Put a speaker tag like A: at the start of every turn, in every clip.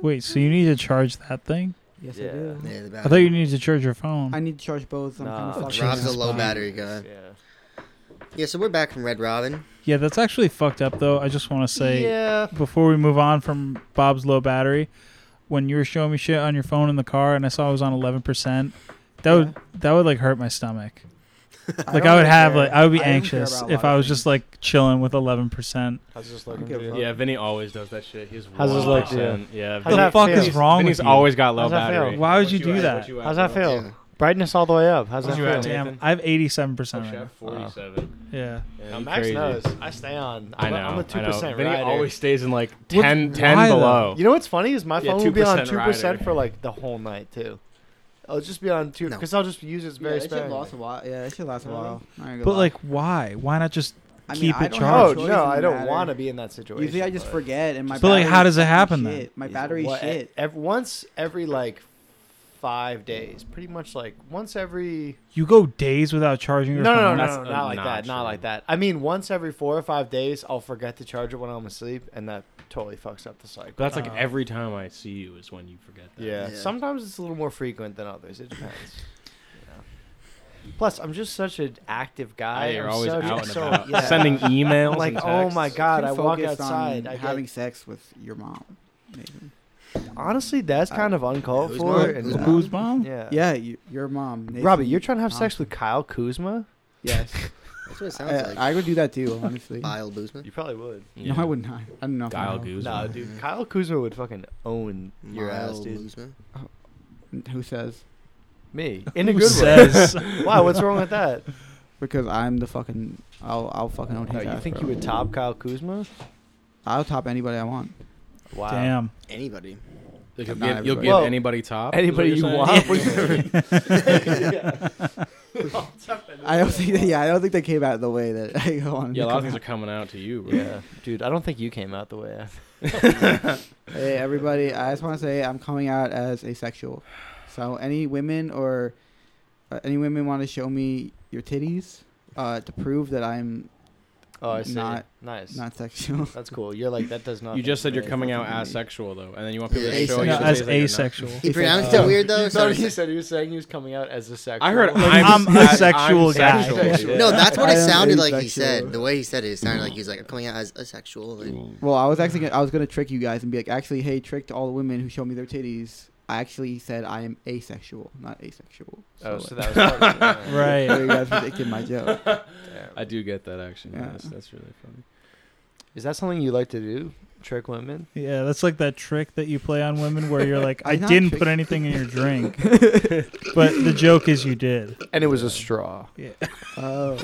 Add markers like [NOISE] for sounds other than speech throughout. A: Wait, so you need to charge that thing?
B: Yes,
C: Yeah.
B: I do.
C: Yeah.
D: Yeah, the
A: I thought you
D: battery.
A: needed to charge your phone.
B: I need to charge both. I'm
C: Nah.
B: kind of fucked.
A: Jesus
D: Rob's a low
A: Christ.
D: battery guy.
C: Yeah.
D: Yeah, so we're back from Red Robin.
A: yeah, that's actually fucked up though. I just want to say
C: yeah.
A: before we move on from Bob's low battery, when you were showing me shit on your phone in the car and I saw it was on 11%, that would that would like hurt my stomach. Like I,
B: don't
A: would
B: really
A: have
B: care.
A: like I would be
B: I don't care
A: anxious
B: about a
A: if
B: lot
A: I
B: of
A: was just
B: things.
A: like chilling with 11%.
E: I was just
B: looking dude.
F: Yeah, Vinny always does that shit. He's
E: How's his look, dude?
F: 100%. Yeah,
A: What
E: How's
A: the
F: Vinny,
E: that
A: fuck
E: feel?
A: is wrong
F: Vinny's
A: with you?
F: always got low
E: How's that
F: battery.
E: feel?
A: Why would you
F: What
A: do
F: at?
A: that?
F: What you at,
E: How's that
F: bro?
E: feel?
D: Yeah.
E: Brightness all the way up. How's
F: What
E: that
F: you at,
E: feel?
F: Nathan?
A: Damn, I have 87%
F: Oh,
A: right
F: shit,
A: now.
F: 47.
A: Yeah.
F: Yeah,
E: Now,
F: you
E: Max
F: crazy.
E: knows. I stay on.
F: I
E: I'm
F: know.
E: a- I'm a two
F: I know.
E: percent
F: Vinny
E: rider.
F: always stays in like 10,
A: why
F: 10
A: though?
F: below.
E: You know what's funny is my
F: Yeah,
E: phone will be on
F: 2%
E: two percent
F: rider.
E: for like the whole night too. I'll just be on two
D: No.
E: because I'll just use it
B: Yeah,
E: very
B: it should
E: sparingly.
B: last a while. Yeah, it should last a
E: You know what I
B: while. I'm not gonna
A: But
B: lie.
A: like why? Why not just
B: I mean,
A: keep
B: I
A: it
B: don't have a
E: Oh
A: charged?
B: choice
E: no,
B: in
E: I
B: the
E: don't
B: matter.
E: want to be in that situation.
B: Usually I just
E: but-
B: forget, and my
A: But, like, how
B: battery's
A: does it happen then?
B: shit. My
E: Is
B: battery's
E: what-
B: shit.
E: ev- once every like five days, pretty much like once every.
A: You go days without charging
E: No,
A: your
E: no,
A: phone.
E: no,
F: That's
E: no, no, not like that.
F: obnoxious.
E: Not like that. I mean, once every four or five days, I'll forget to charge it when I'm asleep, and that totally fucks up the cycle.
F: But that's like
A: Uh,
F: every time I see you is when you forget that.
E: Yeah.
D: Yeah.
E: Sometimes it's a little more frequent than others. It depends. You know. Plus, I'm just such an active guy.
F: I, you're
E: I'm
F: always
E: so,
F: out and
E: so,
F: about,
E: yeah.
F: sending emails.
E: [LAUGHS] I'm like,
F: and
E: oh my
F: texts.
E: god!
B: Too
E: I walk
B: focused on
E: outside. I
B: having
E: get,
B: sex with your mom. Maybe.
E: honestly, that's
B: I-
E: kind of uncalled
D: Who's
E: for.
D: mom?
E: and-
D: Who's
A: The booze
E: [LAUGHS]
A: bomb?
E: Yeah.
B: Yeah, you, your mom. Nathan.
E: Robbie, you're trying to have
B: Mom.
E: sex with Kyle Kuzma?
B: Yes,
D: That's what it sounds
B: I,
D: like.
B: I would do that too. Honestly,
D: Bile Boozman.
E: You probably would.
B: no, I would not. I don't know. if I
F: Dial
B: would.
F: goose.
E: No, dude, Kyle Kuzma would fucking own your ass,
D: Bile
E: dude.
D: Boozman.
B: Who says?
E: Me in a
A: Who
B: [LAUGHS]
E: good
A: says?
E: way. Wow, what's wrong with that?
B: Because I'm the fucking. I'll I'll fucking own his
E: No, Oh, you
B: ass,
E: think you
B: bro.
E: would top Kyle Kuzma?
B: I'll top anybody I want.
E: Wow.
A: Damn.
D: Anybody.
F: You'll give,
B: Not
F: you'll
B: everybody.
F: give
E: Well,
F: anybody top.
E: Anybody
F: is
E: you
F: what you're
E: want?
F: saying?
E: What do you [LAUGHS] mean?
B: I don't think. yeah, I don't think they came out the way that [LAUGHS] I wanted.
F: Yeah,
B: to
F: a lot of
B: come
F: things are
B: out.
F: coming out to you, bro.
E: Yeah, dude, I don't think you came out the way. I
B: Hey everybody, I just want to say I'm coming out as asexual. So any women or uh, any women want to show me your titties uh, to prove that I'm
E: Oh, I see.
B: Not-
E: nice.
B: not sexual. [LAUGHS]
E: That's cool. You're like that does not.
F: You just said you're coming out
B: nothing to
F: as
B: me.
F: sexual though, and then you want people to
D: Yeah,
F: show
A: No,
F: you
D: asexual.
F: to
A: as
F: say that you're not.
A: asexual.
D: He
B: He said,
D: pronounced
B: uh,
D: it weird though.
E: No,
D: So
E: [LAUGHS] he said he was saying he was coming out as a sexual.
F: I heard
A: I'm
E: [LAUGHS]
F: I'm,
A: a sexual guy.
F: asexual.
D: [LAUGHS] no, that's what
B: I
D: it
B: am
D: sounded like. He
B: asexual.
D: said the way he said it, it sounded like he was like, "I'm coming out as asexual." Like,
B: Well, I was actually gonna, I was gonna trick you guys and be like, actually, hey, trick to all the women who show me their titties. I actually said I am asexual, not asexual.
E: Oh,
B: like,
E: so that was part [LAUGHS] of it.
A: [LAUGHS]
B: so
A: Right.
B: you guys were taking my joke.
F: I do get that actually.
B: Yeah.
F: Yes, that's really funny.
E: Is that something you like to do? Trick women?
A: Yeah, that's like that trick that you play on women where you're like, I
B: I'm not
A: didn't
B: trick-
A: put anything in [LAUGHS] your drink, but the joke is you did.
E: And it was a straw.
B: Oh.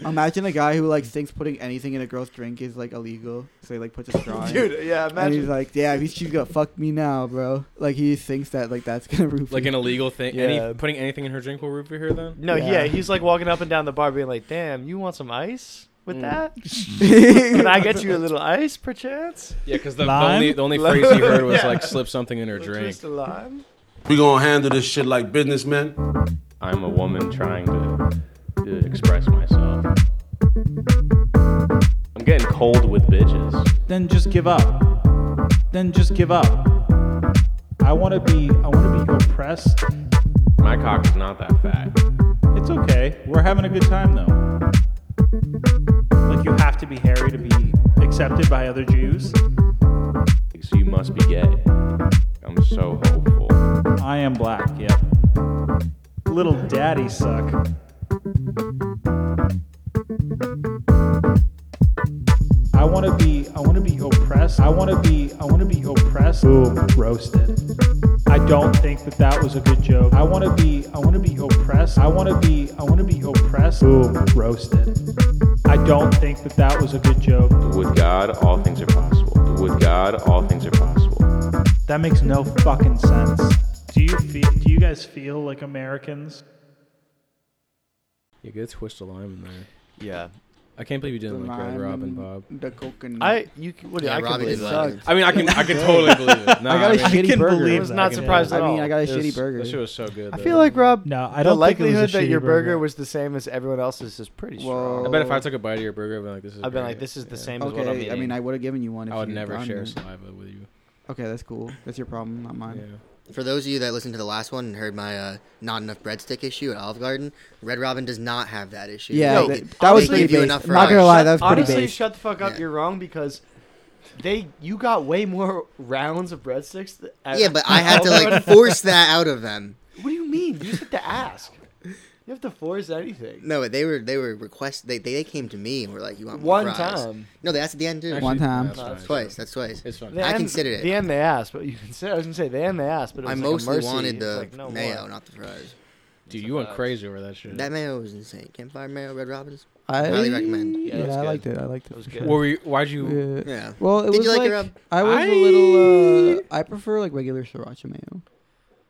B: Imagine a guy who like thinks putting anything in a girl's drink is like illegal, so he like puts a straw.
F: [LAUGHS]
B: in.
E: Dude, yeah,
B: And he's
E: imagine.
B: like, yeah, he's, she's gonna fuck me now, bro. Like he thinks that like that's gonna roof.
F: Like
B: you.
F: an illegal thing. Any
E: Yeah.
F: putting anything in her drink will root for her then.
E: No,
B: Yeah.
E: yeah. he's like walking up and down the bar being like, damn, you want some ice with
F: Mm.
E: that? Can I get you a little ice, perchance?
F: Yeah, because the, the
A: Lime?
F: only the only
E: Lime.
F: phrase you heard was
E: Yeah.
F: like slip something in her
E: Or
F: drink.
E: Just a lime?
G: We gonna handle this shit like businessmen.
F: I'm a woman trying to, to express myself. I'm getting cold with bitches.
A: Then just give up. Then just give up. I want to be. I want to be oppressed.
F: My cock is not that fat.
A: It's okay. We're having a good time though. Like you have to be hairy to be accepted by other Jews.
F: So you must be gay. I'm so hopeful.
A: I am black. Yep. Little daddy suck. I want to be. I want to be oppressed. I want to be. I want to be oppressed. Boom. Roasted. I don't think that that was a good joke. I want to be. I want to be oppressed. I want to be. I want to be oppressed. Boom. Roasted. I don't think that that was a good joke.
F: With God, all things are possible. With God, all things are possible.
A: That makes no fucking sense. Do you feel? Do you guys feel like Americans?
F: You get a twist of lime in there.
E: Yeah.
F: I can't believe you
B: The
F: didn't like Red
B: lime
F: Robin,
B: and
F: Bob.
B: The coconut.
E: I you can- what do you-
D: Yeah,
E: I can
D: Robbie
E: believe
D: did
E: it
D: like
E: sucked.
F: I mean, I can I can totally believe [LAUGHS] it. No,
B: I got a
F: mean,
B: shitty
A: couldn't
B: burger.
A: believe
E: I was not
A: that.
E: surprised at
B: I
E: all.
B: mean, I got a
F: It was-
B: shitty burger.
F: That shit was so good.
E: I
F: though.
E: feel like Rob.
A: No, I don't
E: the
A: think it was a
E: likelihood that
A: shitty
E: your
A: burger.
E: burger was the same as everyone else's is pretty strong.
B: Whoa.
F: I bet if I took a bite of your burger, I'd been like, "This is."
E: I've been
F: great.
E: like, this is the
F: Yeah.
E: same as what I'm
B: okay,
E: eating.
B: I mean, I would have given you one. If
F: I would
B: you
F: never
B: gone
F: share
B: there.
F: saliva with you.
B: Okay, that's cool. That's your problem, not mine.
D: For those of you that listened to the last one and heard my uh, not enough breadstick issue at Olive Garden, Red Robin does not have that issue.
B: Yeah,
E: No,
D: They-
B: that, that was
D: they
B: pretty
D: give you
B: base.
D: enough
B: I'm not
D: fries.
B: gonna lie, that was pretty
E: Honestly,
B: base.
E: shut the fuck up.
D: Yeah.
E: You're wrong because they you got way more [LAUGHS] rounds of breadsticks. th- at-
D: yeah, but I had to like force that out of them.
E: [LAUGHS] what do you mean? You just have to ask. You have to force anything.
D: No, they were they were request they they came to me and were like, "You want more
E: One
D: fries?"
E: time.
D: No, they asked at the end too.
B: One time.
E: That's
D: twice. That's twice.
F: It's fine.
E: The
D: I
E: end-
D: considered it.
E: The end they asked, but you consider. I was gonna say the end they asked, but it
D: I
E: was like a
D: mostly
E: mercy.
D: wanted
E: It's
D: the
E: like, no
D: mayo,
E: more.
D: not the fries.
F: Dude, you went crazy over that shit.
D: That mayo was insane. Campfire mayo, Red Robin's.
B: I
D: highly recommend.
B: Yeah,
F: Yeah,
B: I
F: that's good.
B: liked it. I liked it.
E: That was
B: for
E: good.
B: sure.
F: What were you, why'd you?
B: Yeah.
D: Yeah.
B: Well, it
D: Did you
B: was
D: like
B: like,
D: your, um,
B: I was a little. Uh, I prefer like regular sriracha mayo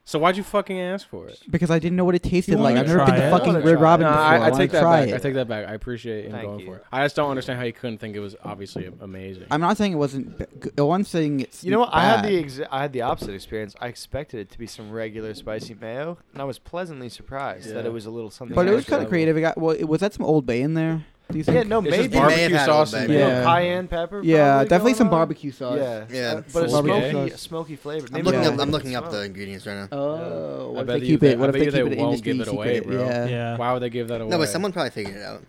F: So why'd you fucking ask for it?
B: because I didn't know what it tasted
A: wanna
B: like. I've never
A: try
B: been
A: it?
B: to fucking
E: Wanna
B: Red
E: try it.
B: Robin
F: No,
B: before.
F: I, I
B: wanna
F: take that
B: try
F: back. I
B: It.
F: take that back. I appreciate him
E: Thank
F: going
E: you.
F: for it. I just don't understand how you couldn't think it was obviously amazing.
B: I'm not saying it wasn't. b- good. No one's saying it's.
E: You know what? I had the
B: bad.
E: exa- I had the opposite experience. I expected it to be some regular spicy mayo, and I was pleasantly surprised that
F: Yeah.
E: it was a little something.
B: But it was
E: extra.
B: kind of creative. It got well. It, was that some Old Bay in there? Do you think?
E: Yeah, no,
F: it's
E: maybe
F: just
D: bar- They may
F: barbecue
D: have had a little
F: sauce and
D: bit.
F: mayo.
B: Yeah.
E: cayenne pepper.
B: Yeah,
E: probably
B: definitely
E: going
B: some
E: on?
B: barbarbecue sauce.
E: Yeah,
D: Yeah.
E: uh, but a
B: Some
F: barbecue
E: smoky,
B: sauce.
E: smoky flavor.
D: I'm
E: Maybe
D: looking
E: they
D: up. I'm
E: didn't
D: looking up the
E: smoke.
D: ingredients right now.
B: Oh,
F: I
B: what
F: bet
B: if they
F: you
B: keep
F: they-
B: it? What
F: I
B: if
F: bet
B: they
F: you
B: keep
F: they
B: it an
F: won't
B: industry
F: give it away,
B: secret?
F: bro.
B: Yeah.
A: Yeah.
F: Why would they give that away?
D: No, but someone probably figured it out,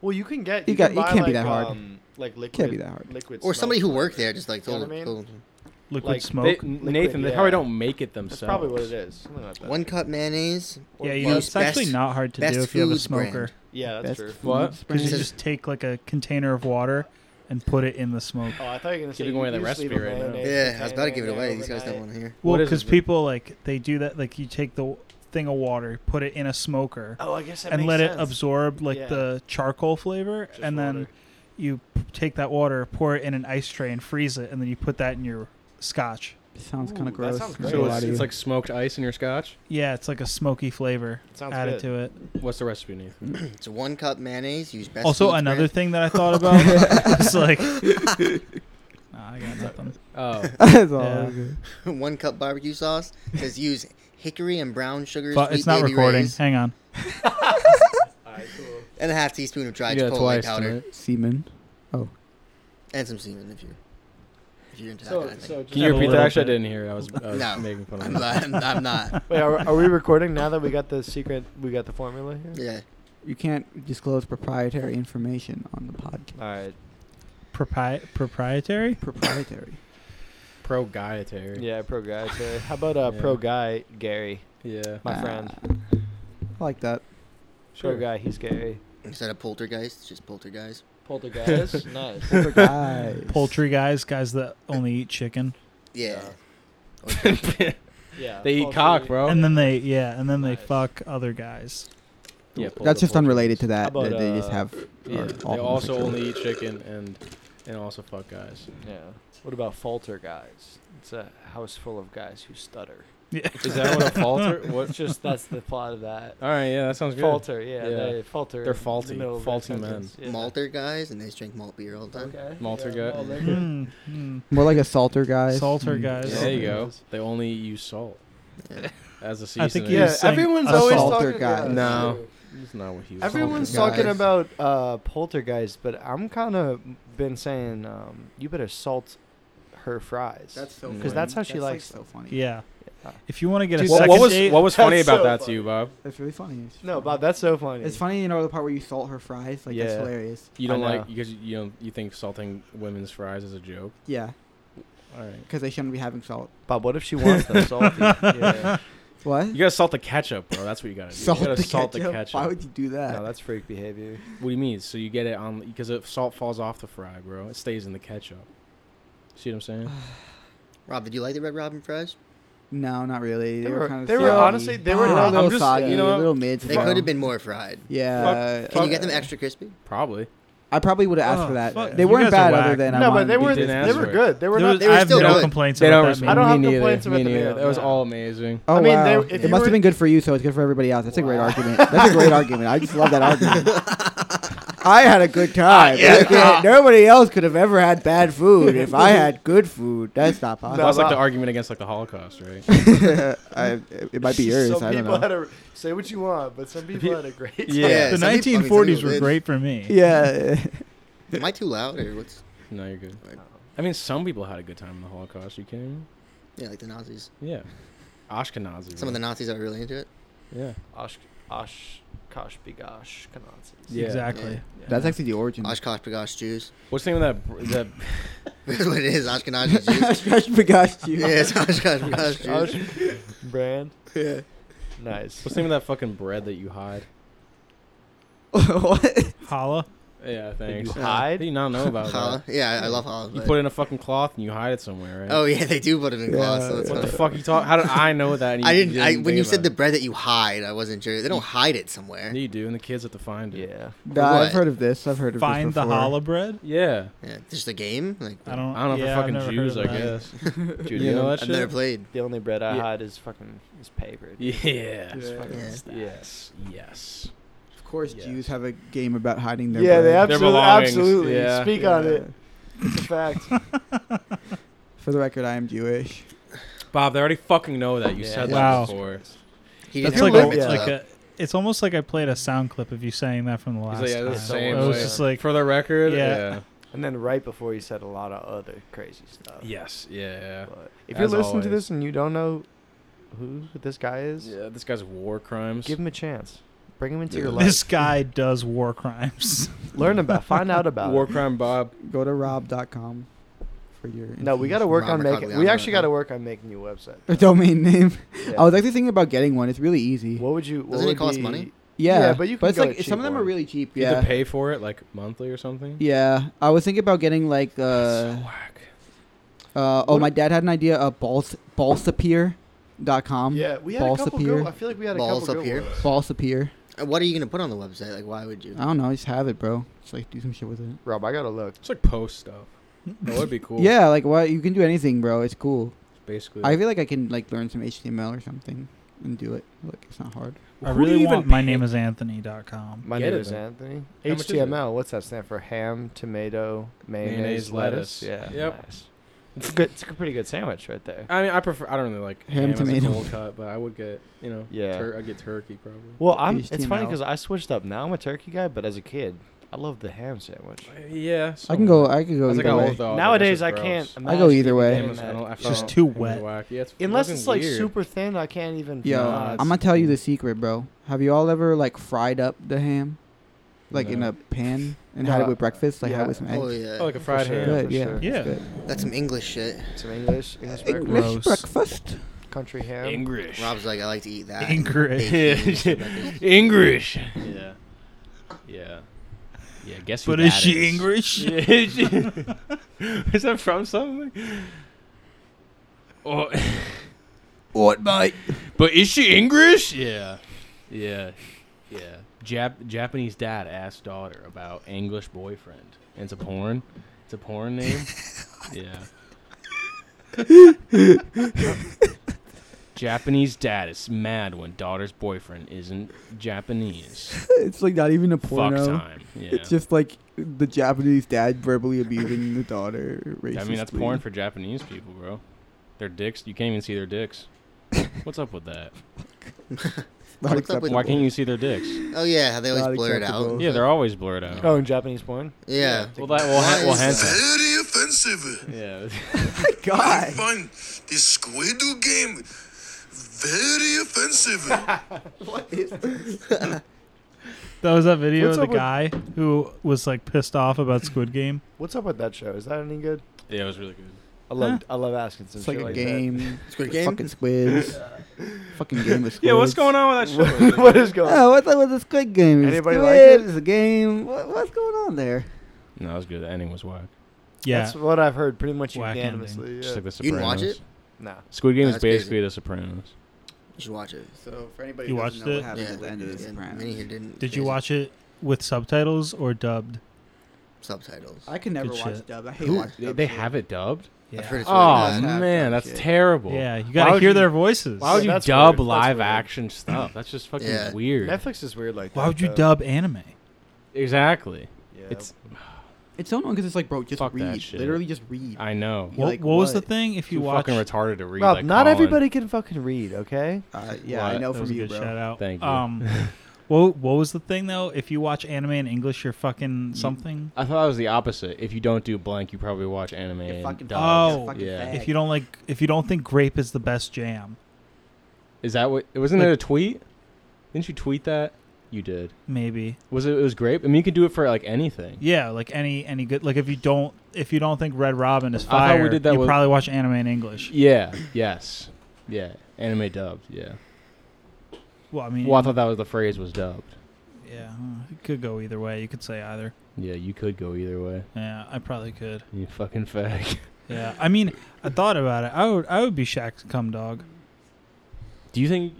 E: Well, you can get.
B: You
E: You,
B: got-
E: can
B: it
E: buy,
B: can't be
E: like,
B: that hard.
E: Um, like liquid.
B: Can't be that hard.
E: Liquid
D: or somebody who
E: smoke
D: worked there
E: flavor.
D: just like
E: You know
D: told.
E: what I mean?
D: told them.
A: Liquid
E: Like,
A: smoke.
F: They- N-
E: Liquid,
F: Nathan, they
E: yeah.
F: probably don't make it themselves.
E: That's probably what it is. Something like that.
D: One cup mayonnaise. or
A: yeah, you
D: one
A: know, it's actually
D: best-
A: not hard to
D: best
A: do if you have a
D: foods brand.
A: smoker.
E: Yeah, that's
B: Best
E: true.
F: What?
B: food
A: Because you
B: brand.
A: just take like a container of water and put it in the smoke.
E: Oh, I thought you were gonna say
F: Giving
E: you
F: away the
E: just leave
F: recipe
E: a
F: right now.
E: mayonnaise
D: Yeah, I was about to give it
E: container
D: away.
E: in
D: These guys
E: there
D: don't want to hear.
A: Well,
F: What is
A: because
F: it?
A: people like they do that. Like you take the thing of water, put it in a smoker,
E: overnight. Oh, I guess that
A: and
E: makes
A: let it
E: sense.
A: absorb like
E: Yeah.
A: the charcoal flavor,
E: Just
A: and then
E: water.
A: you p- take that water, pour it in an ice tray, and freeze it, and then you put that in your scotch.
B: Sounds kind
E: Ooh,
B: of
E: that
B: gross.
E: sounds
B: I'm not
E: great.
F: So
B: gonna lie
F: it's,
B: to
F: it's
B: you.
F: like smoked ice in your scotch.
A: Yeah, it's like a smoky flavor
E: Sounds
A: added
E: good.
A: to it.
F: What's the recipe, Nathan?
D: It's one cup mayonnaise. Use best.
A: also,
D: foods
A: another
D: brand.
A: thing
D: [LAUGHS]
A: that I thought about was like, Nah, I got nothing.
F: Oh,
B: [LAUGHS] That's all
A: Yeah.
B: good.
D: [LAUGHS] one cup barbecue
E: [LAUGHS]
D: sauce says use hickory and brown sugar.
A: But
D: sweet
A: it's not
D: baby
A: recording.
D: rays,
A: Hang on.
D: and a half teaspoon of dried
F: yeah,
D: chipotle
F: twice.
D: powder
F: tonight.
B: Semen.
D: and some seasoning if you if you're into that
E: So,
D: kind of thing.
E: so
F: Can you
A: Have a
F: repeat that?
A: little
F: Actually, I
A: bit.
F: didn't hear. it. I was, I was
D: No.
F: making fun [LAUGHS]
D: I'm,
F: of it.
D: not- I'm, I'm
E: [LAUGHS]
D: not.
E: Wait, are, are we recording now that we got the secret? We got the formula here.
D: Yeah.
B: You can't disclose proprietary information on the podcast.
E: All right.
A: Propri- proprietary?
B: Proprietary.
F: Pro dietary.
E: Yeah, pro guy. Terry. How about uh,
F: Yeah.
E: pro guy Gary,
F: Yeah.
E: my
B: Ah,
E: friend?
B: I like that.
E: Pro guy, he's Gary.
D: Instead of poltergeist, just poltergeist.
F: [LAUGHS]
E: Poltergeist, nice.
B: Poor guys.
A: Poultry guys, guys that only eat chicken.
E: [LAUGHS]
D: Yeah.
E: Yeah.
D: Or turkey.
E: Yeah.
F: They eat cock, bro.
A: And then they, yeah, and then they
E: Nice.
A: fuck other guys.
F: yeah,
B: That's just unrelated to
E: How
B: that.
E: about,
B: that they just
E: uh,
B: have.
F: Yeah.
B: are
F: They
B: all
F: also
B: homosexual.
F: only eat chicken and and also fuck guys.
E: Yeah. What about falter guys? It's a house full of guys who stutter.
F: [LAUGHS]
A: Yeah.
F: Is that what a falter? What?
E: It's just that's the plot of that.
F: [LAUGHS] All right. Yeah, that sounds good.
E: Falter, yeah,
F: Yeah.
E: they falter.
F: They're
E: in the
F: faulty-
E: middle of their
F: faulty men.
E: sentence, Yeah.
D: Malter guys, and they just drink malt beer all the time.
E: Okay.
F: Malter
E: yeah,
F: guy.
E: malt liquor.
A: Hmm, hmm.
B: More like a salter Mm-hmm. guy.
A: Salter guys.
F: There you go. They only use salt
D: Yeah.
F: as a
A: I
F: seasoning.
A: think he
E: Yeah,
A: was saying
E: everyone's
A: a
E: always
A: salter
E: talking
B: guy.
E: about
F: No. That's not what he was.
E: Everyone's
F: talking about.
D: guys.
E: talking about uh, poltergeist, but I'm kind of been saying um, you better salt her fries.
B: so.
F: Mm.
E: because that's how she likes.
B: so funny.
A: Yeah.
E: Yeah.
A: If you want to get a
E: Dude,
F: What,
A: second
F: what was
A: date,
F: what was funny
E: That's
F: about
E: so
F: that to
E: funny.
F: you, Bob?
B: That's really funny. It's
E: No,
B: funny.
E: Bob, that's so funny.
B: It's funny, you know, the part where you salt her fries. Like that's
E: Yeah.
B: hilarious.
F: You
E: I
F: don't like
E: know.
F: because you don't you think salting women's fries is a joke.
B: Yeah,
F: All right.
B: because they shouldn't be having salt.
E: Bob, what if she wants them salty? yeah.
B: What?
F: You gotta salt the ketchup, bro. That's what you gotta do. you gotta salt the ketchup.
B: Why would you do that?
E: No, that's freak behavior.
F: what do you mean? So you get it on because if salt falls off the fry, bro, it stays in the ketchup. See what I'm [SIGHS] saying?
D: Rob, did you like the Red Robin fries?
B: no, not really. They,
E: They
B: were,
E: were-
B: kind of.
E: they were
B: soggy.
E: honestly- they were
B: They
E: not-
B: a
E: I'm
B: little
F: just-
B: soggy,
F: you know
B: a
F: what?
B: little mid.
D: They could have been more fried.
B: Yeah. Uh,
D: Can you get them extra crispy?
F: Probably.
B: I probably would have asked
A: Oh,
B: for that.
A: fuck.
B: They
A: You
B: weren't
A: guys are
B: bad, other
A: whack.
B: than I
E: no, but
B: wanted
E: they
B: to
E: were
B: be
F: didn't
E: they
F: ask
E: were
F: for it.
E: good. They were
A: There
E: not.
A: was-
D: they were
A: I have
D: still
A: no
D: good.
A: complaints
F: They
A: about
F: don't
A: that.
F: respect
A: man.
E: I don't
F: me
E: have
F: neither.
E: complaints about
F: me
E: the
F: neither.
E: mayo,
F: That was
E: no.
F: all amazing.
B: Oh,
E: I mean,
B: wow.
E: they-
B: it
E: if you
B: must
E: were-
B: have been good for you, so it's good for everybody else. That's a great argument. That's a
E: [LAUGHS]
B: great argument. I just love that argument. I had a
E: [LAUGHS] Ah,
B: good time. Like, [LAUGHS] yeah, nobody else could have ever had bad food if I
E: [LAUGHS]
B: had good food. That's not
F: That was
B: possible.
F: like the argument against like the Holocaust, [LAUGHS] right?
E: [LAUGHS]
B: [LAUGHS] I, it might be yours.
E: Some
B: I don't
E: people
B: know.
E: had a say what you want, but some people had a great time.
F: Yeah.
A: The
D: some people- I mean, some
A: 1940s
D: people
A: were
D: did.
A: great for me.
B: yeah.
D: Am I too loud or what's?
F: no, you're good. I mean, some people had a good time in the Holocaust. You kidding? me?
D: Yeah, like the Nazis.
F: Yeah. Ashkenazi.
D: Some of the Nazis are really into it.
F: the yeah.
E: [LAUGHS] Osh, Osh, Kosh, Bigosh, Kanazis.
F: Yeah.
A: Exactly.
B: That's actually the origin.
D: Oshkosh Bagosh Jews.
F: What's the name of that? br- That
D: [LAUGHS] That's what it is, Ashkenazi
B: [LAUGHS]
D: Jews.
B: Oshkosh Bagosh [LAUGHS] Jews.
D: yeah, it's Oshkosh Bagosh Jews.
E: Osh, [LAUGHS] brand.
D: Yeah.
E: Nice.
F: what's the name of that fucking bread that you hide?
B: [LAUGHS] what?
A: Holla.
F: Yeah,
E: That
F: thanks.
E: you
D: Yeah.
F: I
E: hide?
F: did not know about
D: Challah.
F: that.
D: Yeah, I, I love challah.
F: Oh, You
D: but-
F: put it in a fucking cloth and you hide it somewhere, right?
D: oh yeah, they do put it in cloth. so it's
F: What
D: funny.
F: the fuck you talk? How did I know that? and you
D: I didn't. I,
F: think
D: when you
F: about
D: said the
F: it?
D: bread that you hide, I wasn't sure. They don't hide it [LAUGHS] somewhere.
F: you do, and the kids have to find it.
E: Yeah.
B: Nah,
D: What?
B: I've heard of this. I've heard of
A: Find
B: this
A: the
B: before.
A: holla bread.
F: Yeah.
D: Yeah, just a game. Like
A: I don't.
F: I don't know
A: yeah,
F: for
A: I've never
F: fucking
A: heard
F: Jews,
A: of
F: I
A: that.
F: guess. [LAUGHS]
E: Dude,
F: You
E: the,
F: know
E: only,
F: that
D: I've never
F: shit?
D: played.
E: the only bread I
F: Yeah.
E: hide is fucking is paper. dude.
F: Yeah.
E: It's
B: Yeah.
E: fucking
D: Yeah.
E: stacks.
F: Yes. Yes.
B: Of course,
F: Yeah.
B: Jews have a game about hiding their.
E: Yeah, they
B: bread.
F: Their
E: absolutely,
F: belongings,
E: absolutely.
F: yeah.
E: Speak on it. It's a fact.
B: For the record, I am Jewish.
F: Bob, they already fucking know that. You
E: Yeah,
F: said
A: Wow.
F: that before.
D: He
A: That's like,
D: didn't have a
A: a,
D: bar
E: it's
D: mitzvah,
A: like
D: though.
A: a. It's almost like I played a sound clip of you saying that from the last
F: He's like, yeah,
A: time.
F: that's the same
A: I was
F: way.
A: just like,
F: for the record,
A: Yeah.
F: yeah.
E: And then right before you said a lot of other crazy stuff.
F: Yes. Yeah.
E: But if you're
F: As
E: listening to
F: always.
E: this and you don't know who this guy is,
F: Yeah. This guy's war crimes.
E: give him a chance. Bring him into
D: Yeah.
E: your
A: this
E: life.
A: guy does war crimes.
E: Learn about. Find out about.
F: war
E: it.
F: crime Bob.
B: Go to rob.com for your.
E: No, we got to
B: information.
E: work on
D: Robert
E: making.
D: Cogliano,
E: We actually
D: huh?
E: got to work on making you a website.
B: [LAUGHS] a domain name.
E: Yeah.
B: I was actually thinking about getting one. It's really easy.
E: What would you? What
D: Doesn't it
E: would
D: cost
E: be-
D: money?
B: yeah,
E: yeah, but you can
B: it's
E: go
B: like
E: cheap
B: some of them are
E: one.
B: really cheap.
F: You have to
B: Yeah,
F: pay for it like monthly or
B: [LAUGHS]
F: something.
B: yeah. I was thinking about getting like uh,
F: So whack.
B: uh oh,
E: What-
B: my dad had an idea. Uh, bals balsapier.com.
E: Yeah, we had
B: Um, Balls
E: a couple.
B: up
E: Good,
B: here.
E: I feel like we had a
D: Balls
E: couple.
D: up
E: good
D: here.
E: ones.
B: Balsapier.
D: Uh, What are you gonna put on the website? Like, why would you?
B: I don't know. Just have it, bro. Just like do some shit with it.
E: Rob, I gotta look.
F: It's like post stuff. That would be cool.
B: Yeah, like what you can do anything, bro. It's cool.
F: Basically.
B: I feel like I can like learn some HTML or something and do it. Like it's not hard.
A: I
F: Who do
A: really
F: you even
A: want my
F: pay-
A: name is
E: [LAUGHS]
A: Anthony.com.
E: My
F: Get
E: name
F: it
E: is
F: then.
E: Anthony.
F: How much is it?
E: HTML. What's that stand for? Ham, tomato, mayonnaise,
F: Mayonnaise,
E: lettuce.
F: lettuce.
E: Yeah.
F: Yep.
E: Nice. It's a good. It's a pretty good sandwich right there.
F: I mean, I prefer. I don't really like
B: Ham,
F: ham, as a
B: tomato.
F: cold cut, but I would get you know.
E: Yeah.
F: Tur- I get turkey probably.
E: Well, I'm. It's funny
B: HTML.
E: because I switched up. Now I'm a turkey guy, but as a kid, I loved the ham sandwich.
F: Yeah.
B: I can go. I could go
F: As I
B: either
F: got
B: way.
F: older, I was like,
E: Nowadays,
F: "This
E: I
F: is
E: can't.
F: gross."
B: I go
E: imagine
B: either way.
E: eating
F: Ham is- I
E: that.
F: don't- I
A: It's just
F: found-
A: too
F: it was
A: wet.
F: whack. Yeah, it's
E: Unless
F: fucking
E: it's like
F: weird.
E: super thin, I can't even.
B: Yo,
E: Nah,
F: it's-
B: I'm gonna tell you the secret, bro. Have you all ever like fried up the ham, like in
F: No.
B: a pan, and
E: No,
B: had it
E: I-
B: with breakfast? Like had
E: yeah.
B: it with some eggs.
D: Oh yeah,
F: Oh, like a
E: for
F: fried
E: sure,
F: ham.
B: Good,
E: for
B: yeah.
E: sure.
A: Yeah.
D: that's some English shit.
E: Some English, English breakfast,
A: Gross.
B: English breakfast. [LAUGHS]
E: country ham.
F: English.
D: [LAUGHS] Rob's like, I like to eat that.
A: English.
D: Baked beans.
F: [LAUGHS] English. Yeah. Yeah. Yeah. Guess
A: [LAUGHS]
F: who
A: But is
F: that
A: she English?
F: Yeah, [LAUGHS] is she- is that from something? [LAUGHS] Oh.
B: What, mate?
F: But is she English? Yeah. Yeah. Yeah. Jap- Japanese dad asked daughter about English boyfriend. And it's a porn. It's a
B: [LAUGHS]
F: porn name. yeah. Japanese dad is mad when daughter's boyfriend isn't Japanese.
B: It's like not even a
F: Fuck
B: porno.
F: time. Yeah.
B: It's just like the Japanese dad verbally abusing the daughter. Racistly.
F: I mean, that's porn for Japanese people, bro. Their dicks, you can't even see their dicks. What's up with that?
B: Not
D: What's up with-
B: acceptable.
F: Why can't you see their dicks?
D: Oh yeah, how they always
B: Not
D: blur it out.
B: acceptable.
F: Yeah, they're always blurred out.
E: Oh, in Japanese porn.
D: Yeah.
F: Well, that will ha-
D: Why
F: will
D: is
F: hentai.
G: Very offensive.
F: Yeah.
G: I [LAUGHS]
B: God.
G: find this Squid game very offensive.
A: [LAUGHS] That was that video
E: What's
A: of
E: up
A: the
E: with-
A: guy who was like pissed off about Squid Game.
E: What's up with that show? Is that any good?
F: Yeah, it was really good.
E: I love. I love asking some
B: It's
E: shit
B: like a
E: like
B: game.
D: Squid game.
B: Fucking squids. fucking game of squids.
F: Yeah, what's going on
E: [LAUGHS]
F: with that
E: that.
F: show?
E: what is going?
B: Oh, what's up with the squid game? It's
E: Anybody
B: squid,
E: like it?
B: It's a game. What, what's going on there?
F: no, it was good. The ending was whack.
A: Yeah.
E: That's what I've heard pretty much
A: Whack
E: unanimously. Yeah.
F: Just like the
D: You
F: Sopranos.
D: didn't watch it?
E: nah.
F: Squid Game
D: No,
F: is
D: that's crazy.
F: basically The Sopranos.
D: You should watch it.
B: So for anybody
A: You who doesn't watched know what it?
D: yeah. Many here didn't.
A: Did you
D: Crazy.
A: watch it with subtitles or dubbed?
D: subtitles?
B: I can never
A: Good
B: watch
A: shit.
B: dub. I hate
D: Who-
B: watch
F: They,
B: dub
F: they
B: shit.
F: have it dubbed.
A: Yeah.
D: I've heard it's really
F: Oh
D: bad.
B: bad.
F: man,
B: Dubbed shit.
F: that's terrible.
A: Yeah, you
F: Why
A: gotta
F: would
A: hear
F: you-
A: their voices.
F: Why would
E: Yeah,
F: you
E: that's
F: dub
E: weird. That's
F: live
E: weird.
F: action stuff? That's just fucking
D: Yeah.
F: weird.
E: Netflix is weird like that.
A: Why would you
E: though.
A: dub anime?
F: Exactly.
E: Yeah.
F: It's.
B: It's so annoying because it's like, bro, just
F: Fuck that
B: read.
F: shit.
B: Literally, just read.
F: I know.
B: You
A: What,
B: like
A: what was the
B: what?
A: thing? If you
F: Too
A: watch,
F: fucking retarded to read.
E: Rob,
F: like
E: not
F: Colin.
E: everybody can fucking read. Okay.
B: Uh, yeah, I
F: What?
B: know
A: that was
B: from
A: a good
B: you, bro.
F: [LAUGHS]
A: shout out.
F: Thank you.
A: Um, What what was the thing though? If you watch anime in English, you're fucking something.
F: I thought it was the opposite. If you don't do blank, you probably watch anime. and
B: fucking
F: dub.
A: fag, you're
B: fucking
F: yeah.
B: fag.
A: If you don't like, if you don't think grape is the best jam,
F: Is that what? Wasn't
A: Like-
F: it a tweet? Didn't you tweet that? You did.
A: maybe.
F: Was it? It was grape. I mean, you could do it for like anything.
A: Yeah, like any any good. Like if you don't if you don't think Red Robin is
F: I thought we
A: fire,
F: did that
A: you
F: with-
A: probably watch anime in English.
F: Yeah. Yes. Yeah. Anime dubbed. Yeah.
A: Well, I mean,
F: Well, I thought that was the phrase was dubbed.
A: yeah, huh, it could go either way. You could say either.
F: Yeah, you could go either way.
A: Yeah, I probably could.
F: You fucking fag. [LAUGHS]
A: Yeah, I mean, I thought about it. I would I would be Shaq's cum dog.
F: Do you think?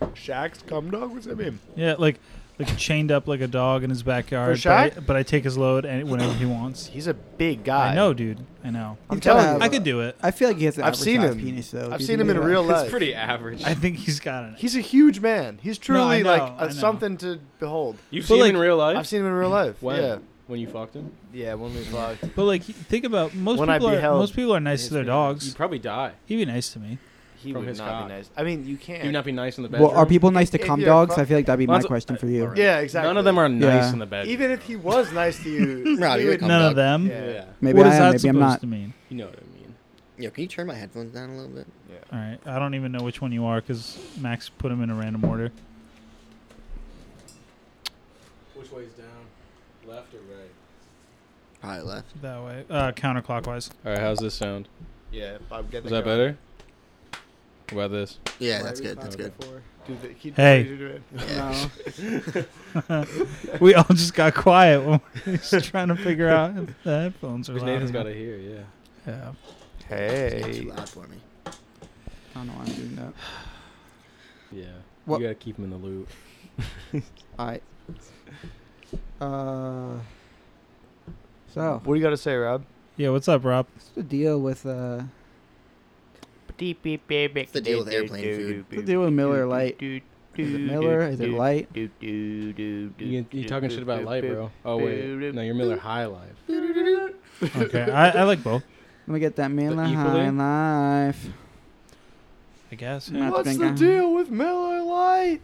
E: Shaq's cum dog. What's that mean?
A: Yeah, like like chained up like a dog in his backyard.
E: For
A: but I-
E: Shaq?
A: But, I, take his load and whenever he wants.
E: He's a big guy.
A: I know, dude. I know.
E: I'm
B: He's gotta
E: telling you.
A: I could do it.
B: I feel like he has an
E: I've seen
B: advertised
E: him.
B: penis though. if
E: I've
B: you
E: seen
B: think
E: him in
B: about it.
E: real life.
F: It's pretty average.
A: I think he's got an.
E: He's a huge man. He's truly
A: know,
E: like
A: I know.
E: a, something to behold.
F: You've
A: But,
F: seen
A: like,
F: him in real life.
E: I've seen him in real life.
F: when?
E: Yeah,
F: When you fucked him,
E: yeah. When we vlogged,
A: But like, he- think about most
E: When I
A: people. Are,
E: beheld
A: most people are nice to their
F: you'd
A: dogs.
F: probably die.
A: He'd be nice to me.
E: he
F: From
E: would
F: his
E: not
F: cock.
E: be nice. I mean, you can't.
F: You'd not be nice in the bedroom.
B: [LAUGHS] Well, are people nice to
E: If
B: cum
E: you're
B: dogs?
E: fu-
B: I feel like that'd be my
F: Mine's-
B: question for you.
F: alright.
E: Yeah, exactly.
F: None of them are nice
B: Yeah.
F: in the bedroom.
E: Even if he was nice
D: [LAUGHS]
E: to you,
D: Rob,
E: he
D: you're a
E: would-
D: cum
A: None
D: dog.
A: of them.
E: Yeah.
F: yeah,
B: Maybe
A: what
B: I
A: is that
B: am. Maybe
A: supposed
B: I'm not.
A: to mean?
F: you know what I mean.
D: Yo, can you turn my headphones down a little bit?
A: All right, I don't even know which one you are because Max put them in a random order.
F: Which way's down? Left or right?
D: Probably left.
A: That way, uh, counterclockwise.
F: All right, how's this sound?
E: Yeah, Bob, get
F: Is
E: the
F: that
E: girl.
F: better? What about this?
D: Yeah, that's good. That's good.
E: Do the- he-
A: Hey.
E: do it.
B: Oh, [LAUGHS] No.
A: We all just got quiet when [LAUGHS] we were just trying to figure out if the headphones are.
F: Because
A: loud
F: Nathan's
A: or
F: got
A: not.
F: to hear. Yeah.
A: Yeah.
D: It's too
E: Hey.
D: loud for me.
B: I don't know why I'm doing that.
F: Yeah.
B: What-
F: You gotta keep him in the loop.
B: All right. Uh. So
E: What do you got to say, Rob?
A: Yeah. What's up, Rob?
B: what's the deal with uh?
D: What's the deal with airplane food?
B: What's the deal with Miller Light? Is it Miller? Is it Light?
F: You, you talking shit about light, bro? Oh wait, no, you're Miller High Life.
B: [LAUGHS]
A: Okay, I, I like both.
B: Let me get that man
F: The
B: the
F: equally?
B: high life.
A: I guess.
B: yeah. Not
E: What's the
B: thinking.
E: deal with Miller Lite?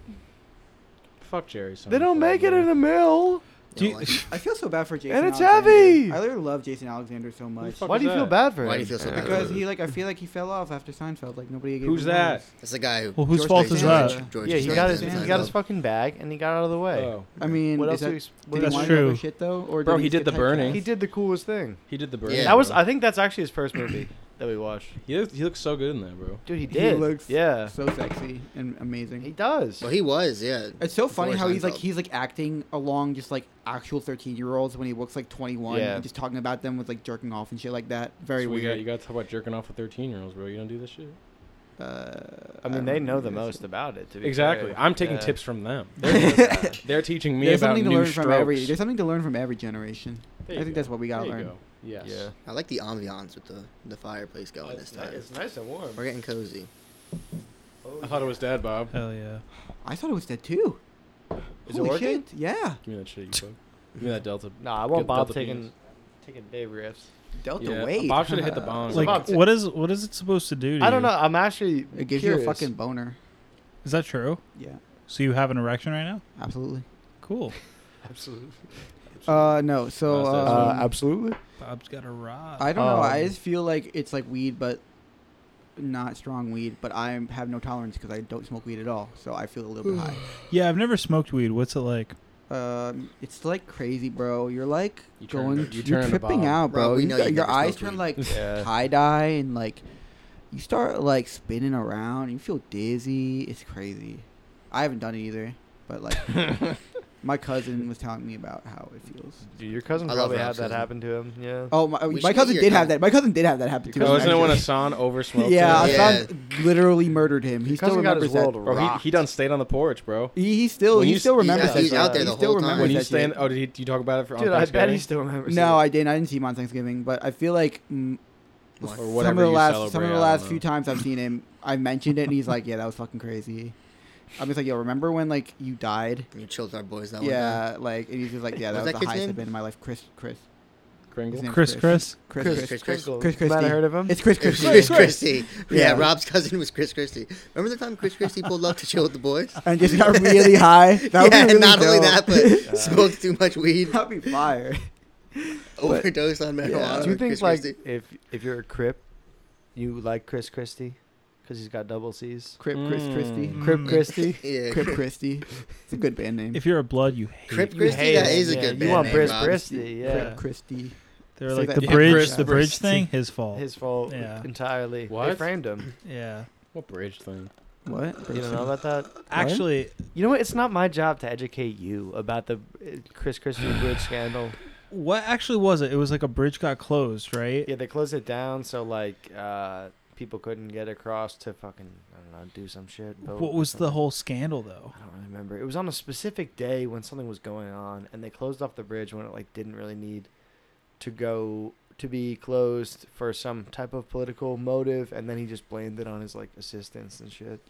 F: Fuck Jerry.
E: They don't make it in a mill.
A: Do
D: You
A: you,
D: don't like it.
B: I feel so bad for Jason.
E: And it's
B: Alexander.
E: heavy!
B: I literally love Jason Alexander so much
F: fuck-
E: Why
F: is
E: do you feel
F: that?
E: bad for him?
D: Why
E: [LAUGHS]
D: do you feel so bad?
B: because he like I feel like he fell off after Seinfeld. Like nobody gave
F: Who's
B: him
F: that?
B: roles.
D: That's the guy who.
A: well, whose
B: George
A: fault is
B: Bateman.
A: that?
B: Yeah.
D: George
E: Yeah, he
D: Bates
E: got
D: is
E: his
D: in
E: he got his
D: Seinfeld.
E: fucking bag and he got out of the way.
F: oh,
B: I mean,
E: What
B: is
E: else?
B: that,
E: do you, ex-
B: did
E: what do
A: That's
B: he
E: you-
B: want to do
A: true.
B: other shit though, or
F: Bro,
B: did
F: he
B: just
F: did
B: get
F: the burning.
E: He
B: typecast?
E: did the coolest thing.
F: he did the burn.
D: Yeah,
E: that was.
D: bro.
E: I think that's actually his first movie [CLEARS THROAT] that we watched.
F: He looks, he looks so good in that, bro.
E: Dude,
B: He
E: he did.
B: looks-
E: yeah,
B: So sexy and amazing.
E: he does.
D: Well, he was, yeah.
B: It's so
D: Before
B: funny how he's like
D: Seinfeld.
B: he's like acting along just like actual thirteen year olds when he looks like twenty one
E: Yeah.
B: and just talking about them with like jerking off and shit like that. Very
F: So we got-
B: weird.
F: you gotta talk about jerking off with 13 year olds, bro. You don't do this shit.
B: uh,
E: I mean, they know the most about it. To be
F: Exactly.
E: fair.
F: I'm taking
E: Yeah. [LAUGHS]
F: tips from them.
E: Yeah.
F: They're teaching me
B: there's
F: about
B: something to
F: new
B: learn
F: strokes.
B: from every. There's something to learn from every generation.
F: There
B: I
F: you
B: think
F: go.
B: that's what we
F: There
B: gotta
F: you
B: learn.
F: go. Yes.
E: Yeah.
D: I like the ambiance with the the fireplace
B: Oh,
D: going this time.
E: It's nice and warm.
D: We're getting cozy.
F: I thought it was Dad, Bob.
A: Hell yeah.
B: I thought it was dead too.
E: Is it
B: Holy
E: working?
B: shit! Yeah,
F: Give me that shit, you fuck. Give me that Delta.
E: Nah, I want
F: Get
E: Bob
F: Delta
E: taking
F: penis.
E: taking day riffs.
B: Delta
F: Yeah,
B: Wade.
F: Bob should have hit [LAUGHS] the bomb.
E: Like-
A: Like,
E: Bob, t-
A: what is what is it supposed to do? To
E: I don't
A: you?
E: know. I'm actually.
B: it gives
E: curious.
B: you a fucking boner.
A: Is that true?
B: Yeah,
A: So you have an erection right now?
B: absolutely.
A: Cool.
E: Absolutely.
B: Uh, no. So
F: Uh,
E: Uh,
B: um,
E: absolutely.
A: Bob's got a rod.
B: I don't know. I
E: um,
B: just feel like it's like weed, but not strong weed. But I am- have no tolerance because I don't smoke weed at all. So I feel a little bit high.
A: yeah, I've never smoked weed. What's it like?
B: Um, it's like crazy, bro. You're like
F: You turn
B: going,
F: into- you
B: you
F: turn
B: are
F: into
B: tripping
F: Bob.
B: out, bro.
D: Rob, we
B: You
D: know
B: got-
D: you've
B: your
D: never
B: eyes
D: smoked
B: turn
D: weed.
B: like
F: [LAUGHS]
E: Yeah.
B: tie dye and like you start like spinning around. You feel dizzy. It's crazy. I haven't done it either, but
F: [LAUGHS]
B: like my cousin was telling me about how it feels.
E: Dude, your cousin
D: I love
E: probably had
D: Rob's
E: that
D: cousin.
E: happen to him. Yeah.
B: Oh my!
D: We should
B: my
D: get
B: cousin
D: your
B: did have
D: cousin.
B: that. My cousin did have that happen to
F: Oh,
B: him.
F: isn't it when
B: actually.
F: Hassan over smoked?
B: Yeah,
F: him?
D: Yeah.
B: Hassan literally murdered him. He
E: Your
B: still
E: cousin got
B: remembers
E: his
B: that.
E: world
F: Bro, Oh, he,
E: rocked.
F: he done stayed on the porch, bro.
B: He, he still
F: When
B: he
F: you
B: still
F: s-
D: he's
B: remembers
D: out-
B: that.
D: he's out
B: shit.
D: there the
B: he still
D: whole time.
B: remembers
F: When you
B: that
F: stay in,
B: shit.
F: oh, did, he, did you talk about it for on
E: Dude, I bet
F: Thanksgiving?
E: he still remembers.
B: No,
E: it.
B: I didn't. I didn't see him on Thanksgiving, but I feel like mm,
D: What?
F: Or
B: some of
F: whatever
B: the
F: you
B: last some of
F: celebrate, I
B: the
F: don't
B: last
F: know.
B: few times I've seen him, I mentioned it, and he's like, "Yeah, that was fucking crazy." I'm just like, "Yo, remember when like you died?"
D: You chilled our boys that one time.
B: yeah, like and he's just like, "Yeah, that
D: What
B: was,
D: was that
B: the
D: kid's
B: highest
D: name?
B: I've been in my life." Chris, Chris, His
F: Kringle.
B: name's
A: Chris, Chris.
B: Chris,
D: Chris,
B: Chris.
D: Chris, Chris.
B: Chris
E: You might
B: Christie.
E: have heard of him.
B: It's Chris
D: It was
B: Christie.
D: [LAUGHS] Chris
B: Chris
D: Christie. Yeah,
B: Yeah.
D: Rob's cousin was Chris Christie. Remember the time Chris Christie pulled up to chill with the boys?
B: [LAUGHS] And just got really
D: [LAUGHS]
B: high. That would be
D: yeah,
B: really
D: and not only
B: dope.
D: that,
B: [LAUGHS]
D: but [LAUGHS] smoked too much weed,
B: That'd be fire.
D: overdosed on [LAUGHS] marijuana.
B: Yeah.
E: Do you
D: with
E: think
D: Chris
E: like
D: Christie.
E: if if you're a Crip, you like Chris Christie, because he's got double C's.
B: Crip Chris Christie.
A: Mm.
E: Crip Christie.
D: [LAUGHS] Yeah,
B: Crip Christie. It's a good band name.
A: If you're a blood, you hate.
D: Crip
A: you
D: Christie.
A: hate
D: That
A: it.
D: is a
E: yeah,
D: good
E: you
D: band
E: want
D: name,
E: Chris
D: Rob.
E: Christie, yeah.
B: Crip Christie.
A: They're
B: Say
A: like
B: that
A: the
B: again.
A: bridge.
B: Chris
A: the bridge
E: Christie.
A: thing. His fault.
E: His fault
A: Yeah.
E: entirely. They
F: What?
E: framed him.
A: yeah.
F: What bridge thing?
B: What?
E: You don't know about that?
D: [LAUGHS]
A: Actually,
E: You know what? It's not my job to educate you about the uh, Chris Christie
D: [SIGHS]
E: bridge scandal.
A: what actually was it? It was like a bridge got closed, right?
E: Yeah, they closed it down so like uh, people couldn't get across to fucking I don't know do some shit. vote
A: What
E: or
A: was the
E: something.
A: whole scandal though?
E: I don't remember. It was on a specific day when something was going on, and they closed off the bridge when it like didn't really need to go to be closed for some type of political motive, and then he just blamed it on his like assistants and shit.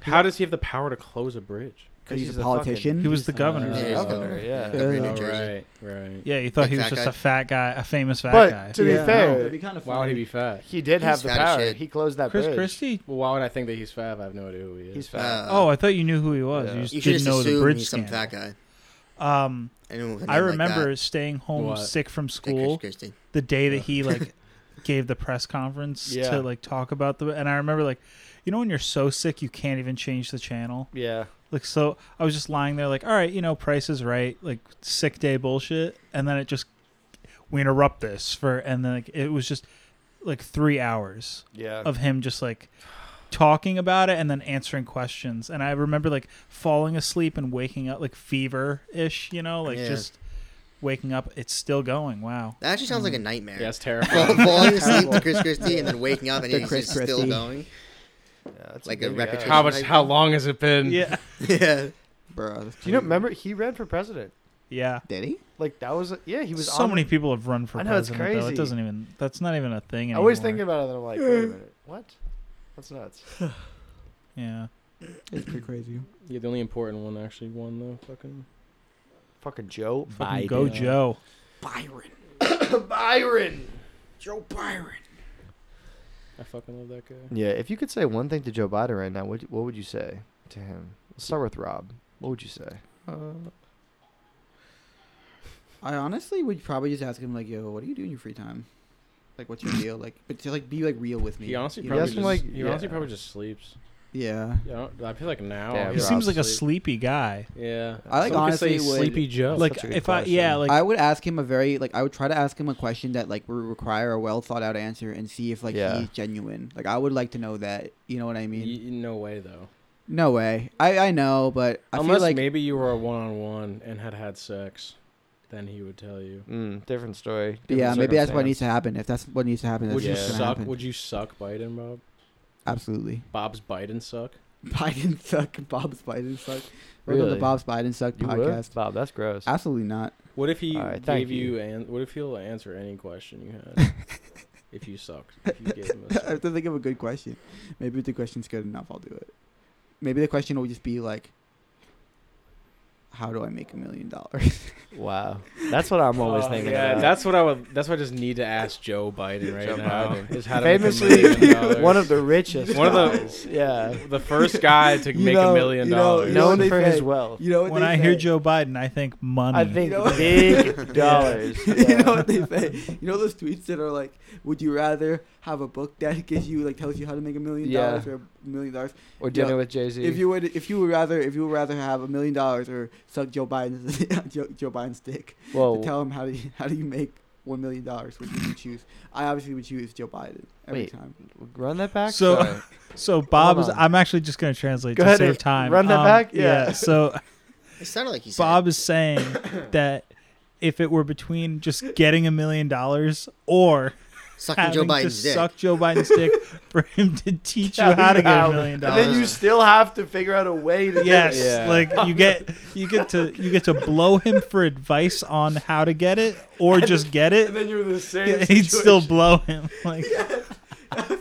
F: How does he have the power to close a bridge?
B: Because he's a
E: the
B: politician.
A: He was the governor.
E: fucking-
D: Yeah,
E: he's
D: he's
E: the
D: the
E: governor, yeah.
D: Governor of
B: Yeah.
D: New Jersey.
F: Oh, right, right.
A: Yeah, you thought
D: Like
A: he was
D: fat
A: just
D: guy.
A: a fat guy, a famous fat guy.
E: But to
B: Yeah,
E: be
B: I know.
E: fair,
B: That'd be kind of
F: Why would he be fat?
E: he did
D: He's
E: have the
D: fat as
E: power.
D: shit.
E: He closed that
A: Chris
E: bridge.
A: Christie.
F: Well, why would I think that he's fat? I have no idea who he is.
E: He's fat.
D: Uh,
A: Oh, I thought you knew who he was.
E: Yeah.
A: You just
D: you should
A: didn't
D: just
A: know the
D: assume
A: bridge
D: he's some
A: scandal.
D: fat guy.
A: Um,
D: Anyone with a
A: I
D: name like
A: remember
D: that,
A: staying home
F: What?
A: sick from
D: like Chris
A: school
D: Christie.
A: the day that
F: Yeah.
A: he like [LAUGHS] gave the press conference
E: Yeah.
A: to like talk about the. And I remember like, you know, when you're so sick you can't even change the channel.
E: yeah.
A: Like so, I was just lying there like, all right, you know, Price is right, like sick day bullshit, and then it just we interrupt this for, and then like, it was just like three hours
E: Yeah.
A: of him just like talking about it and then answering questions. And I remember like falling asleep and waking up like fever ish, you know, like
D: Yeah.
A: just waking up. It's still going. Wow.
D: That actually sounds like a nightmare.
F: Yeah, it's
D: [LAUGHS] Fall-
F: terrifying.
D: Falling
A: [LAUGHS]
D: asleep to Chris Christie and then waking up and
B: The
D: he's
B: Chris
D: just still
B: Christie.
D: going. [LAUGHS]
E: yeah, that's
D: like a
E: big
D: record
E: guy.
D: shop.
F: how much? How long has it been?
A: Yeah.
D: Yeah.
B: Bro, that's
E: Do you know?
B: crazy.
E: Remember, he ran for president.
A: Yeah.
B: Did he?
E: Like that was yeah. He was
A: so
E: on-
A: many people have run for
E: I know, it's
A: president. Though.
E: crazy.
A: It doesn't even. That's not even a thing
E: I
A: anymore.
E: always think about it, and I'm like, wait a minute, what? That's nuts.
A: Yeah.
B: It's pretty crazy.
F: Yeah, the only important one actually won though. Fucking.
E: Fucking Joe
A: Fucking go Joe.
B: Byron.
E: Byron.
B: Joe Byron.
F: I fucking love that guy.
E: Yeah, if you could say one thing to Joe Biden right now, what what would you say to him? Let's start with Rob. What would you say?
B: I honestly would probably just ask him like, "Yo, what do you do in your free time? Like, what's your deal? Like, but to like be like real with me."
F: He honestly
B: You
F: probably
B: know?
E: asked
F: just,
E: him, like-
F: he honestly
E: yeah.
F: probably just sleeps.
B: yeah.
F: Yeah, I, don't- I feel like now
E: Yeah,
F: I
A: He
E: Rob's
A: seems like a
F: sleep-
A: sleepy guy.
F: Yeah,
B: I, like,
F: Someone could say
B: honestly would-
F: sleepy Joe.
E: That's
A: like
E: such a good
A: if I yeah
E: question.
A: like
B: I would ask him a very like I would try to ask him a question that like would require a well thought out answer and see if like
E: Yeah.
B: he's genuine. Like I would like to know that. You know what I mean?
F: Y- no way though.
B: No way. I I know, but I
F: Unless
B: feel like
F: maybe you were a one on one and had had sex, then he would tell you.
E: Mm, different story.
B: yeah, maybe that's what needs to happen. If that's what needs to happen, that's
F: Would you
B: what's
E: Yeah.
B: gonna
F: suck?
B: happen.
F: Would you suck Biden, Bob?
B: Absolutely.
F: Bob's Biden suck.
B: Biden suck. Bob's Biden suck. Welcome
E: Really?
B: to Bob's Biden suck podcast.
E: Bob, that's gross.
B: Absolutely not. [LAUGHS]
F: What if he
E: All right, thank
F: gave you, an? What if he'll answer any question you had? if you sucked, if you gave him
B: [LAUGHS]
F: a
B: I have
F: suck.
B: to think of a good question. Maybe if the question's good enough, I'll do it. Maybe the question will just be like, "How do I make a million dollars?"
E: Wow, that's what I'm always
F: Oh,
E: thinking
F: yeah,
E: about.
F: that's what I would. That's what I just need to ask Joe Biden right
E: Joe
F: now.
E: Biden.
F: Is how to make a million
E: famously
F: dollars.
E: one of the
B: [LAUGHS]
E: richest.
F: One of the-
E: guys. yeah,
F: the first guy to
B: You
F: make
B: know-
F: a million
B: you know-
F: dollars.
B: you know-
E: known
B: they
E: for his
B: say?
E: wealth.
B: You know what
A: when
B: they
A: I hear
B: say?
A: Joe Biden, I think money.
E: I think
B: know-
E: big
B: [LAUGHS]
E: dollars.
B: you
E: [LAUGHS] Yeah.
B: know what they say?
E: [LAUGHS]
B: You know those tweets that are like, "Would you rather have a book that gives you like tells you how to make a million
E: Yeah.
B: dollars or a million dollars?
E: Or dinner
B: Yeah.
E: with Jay Z.
B: If you would, if you would rather, if you would rather have a million dollars or suck Joe Biden's [LAUGHS] Joe, Joe Biden's dick
E: Whoa,
B: to tell him how do you, how do you make one million dollars? Which would you choose? I obviously would choose Joe Biden every [LAUGHS]
E: Wait.
B: time.
E: run that back.
A: So-
E: Sorry.
A: So Bob's.
E: on.
A: I'm actually just going to translate
E: Go
A: to
E: ahead,
A: save time. Um,
E: run that back? Yeah.
A: So
D: It sounded like he said.
A: Bob is saying that if it were between just getting a million dollars or
D: sucking
A: having
D: Joe
A: to
D: Biden's dick.
A: suck Joe Biden's dick for him to teach [LAUGHS]
E: [LAUGHS]
A: you how to get a million
E: And then
A: dollars.
E: you still have to figure out a way to.
A: Yes,
F: Yeah.
A: like you get you get to you get to blow him for advice on how to get it or just get
E: And
A: it.
E: then you're in the same.
A: He'd still blow him. [LAUGHS] Like
D: Rob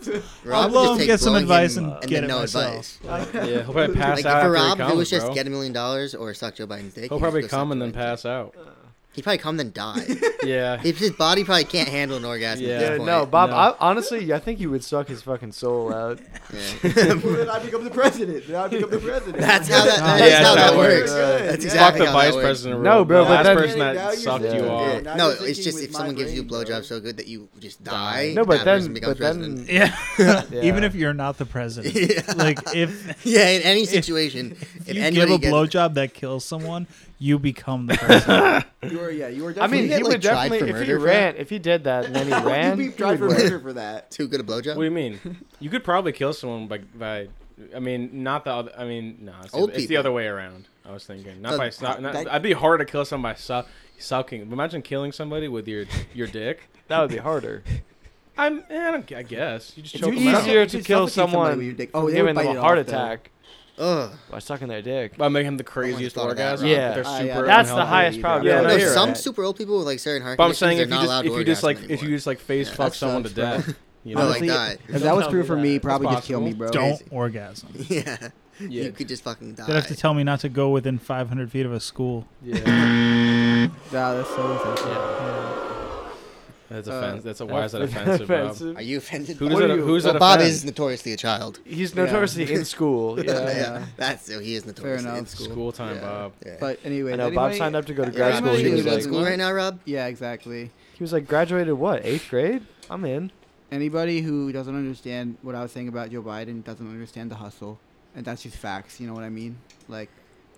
A: I'll
D: would
A: blow
D: just
A: him,
D: take
A: get some
D: blowing
A: advice
D: him
A: and
D: and
A: get
D: then
A: it
D: no
A: myself. [LAUGHS]
B: [LAUGHS]
D: advice.
F: Yeah, he'll probably pass
D: Like
F: out. after
D: for
F: he
D: Rob, if it
F: comes,
D: was just
F: bro.
D: get a million dollars or suck Joe Biden's dick.
F: He'll
D: he'd
F: probably
D: just go suck
F: come and
D: Joe
F: then
D: Biden's
F: pass out.
D: He'd probably come then die.
F: Yeah.
D: If his body probably can't handle an orgasm
F: Yeah.
D: at
E: Yeah,
D: this point.
E: no, Bob.
F: No.
E: I, honestly, I think you would suck his fucking soul out.
B: then I become the president. Then I become the president.
D: That's how that,
A: Yeah,
D: that's
F: that's how
D: how that
F: it works.
D: works. That's
B: Yeah.
D: exactly
F: Fuck the
D: how that
F: vice
D: works.
F: president.
E: No, bro,
F: The
E: but
F: last
E: then-
F: person
B: Now you're
F: that sucked
E: thinking-
F: you
E: Yeah.
F: off.
B: Now
D: no,
B: you're
D: it's
B: thinking
D: just
B: with
D: if
B: my
D: someone gives you a
B: brain,
D: blowjob
B: bro.
D: so good that you just die.
E: No, but
D: that
E: then,
D: person becomes
E: but then,
D: president.
A: Yeah. [LAUGHS] Even
E: Yeah.
A: if you're not the president.
D: [LAUGHS] Yeah.
A: Like if
D: yeah, in any situation, if,
A: if you give
D: anybody
A: a
D: gets,
A: blowjob that kills someone, you
D: [LAUGHS]
A: become the president.
B: You were, yeah, you were
E: I
B: definitely.
E: mean,
D: Wouldn't he
E: he
D: get,
E: would
D: like, tried
E: definitely
D: for
E: if he
D: murder for
E: ran, if he did that
B: [LAUGHS]
E: and then he ran,
B: you
E: he
B: be tried
E: would
B: for
E: win.
B: murder for that.
D: too good a blowjob.
F: What do you mean?
D: [LAUGHS]
F: You could probably kill someone by by. I mean, not the other. I mean, no, it's, the-
D: Old
F: it's the
D: people.
F: other way around. I was thinking, not
D: The-
F: by. Not, not,
B: that-
F: I'd be hard to kill someone by su- sucking. Imagine killing somebody with your your dick.
E: that would be harder.
F: I'm. eh, I don't. I guess you just
B: It's
F: choke them out
E: Easier
B: You
E: to
B: could
E: kill
B: suffocate somebody
E: someone
B: with your dick.
E: from
B: Oh, they would
E: giving
B: bite
E: them
B: it
E: a
B: off,
E: heart
B: though.
E: attack
D: Ugh.
E: by sucking their dick.
F: by making them the craziest
D: thought of that,
F: orgasm.
E: Rob. Yeah.
F: they're
D: uh,
F: super.
B: Ah, yeah,
E: That's the
F: unhealthy.
E: highest
B: Yeah,
E: probability.
F: yeah,
D: No,
F: no,
D: no,
F: you're
D: some
F: right.
D: super old people with like certain heart
F: But I'm
D: conditions,
F: saying
D: they're
F: if you
D: not allowed
F: just
D: to
F: if you just like
D: orgasm
F: if you
D: anymore.
F: just like face
D: Yeah,
F: fuck
D: that
F: someone to
D: sucks,
F: death, you
D: no,
F: know,
D: like that.
B: If that was
E: Don't
B: true
E: do
B: for
E: that.
B: me, probably just
F: possible.
B: kill me, bro.
A: Don't
D: Crazy.
A: orgasm.
D: Yeah.
F: Yeah.
D: you could just fucking die.
A: They'd have to tell me not to go within 500 feet of a school.
F: [LAUGHS] yeah,
B: Nah, that's so insensitive.
F: that's
B: Uh,
F: offensive. That's a why is that [LAUGHS] offensive? Rob?
D: Are you offended?
F: Who
D: by
F: does
E: What
F: it?
E: are you-
F: Who's
D: well,
F: that
D: Bob
F: offend?
D: is notoriously a child.
E: He's notoriously
B: [LAUGHS]
E: in school.
D: Yeah,
E: Yeah.
D: that's so he is notorious.
B: enough.
D: It's-
B: school.
F: school time,
B: Yeah.
F: Bob.
D: yeah.
B: But anyway,
E: I know
B: anybody,
E: Bob signed up to go to
D: yeah,
E: grad
D: I
E: school.
D: mean,
E: He
B: anybody
D: you
E: was
B: who
D: in
E: like,
B: doesn't-
D: school right now, Rob?
B: Yeah, exactly.
E: he was like graduated what eighth grade? I'm in.
B: Anybody who doesn't understand what I was saying about Joe Biden doesn't understand the hustle, and that's just facts. You know what I mean? Like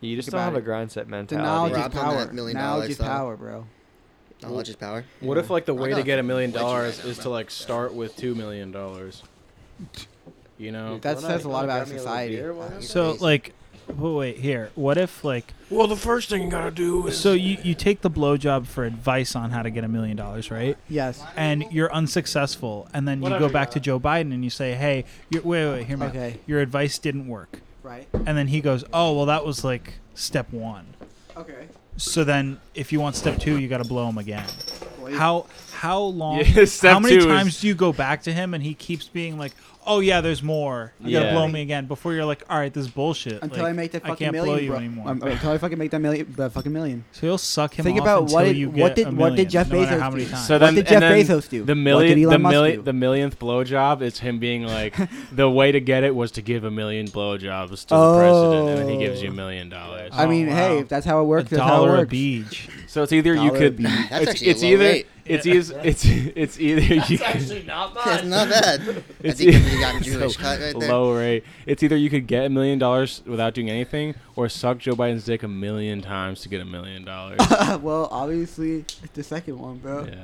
E: You just
B: Think
E: don't
B: about
E: have a
B: it.
E: grind set
B: the knowledge
E: mentality.
B: is
D: Robbed on that
B: power.
D: million
B: Knowledge
D: dollars,
B: is
D: though.
B: power, bro.
D: Knowledge is power.
F: What if like the way to
D: got
F: get a million
D: legend right
F: dollars
D: now,
F: is
D: bro.
F: to like start with two million dollars? You know.
B: That says a lot about society.
A: So like, oh, wait here. What if like?
H: Well, the first thing you gotta do is.
A: So you you take the blowjob for advice on how to get a million dollars, right?
B: Yes.
A: And you're unsuccessful, and then you go back to Joe Biden and you say, "Hey, you wait, wait, wait, hear me. out.
B: Okay.
A: Your advice didn't work."
B: Right.
A: And then he goes, "Oh, well, that was like step one."
B: Okay.
A: So then, if you want step two, you got to blow him again.
B: Well,
A: How how long?
F: [LAUGHS] Yeah, step
A: how many
F: two is-
A: times do you go back to him and he keeps being like, "Oh yeah, there's more. You
F: Yeah.
A: gotta blow me again." Before you're like, "All right, this is bullshit."
B: Until
A: Like,
B: I make that
A: I
B: fucking
A: can't
B: million,
A: blow you
B: bro.
A: anymore.
B: Um, until I fucking make that million, that fucking million.
A: so you'll suck him.
B: Think
A: off
B: about
A: until
B: what did-
A: you
B: what
A: get
B: did-
A: a
B: what did
A: million,
B: Jeff
A: no matter
B: Bezos
A: how many
B: do?
A: times.
F: So
B: What
F: then,
B: did
F: and
B: Jeff
F: then
B: Bezos do?
F: The
B: What
F: million,
B: did Elon
F: the
B: Musk
F: million,
B: do?
F: the millionth blowjob is him being
B: [LAUGHS]
F: like, the way to get it was to give a million blowjobs to the president, and then he gives you a million dollars.
B: I
A: Oh,
B: mean, hey,
A: wow.
B: if that's how it
A: a
B: works, that's how it
A: dollar a
B: works.
A: beach.
F: [LAUGHS] So it's either you
B: Dollar
F: [LAUGHS] could,
B: a piece.
D: That's
F: it's,
D: actually a
F: it's
D: low
F: either
D: rate.
F: it's eas- it's it's either you could,
D: That's not bad. I
F: It's
D: think
F: e-
D: you got a Jewish cut right there.
F: low rate. It's either you could get a million dollars without doing anything, or suck Joe Biden's dick a million times to get a million
D: [LAUGHS]
F: dollars.
B: [LAUGHS] well, obviously, it's the second one, bro.
F: Yeah,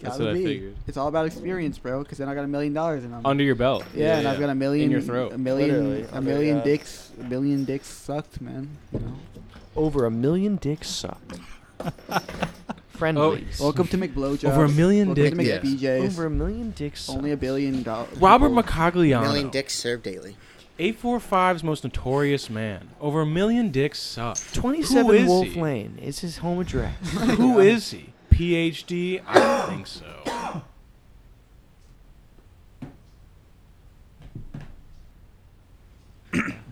F: that's
B: Gotta
F: what I
B: be.
F: figured.
B: It's all about experience, bro. Because then I got a million dollars and I'm.
F: Under your belt.
B: yeah, and I've got a million
F: In your throat.
B: a million,
E: Literally.
B: a million
E: Yeah.
B: dicks, a million dicks sucked, man. You know?
E: Over a million dicks
B: [LAUGHS]
E: sucked.
B: Oh,
E: Friendlies.
B: Welcome to McBlowjobs.
F: Over a million
B: Welcome
F: dick-
B: to McBJ's.
E: Over a million dicks. Sucked.
B: Only a billion dollars.
F: Robert
D: A million
F: Macagliano,
D: dicks served daily.
F: 845's most notorious man. Over a million dicks sucked. Who
E: 27
F: is
E: [LAUGHS] Wolf
F: he?
E: Lane is his home [LAUGHS] address.
F: Who is he? PhD? I don't think so. [COUGHS]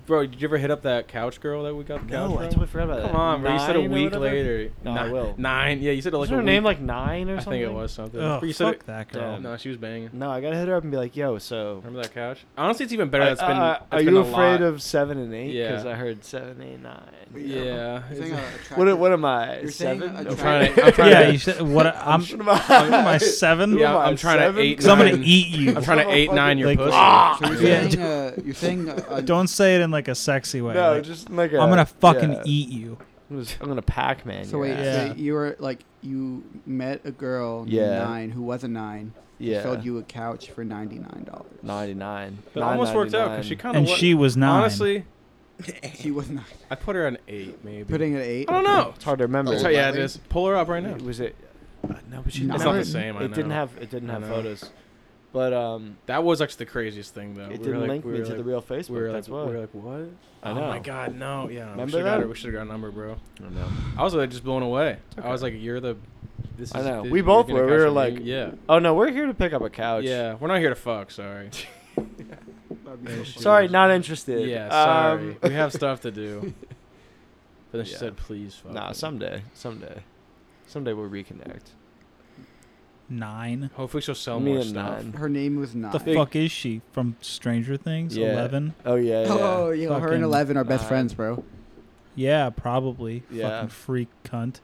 F: Bro, did you ever hit up that couch girl that we got the couch
E: no,
F: from?
E: I totally forgot about that.
F: Come on, bro. You said a
E: Nine or
F: week
E: whatever?
F: later.
E: No,
F: Ni-
E: I will.
F: Nine. Yeah, you said it like
E: Was
F: a
E: her
F: week.
E: name like nine
F: I
E: or something? Oh,
F: think it was something.
A: Ugh,
F: you said
A: fuck
F: it-
A: that
F: [LAUGHS]
A: girl.
F: No, she was banging.
E: No, I gotta hit her up and be like, "Yo, so
F: Remember that couch? Honestly, it's even better.
E: Uh,
F: That's been.
E: uh,
F: it's
E: are
F: been
E: you
F: a
E: afraid
F: lot.
E: of seven and eight?
F: Yeah.
E: Because I heard seven, eight, nine.
F: Yeah.
B: You're saying,
F: it's-
B: uh, attractive-
E: [LAUGHS] What, what am I?
B: You're saying
E: seven?
B: attractive-
F: trying [LAUGHS] to- I'm trying
A: yeah,
F: to-
A: you said what?
F: [LAUGHS]
A: I'm.
E: What am
A: I'm
E: I?
A: my seven.
F: Yeah,
E: What am I,
F: I'm trying to
E: seven?
F: eight.
A: Cause I'm gonna
F: nine-
A: eat
F: [LAUGHS]
A: you.
F: I'm trying to eight nine your
A: Like,
F: pussy.
E: ah!
B: So you're
A: Yeah.
F: [LAUGHS]
B: saying, uh, you're saying uh, uh,
A: Don't say it in like a sexy way.
E: [LAUGHS] No,
A: like,
E: just like a,
A: I'm gonna fucking
E: yeah.
A: eat you.
E: I'm just- I'm gonna Pac
B: [LAUGHS]
E: Man.
B: So wait,
A: Yeah.
B: so you were like you met a girl named
E: Yeah.
B: nine who was a nine. who
E: yeah,
B: Sold you a couch for ninety nine
E: [LAUGHS]
B: dollars.
E: ninety nine.
F: That almost worked out because she kind of.
A: And she was nine.
F: Honestly,
B: She was nine.
F: I put her on eight, maybe.
B: Putting it at eight.
F: I don't know.
E: It's hard to remember.
F: That's
D: That's
F: how you
D: how you
F: add
D: had
F: this.
D: this.
F: Pull her up right now.
E: It was it? uh, No, but she.
B: It's
F: It's
E: never-
F: not the same. I
E: It didn't
F: know.
E: have. It didn't
F: I
E: have
F: know.
E: photos. But um,
F: That was actually the craziest thing, though. We
E: it
F: were
E: didn't
F: like-
E: link
F: we
E: me
F: were
E: to the
F: like-
E: real Facebook.
F: We were like,
E: that's what.
F: we were like, what?
E: I
F: Oh my
E: know.
F: god, no! Yeah,
E: Remember
F: we should got
E: that?
F: her. We should have got a number, bro.
E: I know.
F: I was like just blown away. I
E: okay.
F: was like, you're the. This is,
E: I know.
F: this-
E: We
F: you're
E: both
F: gonna
E: were. We
F: catch
E: were
F: a
E: like-
F: new- yeah,
E: Oh no, we're here to pick up a couch.
F: yeah. We're not here to fuck.
E: [LAUGHS]
F: Sorry.
E: Sorry, not interested.
F: yeah, sorry.
E: Um,
F: we
E: [LAUGHS]
F: have stuff to do. But then she
E: Yeah.
F: said, please fuck.
E: Nah,
F: me."
E: someday, someday. Someday we'll reconnect.
A: Nine.
F: Hopefully she'll sell
E: Me
F: more
E: and
F: stuff.
E: nine.
B: [LAUGHS] Her name was not.
A: The fuck is she from Stranger Things?
E: Yeah.
A: Eleven.
E: Oh yeah. yeah.
B: Oh, yo, her
A: Fucking
B: and Eleven are best
E: nine.
B: friends, bro.
A: Yeah, probably.
E: Yeah.
A: Fucking freak cunt.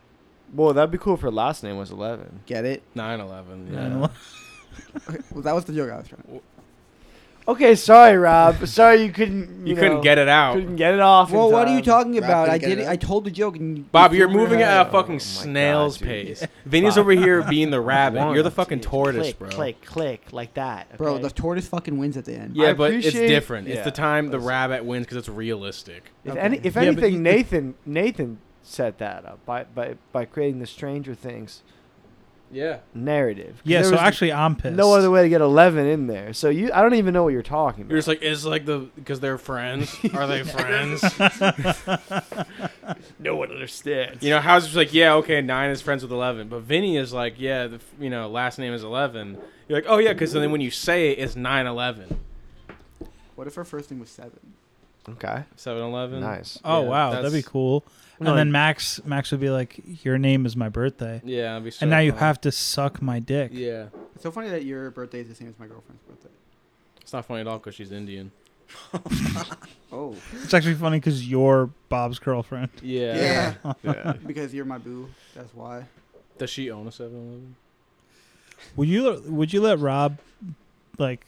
E: Well, that'd be cool if her last name was Eleven.
B: Get it? [LAUGHS]
F: Nine eleven. Yeah.
A: And-
B: Well, that was the joke I was trying. To.
E: Okay, sorry, Rob. sorry you couldn't. [LAUGHS]
F: You, couldn't get it out,
E: Couldn't get it off. in
B: Well, what are you
E: time.
B: talking
D: Rob
B: about?
D: couldn't
B: I
D: get
B: did.
D: it
B: It,
D: out.
B: I told the joke, and you-
F: Bob.
B: you
F: You're
B: threw it
F: moving
B: out.
F: at a
E: Oh
F: fucking
E: my God,
F: snail's
E: dude. [LAUGHS]
F: pace. Vinny's over here being the rabbit. You're the fucking
E: Dude,
F: tortoise,
E: click,
F: bro.
E: Click, click, like that.
B: bro.
E: okay?
B: The tortoise fucking wins at the end.
F: Yeah,
E: I
F: but it's
E: appreciate-
F: different. It's the
E: yeah,
F: time the
E: listen.
F: rabbit wins because it's realistic.
E: If
B: Okay.
E: any, if
A: Yeah, but
E: anything,
A: you-
E: Nathan Nathan set that up by by by creating the Stranger Things
F: Yeah.
E: narrative. 'Cause
A: yeah,
E: there
A: so
E: was
A: actually I'm pissed.
E: no other way to get eleven in there. So you, I don't even know what you're talking about.
F: You're just like it's like the because they're
E: [LAUGHS]
F: friends. Are they friends?
E: no one understands.
F: you know, House is like, yeah, okay, nine is friends with eleven, but Vinny is like, yeah, the, you know, last name is eleven. You're like, oh yeah, because then when you say it, it's nine eleven,
B: What if her first name was Seven?
E: Okay.
F: seven eleven.
E: Nice.
A: Oh
F: Yeah,
A: wow, that'd be
F: that's-
A: cool.
E: No,
A: and then Max Max would be like, "Your name is my birthday,"
F: Yeah, that'd be so
A: and now you
F: fun.
A: have to suck my dick.
F: Yeah,
B: It's so funny that your birthday is the same as my girlfriend's birthday.
F: it's not funny at all because she's Indian.
B: Oh,
A: It's actually funny because you're Bob's girlfriend.
F: Yeah.
D: Yeah.
B: [LAUGHS]
E: Yeah.
B: because you're my boo. That's why.
F: Does she own a seven eleven?
A: Would you Would you let Rob, like,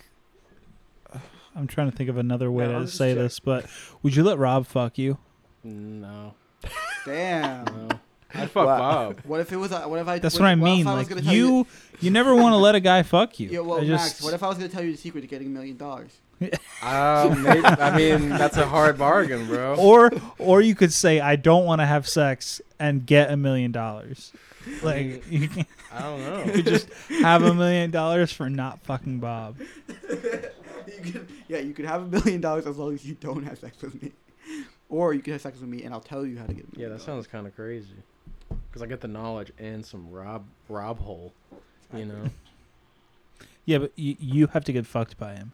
A: [SIGHS] I'm trying to think of another way
E: No, I'm
A: to
E: just
A: say
E: joking.
A: this, but would you let Rob fuck you?
F: No.
B: [LAUGHS] Damn.
F: No. I fuck
E: Wow.
F: Bob.
B: What if it was? What if I?
A: That's
B: what,
A: what I
B: if- what if
A: mean.
B: I was
A: Like
B: gonna
A: you,
B: tell you,
A: you, never want to let a guy fuck you.
B: [LAUGHS] Yeah, well,
A: I
B: Max,
A: just,
B: what if I was gonna tell you the secret to getting a million dollars?
F: Uh, maybe, I mean, that's a hard bargain, [LAUGHS] bro.
A: or or you could say I don't want to have sex and get a million dollars. Like [LAUGHS] you can
F: I don't know.
A: have a million dollars for not fucking Bob.
B: [LAUGHS] you can, yeah, you can have a million dollars as long as you don't have sex with me, or you can have sex with me and I'll tell you how to get. a
F: Yeah,
B: million
F: that
B: dollars.
F: sounds kind of crazy. Because I get the knowledge and some Rob Rob hole,
B: [LAUGHS]
F: you know.
A: Yeah, but you, you have to get fucked by him.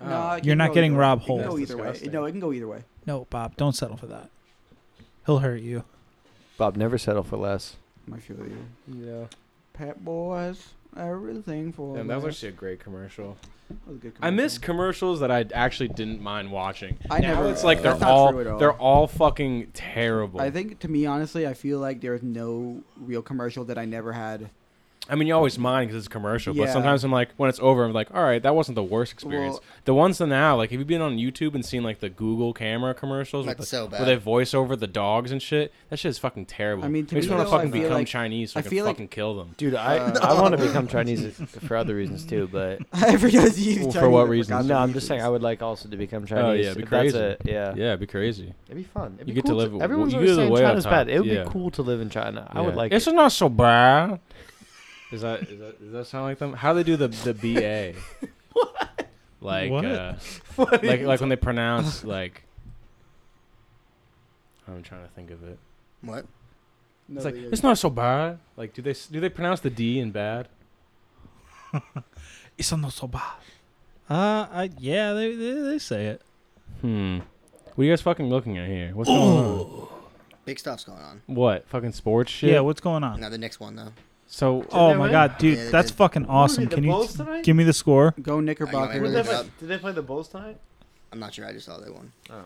B: No,
F: Oh.
B: it
A: You're
B: can
A: not
B: go
A: getting
B: either
A: Rob
B: way. It can
A: Holt.
B: go
F: That's
B: either way.
F: disgusting.
B: No, it can go either way.
A: No, Bob, don't settle for that. He'll hurt you.
E: Bob never settle for less.
B: I feel you.
F: yeah.
B: Pet boys, everything for.
F: And that was
B: life.
F: actually a great commercial.
B: That was a good
F: I miss
B: commercial.
F: commercials that I actually didn't mind watching.
B: I
F: now
B: never-
F: it's like they're
B: that's not
F: all,
B: true at all.
F: they're all fucking terrible.
B: I think to me, honestly, I feel like there's no real commercial that I never had. [LAUGHS]
F: I mean, you always mind because it's a commercial, but
B: Yeah.
F: sometimes I'm like, when it's over, I'm like, all right, that wasn't the worst experience.
B: Well-
F: the ones that now, like, have you been on YouTube and seen like the Google camera commercials? with
D: That's
F: the-
D: so bad.
F: Where they voice over the dogs and shit. That shit is fucking terrible.
B: I mean, to
F: I just
B: me,
F: want
B: though, I
F: fucking
B: feel
F: become
B: like-
F: Chinese so I,
B: I
F: can
B: feel like-
F: fucking kill them.
E: Dude, I I want to become Chinese for other reasons too, but
B: I forgot to use
F: Well, for
B: Chinese,
F: what
B: I forgot
F: reasons?
B: the
E: no, I'm just saying I
B: reasons.
E: would like also to become Chinese.
F: Oh, yeah, it'd be
E: if that's
F: crazy.
E: a- yeah.
F: Yeah, it'd be crazy.
E: It'd be fun. It'd be
F: You get to
E: cool
F: live- well,
E: Everyone's
F: you
E: always
F: get the
E: saying
F: way on
E: China's
F: top.
E: bad. It would
F: Yeah.
E: be cool to live in China. I
F: Yeah.
E: would like.
F: It's
E: it.
F: not so bad. Is that is that does that sound like them? How do they do the
A: [LAUGHS]
F: the BA? Like
A: What?
F: uh like like when they
A: [LAUGHS]
F: pronounce like I'm trying to think of it.
D: What?
B: No,
F: It's like [LAUGHS]
B: but yeah,
F: it's not so bad. Like do they s- do they pronounce the D in bad?
A: It's not so bad. Uh, I, yeah, they, they they say it.
F: Hmm. What are you guys fucking looking at here? What's going on?
D: Big stuff's going on.
F: What fucking sports shit?
A: Yeah, what's going on?
D: Now the next one though.
F: so
A: Oh
E: they
A: my
E: win?
A: god, dude,
D: Yeah, they
A: that's
D: did.
A: fucking awesome.
E: did the
A: Can you
E: Bulls tonight?
A: give me the score?
B: Go
D: I know,
B: Knickerbocker.
D: I know.
E: did they play the Bulls tonight?
D: I'm not sure. I just saw they won.
E: Oh.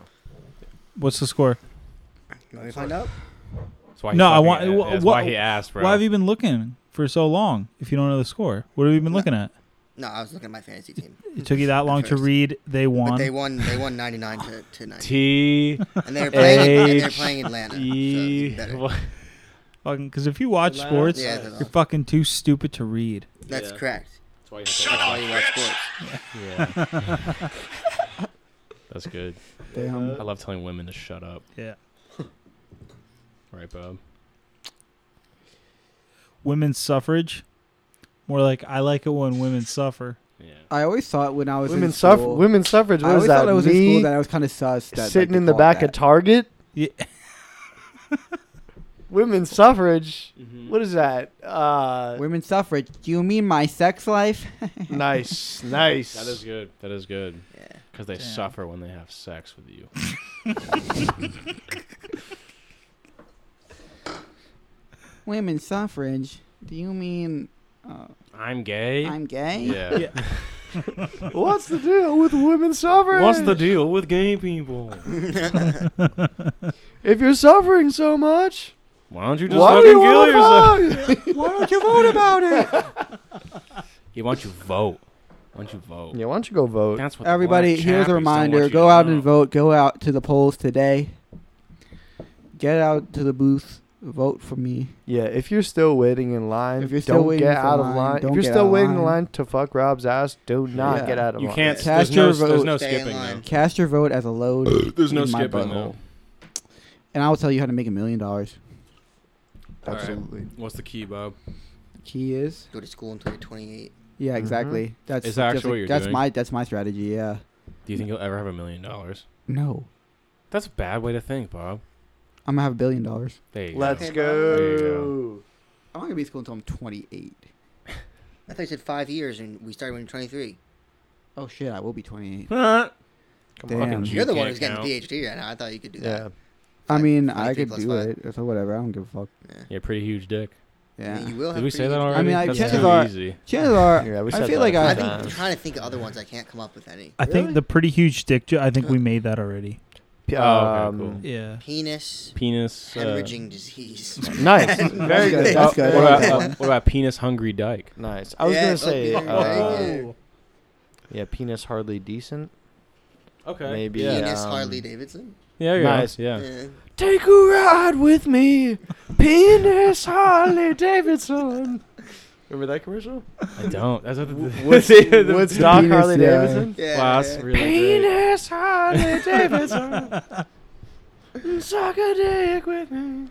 A: What's the score?
D: You want me to find out?
F: that's why
A: No, I
F: fucking
A: want-
F: a-
A: wha-
F: That's
A: wha-
F: why he asked, bro.
A: Why have you been looking for so long if you don't know the score? What have you been looking at?
D: No, I was looking at my
F: [LAUGHS]
D: fantasy team.
A: It took you that long to
D: first.
A: read. They
D: But
A: won.
D: they won. They won 99 to, to 90.
F: T
D: And they're playing. and they're
F: H-
D: playing Atlanta.
A: [LAUGHS]
D: So
F: E.
D: it's
F: [LAUGHS]
D: better.
F: what-
A: Fucking, because if you watch
F: Last-
A: sports,
D: Yeah, that's
A: you're
D: awesome.
A: fucking too stupid to read.
D: That's
F: Yeah.
D: correct.
F: That's why you have to-
D: Why you watch sports?
F: Yeah.
B: [LAUGHS]
F: That's good.
B: Damn.
F: I love telling women to shut up.
A: Yeah.
F: Right, Bob?
A: Women's suffrage. More like I like it when women suffer.
F: Yeah.
B: I always thought when I was in
E: Women
B: school,
E: suff- women's suffrage.
B: I
E: What
B: always
E: is that?
B: thought I was in
E: Me
B: school that I was kind of sus. That, like,
E: sitting
B: they
E: in the
B: call it
E: back
B: that.
E: of Target.
A: Yeah.
E: [LAUGHS] Women's suffrage. What is that? Uh,
B: Women's suffrage. Do you mean my sex life?
E: nice, nice.
F: [LAUGHS] That is good. That is good.
D: Yeah.
F: Because they
A: Damn.
F: suffer when they have sex with you.
B: women's suffrage, do you mean uh,
F: I'm gay.
B: I'm gay?
A: [LAUGHS]
F: yeah.
E: What's the deal with women's suffering?
F: What's the deal with gay people? [LAUGHS]
E: If you're suffering so much,
F: Why don't you just
E: why do
F: fucking
E: you
F: kill yourself?
E: want to vote?
F: [LAUGHS] Why don't you vote about it? yeah, why don't you vote? Why don't you vote?
E: [LAUGHS] yeah, why don't you go vote?
F: That's what the
B: Everybody,
F: black
B: here's
F: chappies
B: a
F: don't want
B: reminder:
F: you
B: go
F: to
B: out
F: know.
B: and vote. Go out to the polls today. Get out to the booth. Vote for me.
E: Yeah, if you're still waiting in line,
B: If you're still
E: don't
B: waiting
E: get
B: for
E: out of
B: line,
E: line.
B: don't
E: If you're
B: get
E: still
B: out of
E: waiting in
B: line.
E: line to fuck Rob's ass, do not
B: Yeah.
E: get out of
F: You
E: line.
F: can't.
B: Cast
F: There's no,
B: your
F: there's no
D: vote. Stay in
F: skipping.
D: line.
F: Though.
B: Cast your vote as a load.
F: [COUGHS] There's no
B: in my
F: skipping,
B: butthole.
F: though.
B: And I will tell you how to make a million dollars.
F: All right.
E: Absolutely.
F: What's the key, Bob?
B: Key is
D: Go to school until you're 28.
E: Mm-hmm.
B: yeah, exactly. That's
F: Is that
B: just
F: actually
B: like-
F: what you're
B: that's
F: doing?
B: my that's my strategy. Yeah.
F: Do you think you'll ever have a million dollars?
B: No,
F: That's a bad way to think, Bob.
B: I'm gonna have a billion dollars.
F: There you
E: Let's
F: go. There you
E: go.
B: I'm not gonna be in school until I'm 28.
D: I thought you said five years, and we started when you're 23.
B: Oh shit, I will be 28.
F: Huh?
B: Damn.
F: fucking
B: You
D: You're the
F: can't
D: one who's getting
F: count.
D: the PhD right now. I thought you could do
E: Yeah.
D: that.
B: I mean,
D: 23
B: I could
D: plus
B: do
D: five.
B: it. So whatever. I don't give a fuck.
F: Yeah, pretty huge dick.
B: Yeah.
D: You will have
F: Did we
D: pretty
F: say that
D: good-
F: already?
B: I mean, I-
F: That's
B: chances
F: too
B: are-
F: easy.
B: Chances are,
E: Yeah, we
B: I
E: said
B: feel
E: that
B: like
E: last
B: I,
D: I
E: Uh,
D: think I'm
E: uh,
D: trying to think of other ones. I can't come up with any.
A: I think
E: Really?
A: the pretty huge dick joke. I think we made that already.
E: P-
F: Oh, okay,
E: um,
F: cool.
A: Yeah.
D: Penis
F: Penis. uh,
D: hemorrhaging disease.
B: [LAUGHS]
E: Nice. Very
B: good,
F: [LAUGHS]
E: good.
B: that's
E: Oh,
B: good.
F: what, about, uh, what about penis hungry dyke?
E: Nice. I was
D: Yeah,
E: gonna
D: don't
E: say,
D: be
B: Oh.
E: uh, yeah, penis hardly decent.
F: Okay.
E: Maybe.
F: Yeah.
D: Penis
E: um,
D: Harley Davidson.
F: Yeah. there you go.
E: Nice.
F: Yeah.
D: [LAUGHS] Yeah.
E: Take a ride with me, penis Harley Davidson. Remember that commercial?
F: I don't. That's what the,
E: [LAUGHS]
F: [LAUGHS]
E: What's Woodstock
B: Penis,
E: Harley
B: yeah.
E: Davidson?
D: Yeah,
F: Wow, that's
D: yeah.
F: really great.
E: Penis [LAUGHS] Harley Davidson. Suck a dick with me.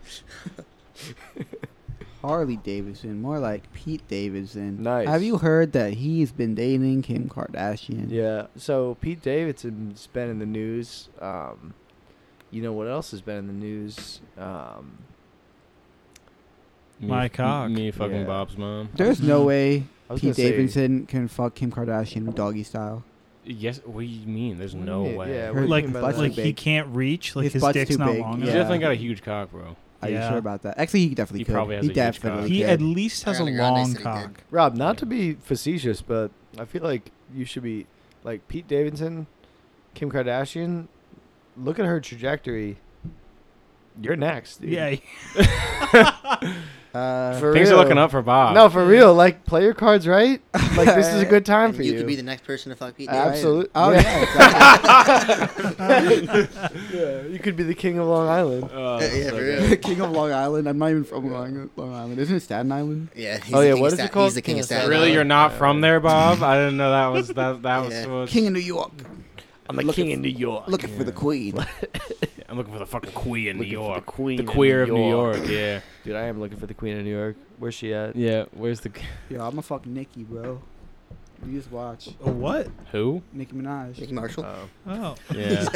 B: Harley Davidson, more like Pete Davidson.
E: Nice.
B: Have you heard that he's been dating Kim Kardashian?
E: Yeah. So Pete Davidson's been in the news. Um, you know what else has been in the news? Um,
F: Me-
A: My cock.
F: Me fucking
E: Yeah.
F: Bob's mom.
B: There's no way
E: I was
B: Pete
E: gonna say-
B: Davidson can fuck Kim Kardashian doggy style.
F: Yes. What do you mean? There's
E: What do
F: no
E: you mean?
F: way.
E: Yeah,
F: Yeah.
E: what do you
A: Like,
E: mean by
B: butt's
E: that?
A: like
B: too
A: he
B: big.
A: can't reach. Like
B: His
A: his,
B: butt's
A: dick's
B: too
A: not
B: big,
A: long
B: yeah.
F: He's
A: enough.
F: definitely got a huge cock, bro.
B: Are you
A: Yeah.
B: sure about that? Actually, he definitely
F: He
B: could.
F: probably has
B: he
F: a huge cock.
B: definitely
A: He
B: could.
A: at least has a
D: Ariana Grande
A: long
D: said he
A: cock.
E: Rob, not
F: Yeah.
E: to be facetious, but I feel like you should be like Pete Davidson, Kim Kardashian. Look at her trajectory. You're next, dude.
A: Yeah.
B: [LAUGHS] uh,
E: for
F: Things
E: real.
F: are looking up for Bob. [LAUGHS]
E: No, for real. Like, play your cards right. Like, this is a good time
D: And
E: for
D: you
E: you.
D: could be the next person to fuck Pete Davidson.
E: Absolutely.
B: oh yeah,
E: yeah.
B: [LAUGHS] exactly.
E: Yeah, You could be the king of Long Island.
F: Uh,
D: [LAUGHS] Yeah, yeah, for
F: okay.
B: [LAUGHS]
D: real.
B: King of Long Island. I'm not even from Long, Long Island. Isn't it Staten Island?
D: Yeah. He's
E: Oh,
D: the
E: yeah,
D: king of
E: what is it
D: Staten-
E: called?
D: He's the king,
E: King
D: of
E: of
D: Staten
F: Really,
D: Island.
F: you're not from there, Bob? I didn't know that was that. That was.
D: Yeah.
F: was
B: King of New York.
E: I'm the
B: king
E: in New York.
B: Looking for the queen.
F: I'm looking for the fucking queen in New
E: Looking for the
F: York.
E: queen
F: The
E: in
F: queer of
E: New
F: New
E: York.
F: York. Yeah.
E: Dude, I am looking for the Queen of New York. Where's she at?
F: Yeah. Where's the
B: Yo, I'm a fuck Nicki, bro. You just watch
A: A what?
F: who?
B: Nicki Minaj.
D: Nicki Marshall.
E: Oh.
A: Oh.
F: Yeah.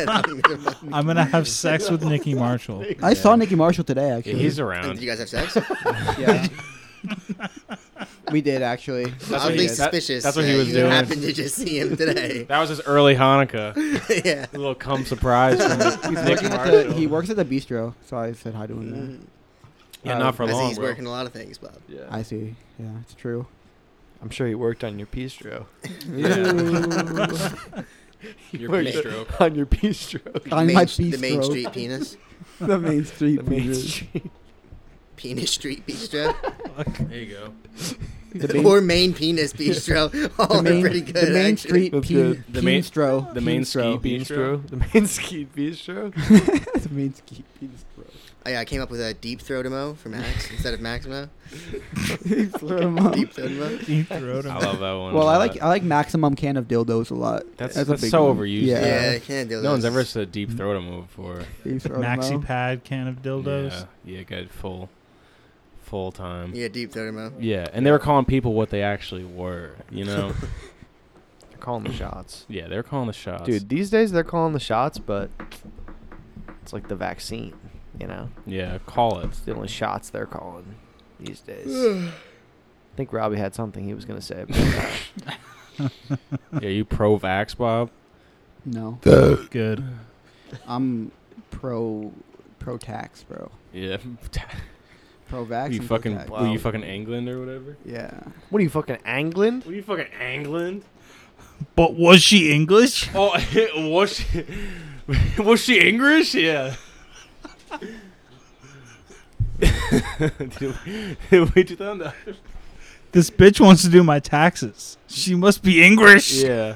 A: I'm gonna have sex with Nicki [LAUGHS] Marshall.
B: I saw Nicki Marshall today.
F: Yeah,
B: Actually,
F: he's
D: Did you [LAUGHS]
F: around.
D: guys have sex?
B: [LAUGHS] yeah. we did actually.
F: That's what
D: Oddly
F: he- that-
D: suspicious.
F: that's what he
D: that
F: was
D: you
F: doing.
D: happened to just see him
F: [LAUGHS]
D: today. [LAUGHS]
F: That was his early Hanukkah.
D: yeah.
F: A little cum surprise from
B: [LAUGHS] He's
F: Nick
B: working at
F: Marshall.
B: the, he works at the bistro, so I said hi to him there.
F: Yeah,
E: Uh,
F: not for
D: Mm. I see
F: long,
D: he's
F: bro.
D: working a lot of things, Bob.
E: Yeah.
B: I see. Yeah, it's true.
E: I'm sure he worked on your bistro.
B: Ooh.
F: Your
E: Worked
F: pee stroke.
E: on your bistro.
B: On
D: Main-
B: my
D: the main
B: bistro.
D: street penis.
B: the main street.
E: The main
B: bistro.
E: street.
D: Penis Street Bistro
F: There you go.
B: The main,
D: or Main Penis [LAUGHS] Bistro. All
B: the main,
D: are Oh, pretty good.
B: the main
D: actually.
B: street.
E: That's
B: Pe-
E: good.
F: The main-
B: Peanstro.
F: the main
B: Peanstro.
F: ski
E: Bistro. The main [LAUGHS] ski bistro.
B: the main ski. Peanstro.
D: Oh, I, I came up with a deep throatimo for Max instead of Maximo.
F: [LAUGHS]
B: Throw 'em up.
D: Deep throatimo.
A: He throwed him.
F: I love that one.
B: Well, I
F: Uh,
B: like I like maximum can of dildos a lot.
F: That's
B: a
F: that's,
B: big
F: so
B: one.
F: overused.
B: Yeah.
D: Yeah,
F: though.
D: I can't deal.
F: No
D: with
F: one's
D: this.
F: ever said deep throat a move before.
B: Please throw 'em
A: Maxi
B: out.
A: pad can of dildos.
F: Yeah, yeah, good full, full time. Yeah.
D: Yeah, deep throatimo.
F: and they were calling people what they actually were. You know.
E: They're calling the shots.
F: yeah, they were calling the shots,
E: Dude, these days they're calling the shots, but it's like the vaccine, you know?
F: Yeah, call it.
E: It's the only shots they're calling these days. I think Robbie had something he was going to say. [LAUGHS] but-
F: Yeah, you pro vax, Bob.
B: No,
A: Good.
B: I'm pro pro tax, bro.
F: Yeah,
B: pro-vax.
F: Were you
B: and
F: fucking
B: pro-tag.
F: were you fucking England or whatever?
B: Yeah.
E: What are you fucking Angling?
F: Were you fucking England?
A: But was she English?
F: Oh, [LAUGHS] was she [LAUGHS] was she English? Yeah. [LAUGHS] did, we, [LAUGHS] did we do that?
A: This bitch wants to do my taxes. She must be English.
F: Yeah.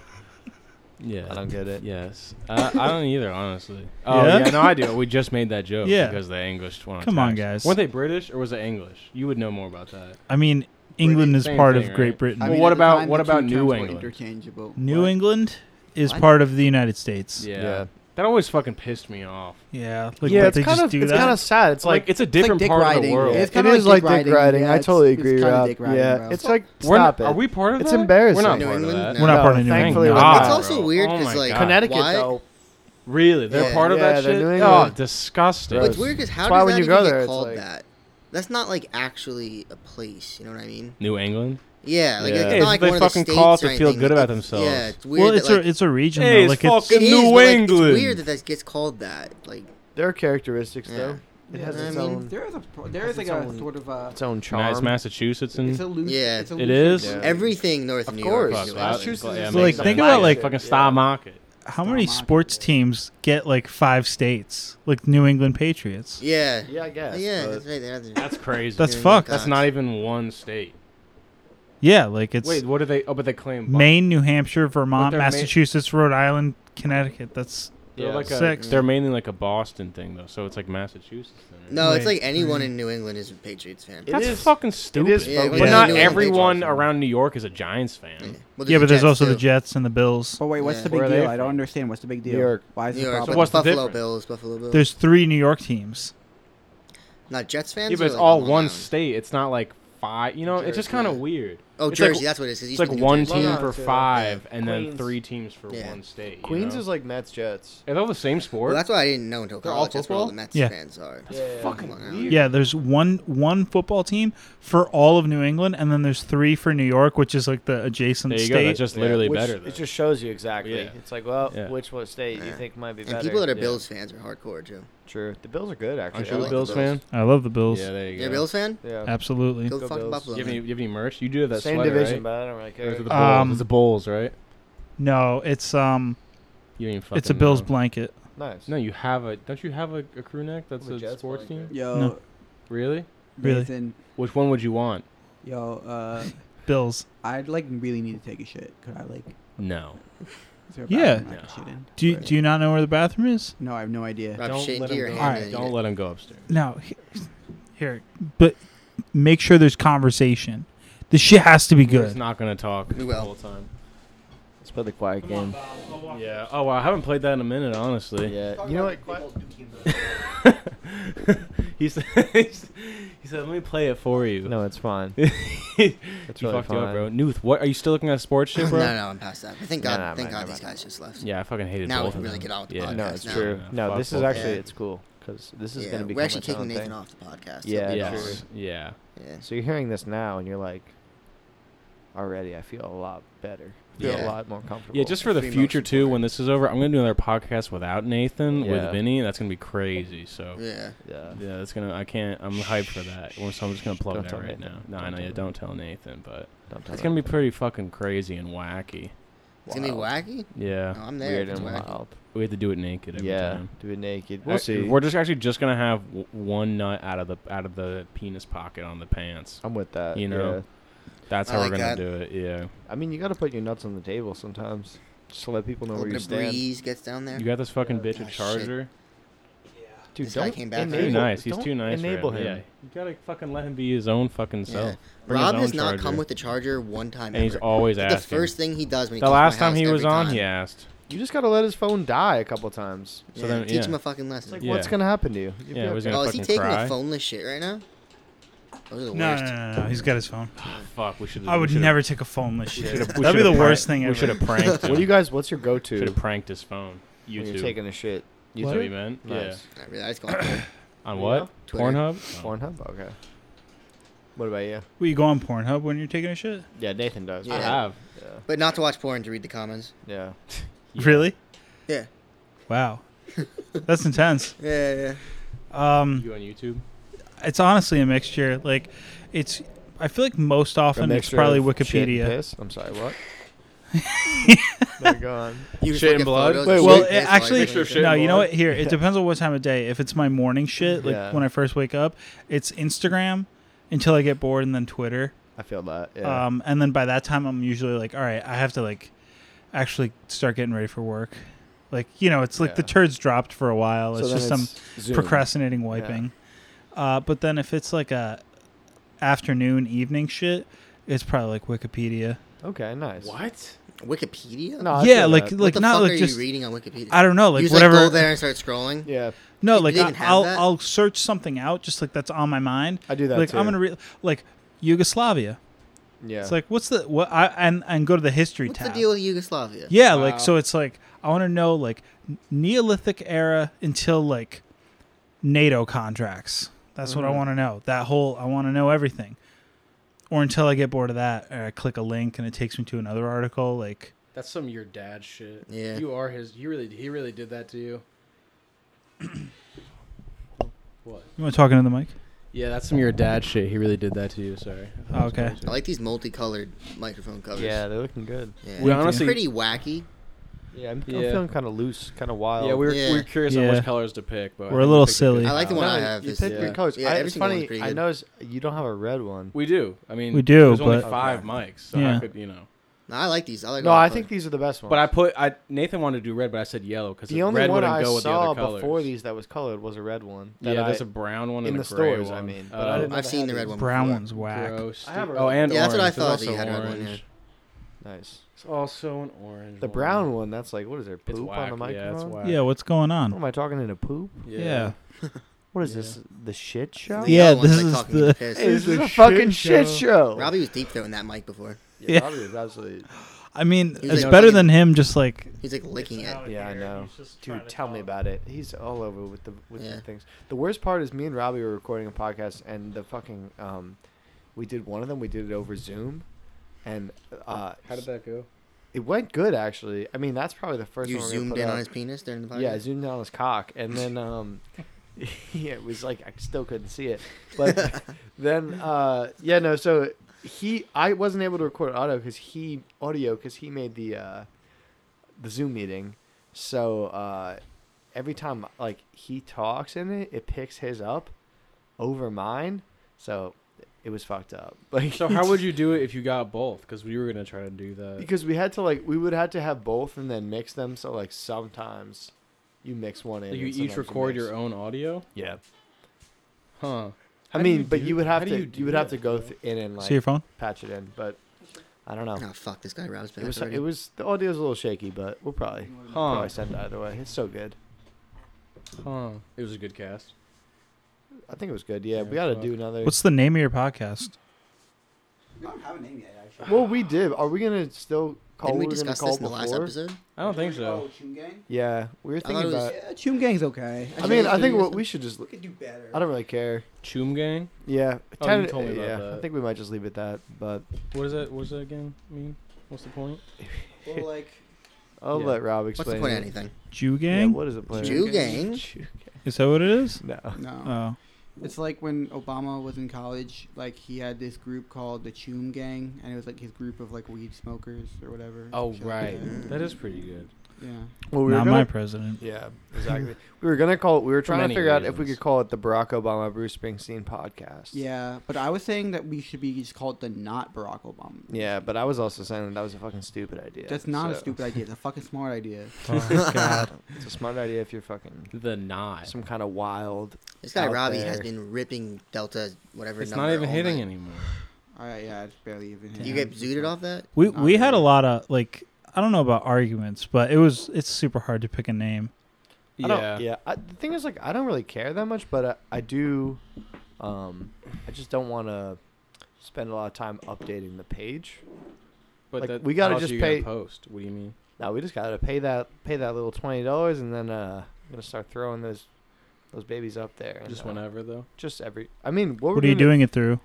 F: Yeah.
E: I don't get it.
F: Yes, uh, I don't either, honestly. Oh
A: Yeah?
F: yeah? no, I do. We just made that joke
A: Yeah.
F: because the English won.
A: Come on,
F: tax.
A: guys.
F: Weren't they British or was it English? You would know more about that.
A: I mean, England is
F: Same
A: part
F: thing,
A: of Great
F: right?
A: Britain.
F: Well, what
B: at the
F: about-
B: time,
F: what
B: the two
F: about
B: terms
F: New
B: were
F: England?
B: Interchangeable.
A: New
B: but-
A: England is
B: What?
A: part of the United States.
F: Yeah.
E: Yeah.
F: that always fucking pissed me off.
A: Yeah, like
E: yeah,
A: but
E: it's
A: they
E: kind
A: just
E: of
A: do
E: it's
A: that.
E: kind of sad. It's
F: It's like,
E: like,
F: it's a different
B: dick
F: part of
B: riding,
F: the world.
B: yeah. it's
E: it
B: kinda
E: is
B: like
E: like
B: dick
E: dick
B: riding.
E: riding.
B: Yeah,
E: I
B: it's-
E: totally
B: it's
E: agree,
B: kinda
E: Rob.
B: dick riding,
E: yeah,
B: bro.
E: it's like
F: We're
E: stop
F: not-
E: it.
F: Are we part of
E: It's
F: that?
E: embarrassing.
F: We're not
D: New
F: part
D: England?
F: of that.
A: We're not
E: No,
A: part of New
E: thankfully
A: England.
E: we're not.
D: It's
F: Ah,
D: also
F: bro.
D: weird
F: Oh
D: 'cause,
F: my
D: like,
F: God.
E: Connecticut
D: Why?
E: though.
F: Really, they're
D: Yeah.
F: part of
E: Yeah,
F: that
E: they're
F: shit.
E: New
F: Oh,
E: England.
F: disgusting.
E: Gross.
D: It's weird because how
E: That's why
D: does
E: when
D: that
E: you
D: even
E: go
D: get
E: there, it's
D: called
E: like-
D: that? That's not like actually a place. You know what I mean?
F: New England.
D: Yeah, like,
E: Yeah.
D: it's
E: Yeah,
D: not like
F: they
D: one of the
F: fucking
D: states
F: call it
D: or
F: to feel
D: anything.
F: good
D: Like,
F: about
D: it's-
F: themselves.
D: Yeah, it's weird.
A: well,
D: that,
A: it's
D: like,
A: a it's a region
F: Hey,
A: though.
F: it's
A: Like it's,
F: fucking
D: it is,
F: New
D: but, like, it's
F: England.
D: weird that that gets called that. Like,
E: There are characteristics
D: Yeah.
E: though. It
B: Yeah,
E: has
D: I
E: its
D: mean,
E: own
B: There is a pro- there
E: Has
B: is like
E: its
B: a
E: own-
B: sort of a.
E: its own
F: Nice
E: charm.
F: Massachusetts and
B: It's a loose.
D: Yeah.
B: It's a
D: It
B: loose
F: is?
B: shit.
E: Yeah.
D: everything north of,
E: Of
D: New
E: course,
D: York. is
E: yeah.
D: New
E: Wow.
D: England.
E: Massachusetts
F: Yeah,
E: is
F: makes
A: like-
F: sense.
A: think about, like-
F: fucking
E: Yeah.
F: Star Market.
A: How many
B: Stop.
A: sports teams get like five states? Like New England Patriots.
D: Yeah.
E: Yeah, I guess.
D: Yeah,
E: but-
D: that's right. That's,
F: That's crazy.
A: That's
D: New England
A: fucked.
D: got-
F: That's not even one state.
A: Yeah, like it's
F: Wait, what do they? Oh, but they claim bu-
A: Maine, New Hampshire, Vermont,
F: they're ma-
A: Massachusetts, Rhode Island, Connecticut. That's
F: They're
E: Yeah.
F: like a,
A: Six.
F: They're mainly like a Boston thing though, so it's like Massachusetts. then, right?
D: No, it's
A: Wait,
D: like anyone in New England is a Patriots fan.
E: It
F: that's
E: is-
F: fucking stupid.
E: is
D: Yeah,
E: fucking
F: But
A: Yeah.
F: not
D: New England
F: everyone
E: Patriots.
F: around New York is a Giants fan.
D: Well,
A: yeah, but there's
D: Jets,
A: also the
D: too.
A: Jets and the Bills.
B: But Oh, wait, what's
D: Yeah.
B: the
F: Where
B: big
F: are they
B: deal? I
F: from?
B: don't understand. What's the big deal?
E: York.
B: Why is
D: New
B: it a
D: York.
B: problem?
F: what's the
D: Buffalo
F: difference?
D: Bills. Buffalo Bills.
A: There's three New York teams.
D: not Jets fans.
F: Yeah, but
D: or,
F: it's
D: like,
F: all
D: Long
F: one
D: Island?
F: state. It's not like five. You know, it's just kind of
D: Jersey.
F: weird.
D: Oh,
F: it's
D: Jersey.
F: Like,
D: that's what it is. 'cause it
F: it's
D: used
F: like
D: to be
F: one
D: Jersey.
E: Long
F: team
E: Island,
F: for
E: too.
F: five, and then
E: Queens.
F: three teams for
D: Yeah.
F: one state. you
E: Queens
F: know?
E: is like Mets Jets.
F: Are they all the same sport?
D: Well, that's what I didn't know until
F: They're all
D: college. That's where all the
F: football?
D: Mets
A: Yeah.
D: fans are.
F: fucking
D: Long Island.
F: weird.
A: Yeah, there's one one football team for all of New England, and then there's three for New York, which is like the adjacent
F: There you
A: state.
F: go. That's just literally
E: Which-
F: better.
E: It
F: Then.
E: just shows you exactly.
F: Yeah.
E: It's like, well,
F: Yeah.
E: which one state you
D: Yeah.
E: think might be
D: And
E: better?
D: people that are
E: Yeah.
D: Bills fans are hardcore too.
E: True. The Bills are good actually.
F: Aren't
D: I
F: you a
D: like the
F: Bills fan?
D: Bills.
A: I love the Bills.
F: Yeah, there you go.
D: You're a Bills fan?
E: Yeah.
A: Absolutely.
D: Go,
E: Go
D: fucking
E: Bills.
D: Buffalo.
F: You have, any,
D: man.
F: you have any merch? You do have that
E: Same
F: sweater,
E: division,
F: right?
E: but I don't really
F: Or
E: care.
F: is it the
A: Uh,
F: Bulls?
A: Um,
F: it's the Bulls, right?
A: No, it's um,
F: You don't even
A: it's a
F: fucking
A: Bills
F: know.
A: blanket.
E: nice.
F: No, you have a. Don't you have a, a crew neck that's
E: I'm a
F: a
E: Jets
F: sports
E: fan,
F: team?
B: Yo,
A: No.
F: Really?
A: Really?
B: Nathan,
F: Which one would you want?
B: yo, uh,
A: Bills.
B: I'd like really need to take a shit. Could I like?
F: No.
B: Is there a
A: Yeah.
B: bathroom I can shit in?
A: Do you,
B: Right.
A: do you not know where the bathroom is?
B: No, I have no idea.
D: Rub shit
F: let
D: into
F: him
D: your
F: go.
D: hand.
A: Alright,
D: and then
F: Don't
D: you
F: let him go upstairs.
A: No, he- here, but make sure there's conversation. The shit has to be
F: He's
A: good.
F: not gonna talk
D: We
F: the
D: will.
F: whole time.
E: Let's play the quiet game.
F: Yeah. Oh, wow. I haven't played that in a minute, honestly.
E: Yeah. You know what? Quiet-
F: [LAUGHS] he, said, he said, "Let me play it for [LAUGHS] you."
E: No, it's fine.
F: you
E: It's really
F: fucked you up,
E: fine.
F: bro. Nuth, what are you still looking at sports shit,
D: get-
F: bro?
D: No, no, I'm past that. But thank
E: No,
D: God,
E: no,
D: thank
E: no,
D: God,
E: no,
D: these
E: no.
D: guys just left.
F: Yeah, I fucking hated
D: Now we
F: both
D: can
F: of
D: really
F: them.
D: get on with the
F: yeah.
D: podcast.
E: No, it's
D: No.
E: true. No,
F: Fuck
E: this is
F: both.
E: actually
D: Yeah.
E: it's cool because this is
D: yeah,
E: gonna be.
D: we're actually kicking Nathan off the podcast. so-
E: Yeah,
F: Yes. Yeah.
D: yeah.
E: So you're hearing this now, and you're like, already I feel a lot better. Feel a
D: Yeah.
E: lot more comfortable.
F: Yeah, just for the
D: Free
F: future
D: motion
F: too.
D: blur.
F: When this is over, I'm gonna do another podcast without Nathan with
E: Yeah.
F: Vinny. That's gonna be crazy. So
D: Yeah.
E: yeah.
F: yeah, that's gonna. I can't. I'm hyped for that. Well, So I'm just gonna plug
E: Don't
F: that
E: tell
F: right
E: Nathan.
F: now. No, I
E: Don't
F: know
E: tell
F: you don't tell Nathan, but
E: Don't tell
F: it's gonna
E: me.
F: be pretty fucking crazy and wacky.
D: It's gonna be wacky.
F: Yeah,
D: No, I'm there.
E: weird
D: if it's
E: and
D: wacky.
E: wild.
F: we have to do it naked every
E: Yeah,
F: time.
E: do it naked. We'll
F: Uh,
E: see.
F: We're just actually just gonna have w- one nut out of the out of the penis pocket on the pants.
E: I'm with that.
F: you know. That's
D: I
F: how
D: like
F: we're gonna
D: that.
F: do it. Yeah,
E: yeah. I mean, you got to put your nuts on the table sometimes, just to let people know
D: A
E: where you
D: little bit of
E: stand.
D: breeze gets down there.
F: you got this fucking bitch
D: Ah,
F: a
D: shit.
F: charger.
E: Dude,
D: This guy
E: don't
D: came back
E: enable,
F: Too nice. He's
E: don't
F: too nice. for
E: Enable
F: him.
E: him.
F: Yeah, you gotta fucking let him be his own fucking
D: Yeah.
F: self. Bring his
D: Rob
F: own
D: has not
F: charger.
D: come with the charger one time
F: and he's
D: ever.
F: always
D: That's
F: asking.
D: the first thing he does when he
F: The
D: comes to my
F: last time
D: house
F: he
D: every
F: was on,
D: time.
F: he asked. [SIGHS]
E: You just got to let his phone die a couple times.
F: So
D: Yeah,
F: then-
D: teach
F: yeah.
D: him a fucking
E: It's
D: lesson.
E: like,
F: Yeah.
E: what's gonna happen to you? You'll be
F: Yeah, it was gonna
D: oh, is he
F: fucking
D: taking
F: cry.
D: a phoneless shit right now? Those are the
A: No, no,
D: worst.
A: no, no, no, he's got his phone.
F: Fuck, we should.
A: I would never take a phone this shit.
F: That'd
A: That'd be the worst thing
F: We should
A: ever.
F: have
A: [LAUGHS]
F: pranked.
E: What do you guys? What's your go-to?
F: Should have pranked his phone.
E: when
F: YouTube.
E: You're taking a shit.
F: You what? what he meant?
E: Nice.
D: Not really, I just go on [COUGHS] Twitter.
F: Yeah. On
E: Yeah.
F: what?
D: Twitter.
F: Pornhub. Oh.
E: Pornhub. Okay. What about you?
A: Will you go on Pornhub when you're taking a shit?
E: Yeah, Nathan does. Ah.
F: I
D: Yeah.
F: have.
E: Yeah.
D: but not to watch porn to read the comments.
E: Yeah.
F: Yeah.
A: Really?
D: Yeah.
A: Wow, [LAUGHS] that's intense.
D: Yeah, yeah.
A: Um,
F: You on YouTube?
A: it's honestly a mixture. Like, it's. I feel like most often it's
E: mixture
A: probably
E: of shit and
A: Wikipedia.
E: piss? I'm
F: [LAUGHS]
E: sorry, what? They're gone.
D: You just
H: Shit
D: look
H: and
D: at
H: blood?
D: photos
E: Wait,
D: and
E: well,
D: shit
A: it
D: and piss while
A: actually-
D: you're doing
H: Picture of
D: shit.
H: shit.
A: No, you know
H: Piss.
A: what? Here, it depends on what time of day. If it's my morning shit, like
E: Yeah.
A: when I first wake up, it's Instagram until I get bored, and then Twitter.
E: I feel that. Yeah.
A: Um, and then by that time, I'm usually like, all right, I have to like actually start getting ready for work. Like you know, it's like the
E: Yeah.
A: turds dropped for a while. It's
E: then
A: just some
E: Zoom.
A: procrastinating wiping. Uh, but then if it's like a afternoon evening shit, it's probably like Wikipedia.
E: Okay, nice.
F: What?
D: Wikipedia?
E: No, I
A: yeah,
E: feel
A: like
E: that.
D: what
A: like
D: the
A: not
D: fuck
A: like
D: are
A: just
D: you reading on Wikipedia?
A: I don't know like
D: you just,
A: whatever.
D: go there and start scrolling.
E: Yeah,
A: no,
D: You
A: like
D: didn't
A: I-
D: have
A: I'll
D: that?
A: I'll search something out just like that's on my mind.
E: I do that
A: like I'm
E: too.
A: gonna read like Yugoslavia.
E: yeah.
A: It's like what's the what I and and go to the history
D: What's
A: tab.
D: the deal with Yugoslavia?
A: Yeah,
E: Wow.
A: like so it's like I want to know like n- Neolithic era until like NATO contracts. That's what I
E: Mhm.
A: want to know. That whole I want to know everything. Or until I get bored of that, or I click a link and it takes me to another article. Like,
F: That's some of your dad shit.
D: Yeah.
F: You are his. You really. He really did that to you. what?
A: you want to talk into the mic?
F: Yeah, that's some of your dad shit. He really did that to you. Sorry.
A: Oh, okay.
D: I like these multicolored microphone covers.
E: yeah, they're looking good.
D: Yeah.
H: We
A: Thank you.
H: honestly,
D: pretty wacky.
E: Yeah, I'm, I'm
F: Yeah.
E: feeling kind of loose, kind of wild.
F: Yeah, we were,
D: Yeah.
F: we were curious
A: Yeah.
F: on which colors to pick, but I
A: We're a
F: think we
A: little
F: picked
A: silly.
F: good
D: I like the
F: colors.
D: one I
E: No,
D: have
E: You
D: is,
E: picked
D: yeah.
E: good colors.
D: Yeah,
E: I,
D: every
E: it's
D: single one's
E: funny.
D: pretty
E: I
D: good.
E: noticed you don't have a red one.
F: We do. I mean,
A: We do,
F: There's only
A: but-
F: five mics, so I
A: Yeah.
F: could, you know.
D: No, I like these. I like.
E: No,
D: all the
E: I think
D: colors.
E: these are the best ones.
F: But I put I Nathan wanted to do red, but I said yellow because
E: the only
F: red
E: one
F: wouldn't
E: I
F: go with the
E: saw
F: other colors.
E: before these that was colored was a red one. that
F: yeah,
E: I-
F: there's a brown one
E: in
F: and
E: the
F: a gray
E: stores,
F: one.
E: I mean,
F: oh,
E: but I didn't
D: I've seen the red one.
A: Brown
D: before.
A: one's whack.
F: gross.
E: I have a
F: oh,
E: red
F: and
D: one. Yeah, that's what I
F: orange. There's
D: thought that you
F: also
D: had red one,
F: orange.
D: yeah.
E: nice.
F: It's also an orange.
E: The brown one, that's like what is there?
F: It's
E: Poop on
F: whack.
E: the microphone.
F: Yeah, it's whack.
A: Yeah, what's going
E: What
A: on?
E: am I talking into poop?
A: Yeah.
E: What is
F: Yeah.
E: this? The shit show?
D: The
A: Yeah,
D: yellow one's,
A: this
D: like,
A: is
D: talking to
A: the-
D: the piss.
E: This is
A: a
E: a fucking
A: shit
E: shit show.
D: Robbie was deep throwing that mic before.
A: Yeah.
E: Robbie is absolutely.
A: I mean,
D: He's
A: it's
D: like-
A: better than him just like
D: He's like licking it.
E: Yeah, I know. Dude, tell me about it. He's all over with the with
D: Yeah.
E: the things. The worst part is me and Robbie were recording a podcast, and the fucking um, we did one of them. We did it over Zoom, and uh,
F: How did that go?
E: it went good actually. I mean, that's probably the first.
D: You
E: one we're gonna
D: zoomed
E: put
D: in
E: out.
D: on his penis during the podcast.
E: Yeah, I zoomed in on his cock, and then um, [LAUGHS] yeah, it was like I still couldn't see it. But then uh, yeah, no. So he, I wasn't able to record audio because he audio because he made the uh, the Zoom meeting. So uh, every time like he talks in it, it picks his up over mine. So it was fucked up. [LAUGHS] Like
F: So how would you do it if you got both? Because we were gonna try to do that.
E: because we had to like we would had to have both and then mix them. So like sometimes. You mix one in.
F: Like, you
E: and
F: each
E: sometimes
F: record
E: mix.
F: your own audio,
E: Yeah.
F: huh? How
E: I
F: do
E: mean,
F: you
E: but
F: do-
E: you would have
F: how do
E: to
F: you
E: you,
F: do
E: would have
F: that,
E: to go
F: bro?
E: th- in and like
A: see your phone.
E: patch it in, but I don't know.
D: Oh fuck, this guy Rob's
E: It
D: back
E: was
D: already.
E: it was the audio's a little shaky, but we'll probably
F: Huh?
E: probably send it either way. It's so good.
F: Huh? It was a good cast.
E: I think it was good. Yeah,
F: Yeah,
E: we got to
F: fuck.
E: do another.
A: What's the name of your podcast?
B: I don't have a name yet, actually.
E: well, we did. Are we gonna still call?
D: Didn't we
E: what were gonna
D: discuss
E: call
D: this in the last
E: before?
D: episode?
F: I don't think so.
B: Oh, Chum Gang?
E: Yeah, we were
D: thought it
E: thinking
D: was-
E: about.
B: Yeah, Chum Gang's okay.
E: Uh, I mean, I
D: Actually,
E: think
D: we
E: what
D: did-
E: we should just.
B: we could do better.
E: I don't really care.
F: Choom Gang.
E: Yeah,
F: Oh,
E: ten-
F: you told me about
E: yeah. I
F: that.
E: think we might just leave it that. But
F: What is that? What does that again mean? What's the point?
B: Well, like,
E: I'll
F: Yeah.
E: let Rob explain.
D: What's the point
E: it.
D: of anything?
A: Jew
E: Yeah,
A: Gang?
E: what is it? Blair?
D: Jew gang.
E: Jew-
A: Is that what it is?
E: [LAUGHS] No.
B: no.
A: Oh,
B: It's like when Obama was in college, like he had this group called the Chum Gang, and it was like his group of like weed smokers or whatever. some
F: Oh
B: shit like
F: right,
B: that.
F: that is pretty good.
B: Yeah.
E: Well,
A: Oh, not
E: gonna-
A: my
E: [LAUGHS]
A: president.
E: Yeah, exactly. we were gonna call. it. We were trying to
F: many
E: figure out if we
F: reasons.
E: could call it the Barack Obama Bruce Springsteen podcast.
B: Yeah, but I was saying that we should be just called the not Barack Obama.
E: Yeah, but I was also saying that, that was a fucking stupid idea.
B: That's not a
E: so-
B: stupid idea. It's a fucking smart idea.
A: Oh, God.
E: [LAUGHS] It's a smart idea if you're fucking
F: The not.
E: some kind of wild.
D: This guy
E: Out
D: Robbie has
E: there.
D: been ripping Delta whatever.
F: It's
D: number
F: not even
D: all
F: hitting
D: night.
F: anymore.
B: All right, yeah, it's barely even.
D: You get zooted off that?
A: We
B: Not
A: we had a
B: really.
A: lot of like I don't know about arguments, but it was it's super hard to pick a name.
E: I
F: Yeah.
E: don't, yeah. I, the thing is, like, I don't really care that much, but I, I do. Um, I just don't want to spend a lot of time updating the page.
F: But
E: Like,
F: that,
E: we gotta
F: how else
E: just
F: are you gonna
E: pay-
F: post. What do you mean?
E: Now we just gotta pay that pay that little twenty dollars, and then uh, I'm gonna start throwing those those babies up there. and,
F: Just
E: uh,
F: whenever though.
E: Just every. I mean, what, we're
A: What are you
E: doing?
A: doing it through?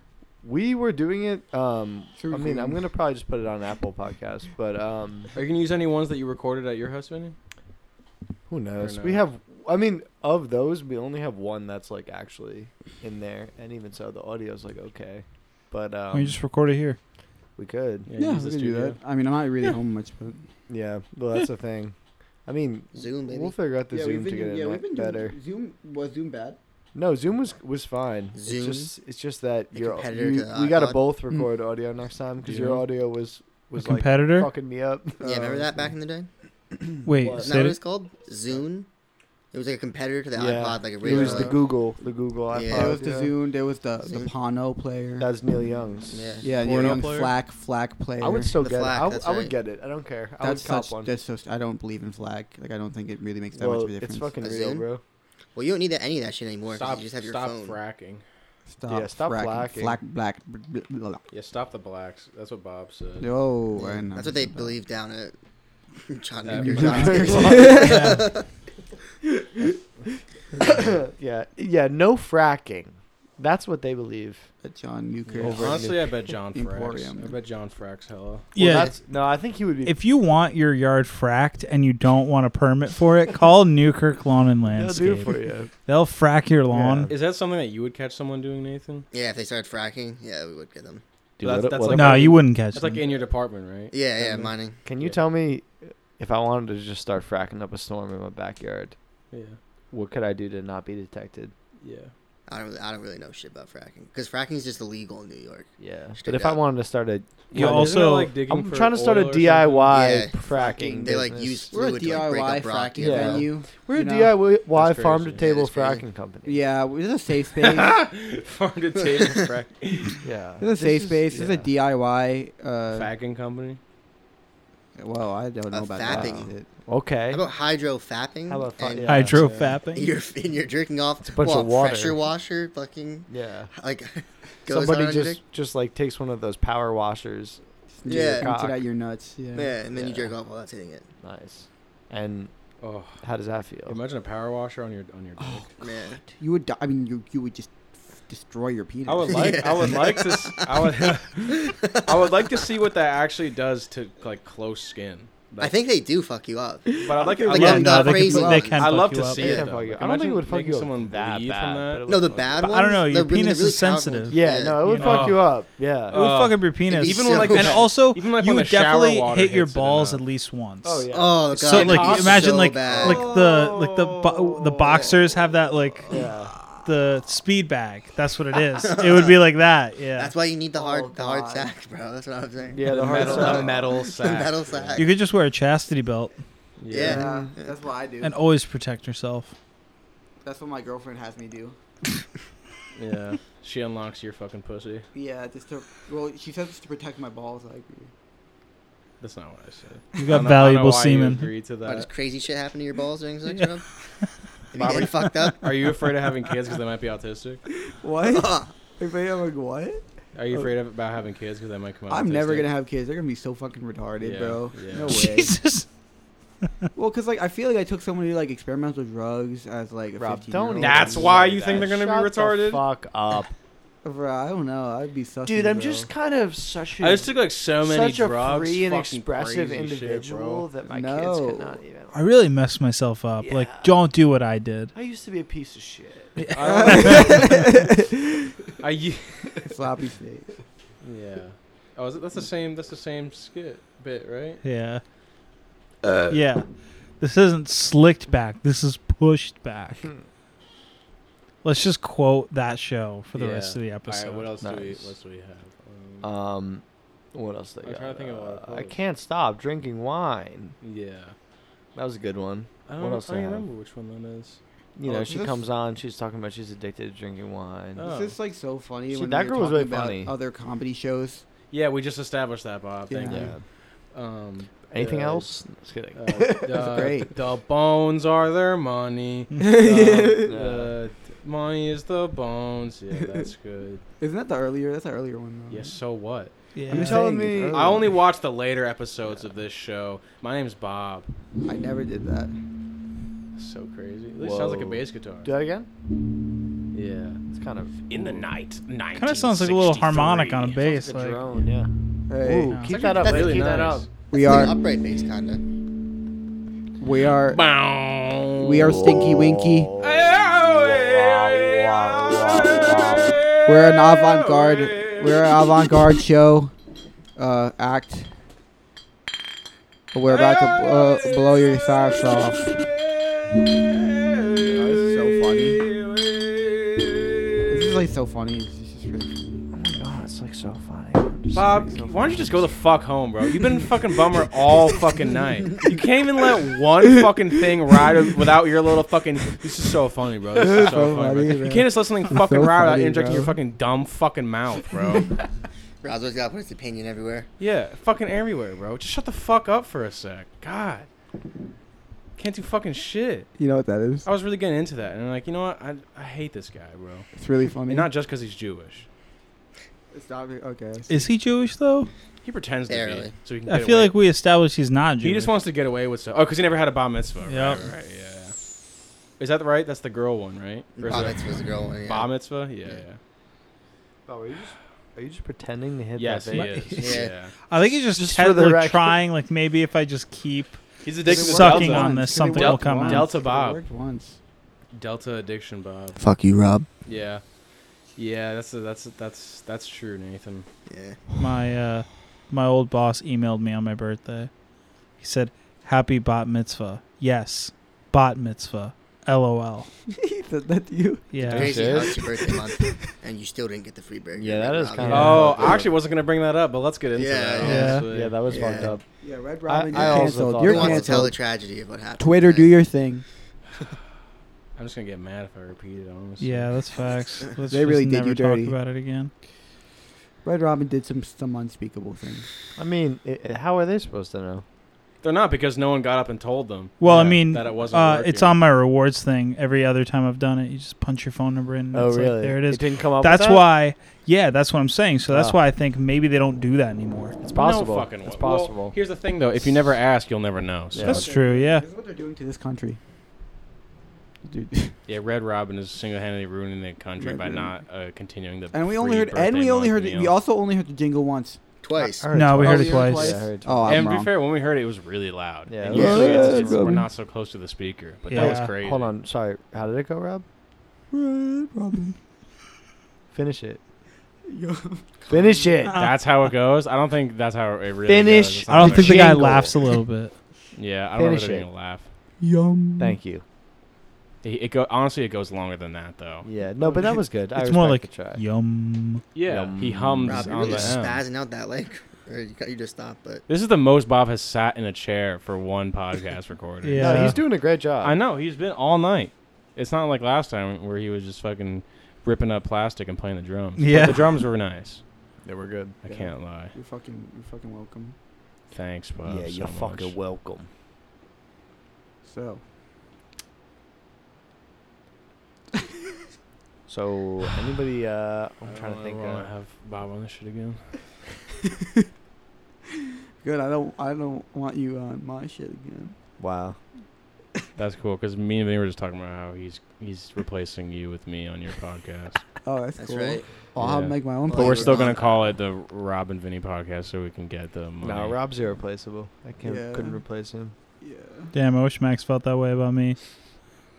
E: We were doing it. Um,
B: Through
E: I mean, I'm
B: Zoom.
E: gonna probably just put it on Apple Podcast, but um,
F: Are you gonna use any ones that you recorded at your house, Vinny?
E: Who knows?
F: no.
E: We have. I mean, of those, we only have one that's like actually in there, and even so, the audio's like okay, but um,
A: Let me just record it here.
E: we could.
B: Yeah, we could
F: use the
B: do
F: studio.
B: that. I mean, I'm not really home much, but
E: Yeah, well, that's the thing. [LAUGHS] I mean,
D: Zoom, baby.
E: we'll figure out the Zoom to get it ma- better.
B: Zoom was Zoom bad.
E: No, Zoom was was fine.
D: Zoom?
E: It's just it's just that
D: The
E: your
D: competitor
E: you,
D: to the
E: we gotta
A: Hmm.
D: iPod?
E: both record audio next time because your
F: Yeah.
E: audio was was
A: a
E: like
A: competitor?
E: fucking me up.
D: [LAUGHS] Yeah, remember that back in the day?
A: Wait,
D: Isn't
E: What?
D: that
A: say
D: what it
A: it.
D: was called? Zoom. It was like a competitor to the
E: Yeah.
D: iPod, like a
E: It
D: regular.
E: was the Google, the Google iPod.
D: Yeah.
A: Oh,
B: There was the
E: Oh, yeah.
B: Zoom. There was the the
D: Zoom.
B: Pono player.
E: That's Neil Young's.
D: Yeah.
B: yeah, Neil
F: Porno
B: Young
F: player?
B: Flack Flack player.
E: I would still
D: The
E: get
D: Flack,
E: it. I w-
D: that's
E: I, would
D: right.
E: get it. I don't care. I
B: That's
E: would cop
B: such.
E: one.
B: That's so. st- I don't believe in Flack. Like I don't think it really makes that much
E: well,
B: of a difference.
E: it's fucking
D: A
E: real,
D: Zoom?
E: bro.
D: Well, you don't need that, any of that shit anymore. 'cause
F: Stop,
D: you just have your
F: stop
D: phone.
F: fracking.
B: stop.
E: Yeah, stop
B: fracking.
E: flacking.
B: Flack black. bl- bl- bl- bl-
F: Yeah, stop the blacks. That's what Bob said.
B: Oh,
D: Yeah.
B: I know.
D: That's what they believe down at John
F: Yeah,
D: Newkirk.
F: John
E: [COUGHS] yeah, yeah. No fracking. That's what they believe.
B: At John Newkirk.
E: Over at
F: Honestly, I bet
E: [LAUGHS]
F: John
B: Emporium.
F: fracks. I bet John fracks hella.
E: Well,
A: Yeah,
E: that's, no, I think he would be.
A: if you want your yard fracked and you don't want a permit for it, call Newkirk Lawn and
E: they'll do it
A: Landscape.
E: for you.
A: They'll frack your lawn.
F: Is that something that you would catch someone doing, Nathan?
D: Yeah, if they started fracking, yeah, we would get them.
F: Dude, that's- that's like-
A: No, you wouldn't catch
F: That's like
A: them.
F: in your department, right?
D: Yeah, yeah,
F: Mhm.
D: mining.
E: Can you
F: Yeah.
E: tell me if I wanted to just start fracking up a storm in my backyard?
F: Yeah.
E: What could I do to not be detected?
F: Yeah.
D: I don't, I don't really know shit about fracking because fracking is just illegal in New York.
E: Yeah. But
D: Straight
E: if I
D: up.
E: wanted to start a,
A: You
E: I'm
A: also-
F: digging
E: I'm
F: for
E: trying to start a
F: oil or something? [LAUGHS]
E: DIY
D: Yeah,
E: fracking.
D: They like
E: business.
D: use
B: We're a
D: fluid to like, break
B: DIY
D: up rock.
B: fracking
E: yeah.
B: venue.
E: We're
B: you
E: a
B: know?
E: DIY
F: That's
E: farm to
F: crazy.
E: table
D: That is crazy.
E: fracking company.
B: Yeah, w- this is a safe
E: [LAUGHS]
B: space.
F: Farm to table [LAUGHS] frack.
E: Yeah.
B: This is a safe space. This is a
E: yeah.
B: DIY. Uh,
F: Fracking company.
B: well, I don't know
D: A
B: about
D: fapping.
B: that.
E: Okay.
D: How about hydro fapping?
E: How about fa-
D: and
E: yeah.
A: [LAUGHS] Hydro
F: Yeah.
A: fapping.
D: You're and you're jerking off. It's
E: a bunch
D: well,
E: of water.
D: Pressure washer, fucking
E: Yeah.
D: like. [LAUGHS] goes hard on
E: Somebody
D: your
E: just
D: dick.
E: just like takes one of those power washers.
D: Yeah.
B: Yeah, emptied out your nuts. Yeah.
D: Yeah, and then you
E: Yeah.
D: jerk off while that's hitting it.
E: Nice. And
F: Oh,
E: how does that feel?
F: imagine a power washer on your on your dick.
D: Yeah.
B: You would. Di- I mean, you you would just f- destroy your penis.
F: I
B: [LAUGHS]
F: would like I would like to s- I would I would [LAUGHS] like to see what that actually does to like close skin.
D: I think they do fuck you up.
F: but I'd like,
D: think
F: I'd
D: it's
F: love-
A: yeah,
D: [LAUGHS] like
A: no,
D: not
A: they
D: crazy.
A: can, they can
F: I
A: fuck
F: love
A: you
F: to
A: up.
F: see
E: They
F: it.
E: can
F: Though.
E: fuck you
F: Like,
E: up. I don't think it would
F: imagine
E: fuck
F: making
E: you up
F: someone
E: that
F: bleed
E: bad,
F: from that.
E: but it
D: No, the
E: Like-
D: bad
A: I
D: ones.
A: don't know.
D: the
A: Your
D: really-
A: penis
D: really
A: is
D: powerful
A: sensitive.
D: ones.
E: Yeah, no, it would
A: you
E: fuck
F: know.
E: you up. Yeah.
A: It would
F: Uh,
A: fuck up your
D: it'd
A: penis.
D: be Even so like-
A: and
D: bad.
A: also,
F: Even like
A: you
F: when
A: would
F: the shower
A: definitely
F: water
A: hit your
F: hits it
A: balls
F: enough.
A: at least once.
E: oh yeah.
D: Oh god.
A: So like
D: it's
A: you imagine
D: so
A: like
D: bad.
A: like the like the bo-
F: Oh.
A: the boxers have that like
E: yeah.
A: the speed bag. That's what it is. it would be like that. Yeah.
D: That's why you need the hard the hard
E: God.
D: sack, bro. That's what I'm saying.
E: Yeah, the hard
F: metal,
E: side.
F: the [LAUGHS] metal
D: [LAUGHS] The
F: sack.
D: metal sack.
A: you could just wear a chastity belt
D: Yeah.
B: that's what I do.
A: and always protect yourself.
B: that's what my girlfriend has me do.
F: Yeah. She unlocks your fucking pussy.
B: Yeah, just to well, she says it's to protect my balls. I agree.
F: That's not what I said.
A: You
F: I
A: got
F: don't know- I don't know
A: valuable
F: why
A: [LAUGHS]
F: you
A: semen.
F: agreed to
D: Why does
F: that.
D: crazy shit happen to your balls during sex,
A: Yeah.
D: Rob? If you get fucked up?
F: Are you afraid of having kids because they might be autistic?
B: What?
E: [LAUGHS]
B: Everybody, I'm like, what?
F: Are you afraid of, about having kids because they might come out?
B: I'm never
F: autistic?
B: gonna have kids. They're gonna be so fucking retarded,
F: Yeah,
B: bro.
F: yeah. [LAUGHS]
B: No way.
A: Jesus.
B: well, cause like I feel like I took someone who like experimental drugs as like a
E: Rob,
B: 15
E: don't.
B: year
E: even
B: old.
F: That's
E: say
F: why you think
E: that.
F: they're gonna be
E: Shut the
F: retarded?
E: fuck up,
B: Bro, I don't know. I'd be such.
E: dude. I'm
B: [LAUGHS]
E: just kind of such a
F: I just took like so many
E: such a
F: drugs.
E: free and
F: fucking
E: expressive
F: crazy shit, bro.
E: individual that my kids
B: No.
E: could not even.
A: I really messed myself up.
E: Yeah.
A: Like, don't do what I did.
E: I used to be a piece of shit. [LAUGHS]
F: Are you? [LAUGHS]
B: sloppy state.
F: Yeah. Oh, is it, that's the same. That's the same skit bit, right?
A: Yeah. yeah. This isn't slicked back. This is pushed back.
F: Hmm.
A: Let's just quote that show for the
F: Yeah.
A: rest of the
F: All right.
A: episode.
F: What else do we?
E: Nice.
F: What do we have? Um,
E: Um, what else? They
F: I'm
E: got?
F: trying to think of what
E: Uh,
F: it
E: I
F: was.
E: can't stop drinking wine.
F: yeah.
E: That was a good one.
F: I don't,
E: What else
F: I
E: do I
F: don't
E: have?
F: remember which one that is.
E: You
B: Oh,
E: know,
B: is
E: she
B: this-
E: comes on. She's talking about she's addicted to drinking wine.
F: Oh.
B: This is like so funny.
E: See,
B: when
E: that
B: we were
E: girl was
B: talking
E: really
B: about
E: funny.
B: Other comedy
E: [LAUGHS]
B: shows.
F: Yeah, we just established that, Bob. Thank
E: yeah.
B: Yeah.
F: you.
E: [LAUGHS]
F: Um,
E: Anything
F: uh,
E: else? Just kidding.
F: Uh, the,
B: great.
F: The bones are their
E: Hmm.
F: money.
B: Um,
F: The, the Uh, money is the bones. Yeah, that's good.
B: Isn't that the earlier? That's the earlier one. Though.
F: Yes. So what?
A: Yeah.
B: I'm
E: You
B: just
E: telling
B: saying it's
E: me-
B: earlier.
F: I only watch the later episodes of this show. My name's Bob.
B: I never did that.
F: So crazy. It sounds like a
E: Whoa.
F: bass guitar.
E: Do that again?
F: Yeah.
E: It's kind of
F: In the night.
A: Kind of sounds like a little harmonic on a bass.
E: a
A: Like,
E: drone. Yeah.
B: Hey,
E: Ooh,
A: Yeah.
E: keep that up.
D: That's
E: Keep
F: really
E: that
F: nice.
E: up.
B: we
D: It's like
B: are.
D: an upright bass, kinda.
B: We are.
F: Bow.
B: We are Stinky Winky. We're an avant-garde. We're an avant-garde show uh, act. We're about to blow, blow your socks off. this is so funny. This is like so funny. It's just really-
E: God, it's like so funny.
F: Bob, why don't you just
B: [LAUGHS]
F: go the fuck home, bro? You've been fucking bummer all fucking night. You can't even let
B: [LAUGHS]
F: one fucking thing ride without your little fucking. This is so funny, bro.
B: [LAUGHS]
F: This is so
B: So
F: funny.
B: funny,
F: bro. You
B: bro.
F: can't just
B: [LAUGHS]
F: let something fucking ride without
B: funny,
F: injecting
B: bro.
F: your fucking dumb fucking mouth,
B: [LAUGHS]
F: bro.
D: Roswell's got to put his opinion everywhere.
F: yeah, fucking everywhere, bro. Just shut the fuck up for a sec. God, can't do fucking shit.
B: you know what that is?
F: I was really getting into that, and I'm like, you know what? I, I hate this guy, bro.
B: It's really
F: I
B: funny.
F: mean, not just because he's Jewish.
B: Stop it. Okay.
A: Is he Jewish though?
F: He pretends to be,
D: Barely.
F: so he can.
A: I
F: get
A: feel
F: away.
A: like we established he's not Jewish.
F: He just wants to get away with stuff. Oh, because he never had a bat mitzvah. Right,
A: Yep.
F: right, yeah. Is that right? That's the girl one, right? Or is
D: Bob
F: it-
D: Hicks was the girl. one, yeah.
F: Bat mitzvah? Yeah.
D: Yeah.
F: yeah.
E: Oh, are you just are you just pretending to hit
F: Yes,
E: that
F: he
E: thing?
F: is.
D: Yeah.
F: yeah.
A: I think he's just,
E: Just
A: te-
E: for the
A: like,
E: record.
A: trying. Like maybe if I just keep
F: He's
A: addicted
F: addicted
A: to
F: to
A: sucking
F: Delta.
A: on this, something will come out.
F: Delta Bob.
B: Worked once. [LAUGHS]
F: Delta addiction, Bob.
D: Fuck you, Rob.
F: Yeah. Yeah, that's that's that's that's true, Nathan.
D: Yeah.
A: my uh, my old boss emailed me on my birthday. He said, "Happy bat mitzvah." Yes, bat mitzvah. LOL.
B: he said that to you.
A: Yeah.
D: Crazy
F: shit.
D: how it's your birthday month and you still didn't get the free burger.
E: Yeah, that is
D: Rob.
E: kinda-
F: Oh,
E: Yeah.
F: I actually wasn't gonna bring that up, but let's get into
D: Yeah,
F: that.
A: yeah.
F: honestly.
E: Yeah, that was fucked
D: Yeah.
E: up.
B: Yeah, Red Robin,
E: Robin, I- you're
B: you're
E: I also
B: canceled.
E: thought
B: you're
D: Who wants to tell the
B: canceled.
D: tragedy of what happened?
B: Twitter, do your thing.
F: I'm just gonna get mad if I repeat it. Honestly.
A: Yeah, that's facts. Let's
B: They
A: just
B: really did
A: never
B: you
A: talk
B: dirty.
A: about it again.
B: Red Robin did some some unspeakable things.
E: I mean, i i- how are they supposed to know?
F: They're not because no one got up and told them.
A: Well, I
F: that-
A: mean,
F: that it wasn't.
A: Uh, it's
F: working.
A: on my rewards thing. Every other time I've done it, you just punch your phone number in. And
E: Oh,
A: it's like,
E: really?
A: there it is.
E: It didn't come up. with
A: That's
E: that?
A: why. Yeah, that's what I'm saying. So that's
E: Oh.
A: why I think maybe they don't do that anymore.
E: It's possible.
F: No fucking
E: it's
F: way. Well,
E: possible.
F: here's the thing, though. If you never ask, you'll never know. So.
E: Yeah.
A: That's true. Yeah.
B: This is what they're doing to this country. Dude. [LAUGHS]
F: Yeah, Red Robin is single-handedly ruining the country
B: Red
F: by
B: Robin.
F: not uh, continuing the.
B: And we only
F: free
B: heard. And
F: birthday
B: we only
F: month
B: heard.
F: meal.
B: We also only heard the jingle once.
D: Twice.
E: I
A: No, we
E: twice.
A: heard
B: Oh,
A: it
B: you
A: twice.
E: Yeah, I heard
B: Oh, I'm
F: and to
B: wrong.
F: be fair, when we heard it, it was really loud.
E: Yeah,
F: And
E: it was
F: usually
E: really
F: it's-
E: loud.
F: it's- we're not so close to the speaker, but that was
A: Yeah.
F: crazy.
E: Hold on, sorry. How did it go, Rob?
B: Red Robin.
A: [LAUGHS]
E: Finish it.
B: Yo.
E: Finish it.
B: Uh-huh.
F: That's how it goes. I don't think that's how it really
E: Finish.
F: goes. It's
A: I don't
F: not
A: think the guy
E: Jingle.
A: laughs a little bit.
F: like- Yeah, I don't know
E: Finish
F: if they're
E: it.
F: gonna laugh.
B: [LAUGHS] Yum.
E: Thank you.
F: It, it go honestly, it goes longer than that though.
E: Yeah, no, but that was good. I
A: It's more
E: respect
A: like
E: the try.
A: yum.
F: Yeah,
E: Yum.
F: he hums
D: Rob, you're
F: on
D: really
F: the
D: just
F: M.
D: spazzing out that like, [LAUGHS] or you, you just stopped. But
F: This is the most Bob has sat in a chair for one podcast recording.
A: Yeah.
E: No, he's doing a great job.
A: Uh,
F: I know he's been all night. It's not like last time where he was just fucking ripping up plastic and playing the drums. But
A: Yeah.
F: the drums were nice.
E: They were good.
F: I
B: Yeah.
F: can't lie.
B: You're fucking. You're fucking welcome.
F: Thanks, Bob.
E: Yeah,
F: so
E: you're
F: much.
E: fucking welcome.
B: So.
E: [SIGHS] So anybody? uh I'm trying to think.
F: Want
E: Uh,
F: to have Bob on this shit again?
B: Good. I don't. I don't want you on my shit again.
E: wow.
F: That's cool because me and Vinny were just talking about how he's he's replacing you with me on your podcast.
A: [LAUGHS]
B: Oh, that's,
D: that's
B: cool.
D: right.
B: Oh, I'll
F: Yeah.
B: make my own.
D: But
F: But we're
D: you're
B: playlist.
F: still gonna
D: not.
F: call it the Rob and Vinny podcast so we can get the money.
E: No, Rob's irreplaceable. I can't.
B: Yeah.
E: Couldn't replace him.
B: Yeah.
A: Damn, I wish Max felt that way about me.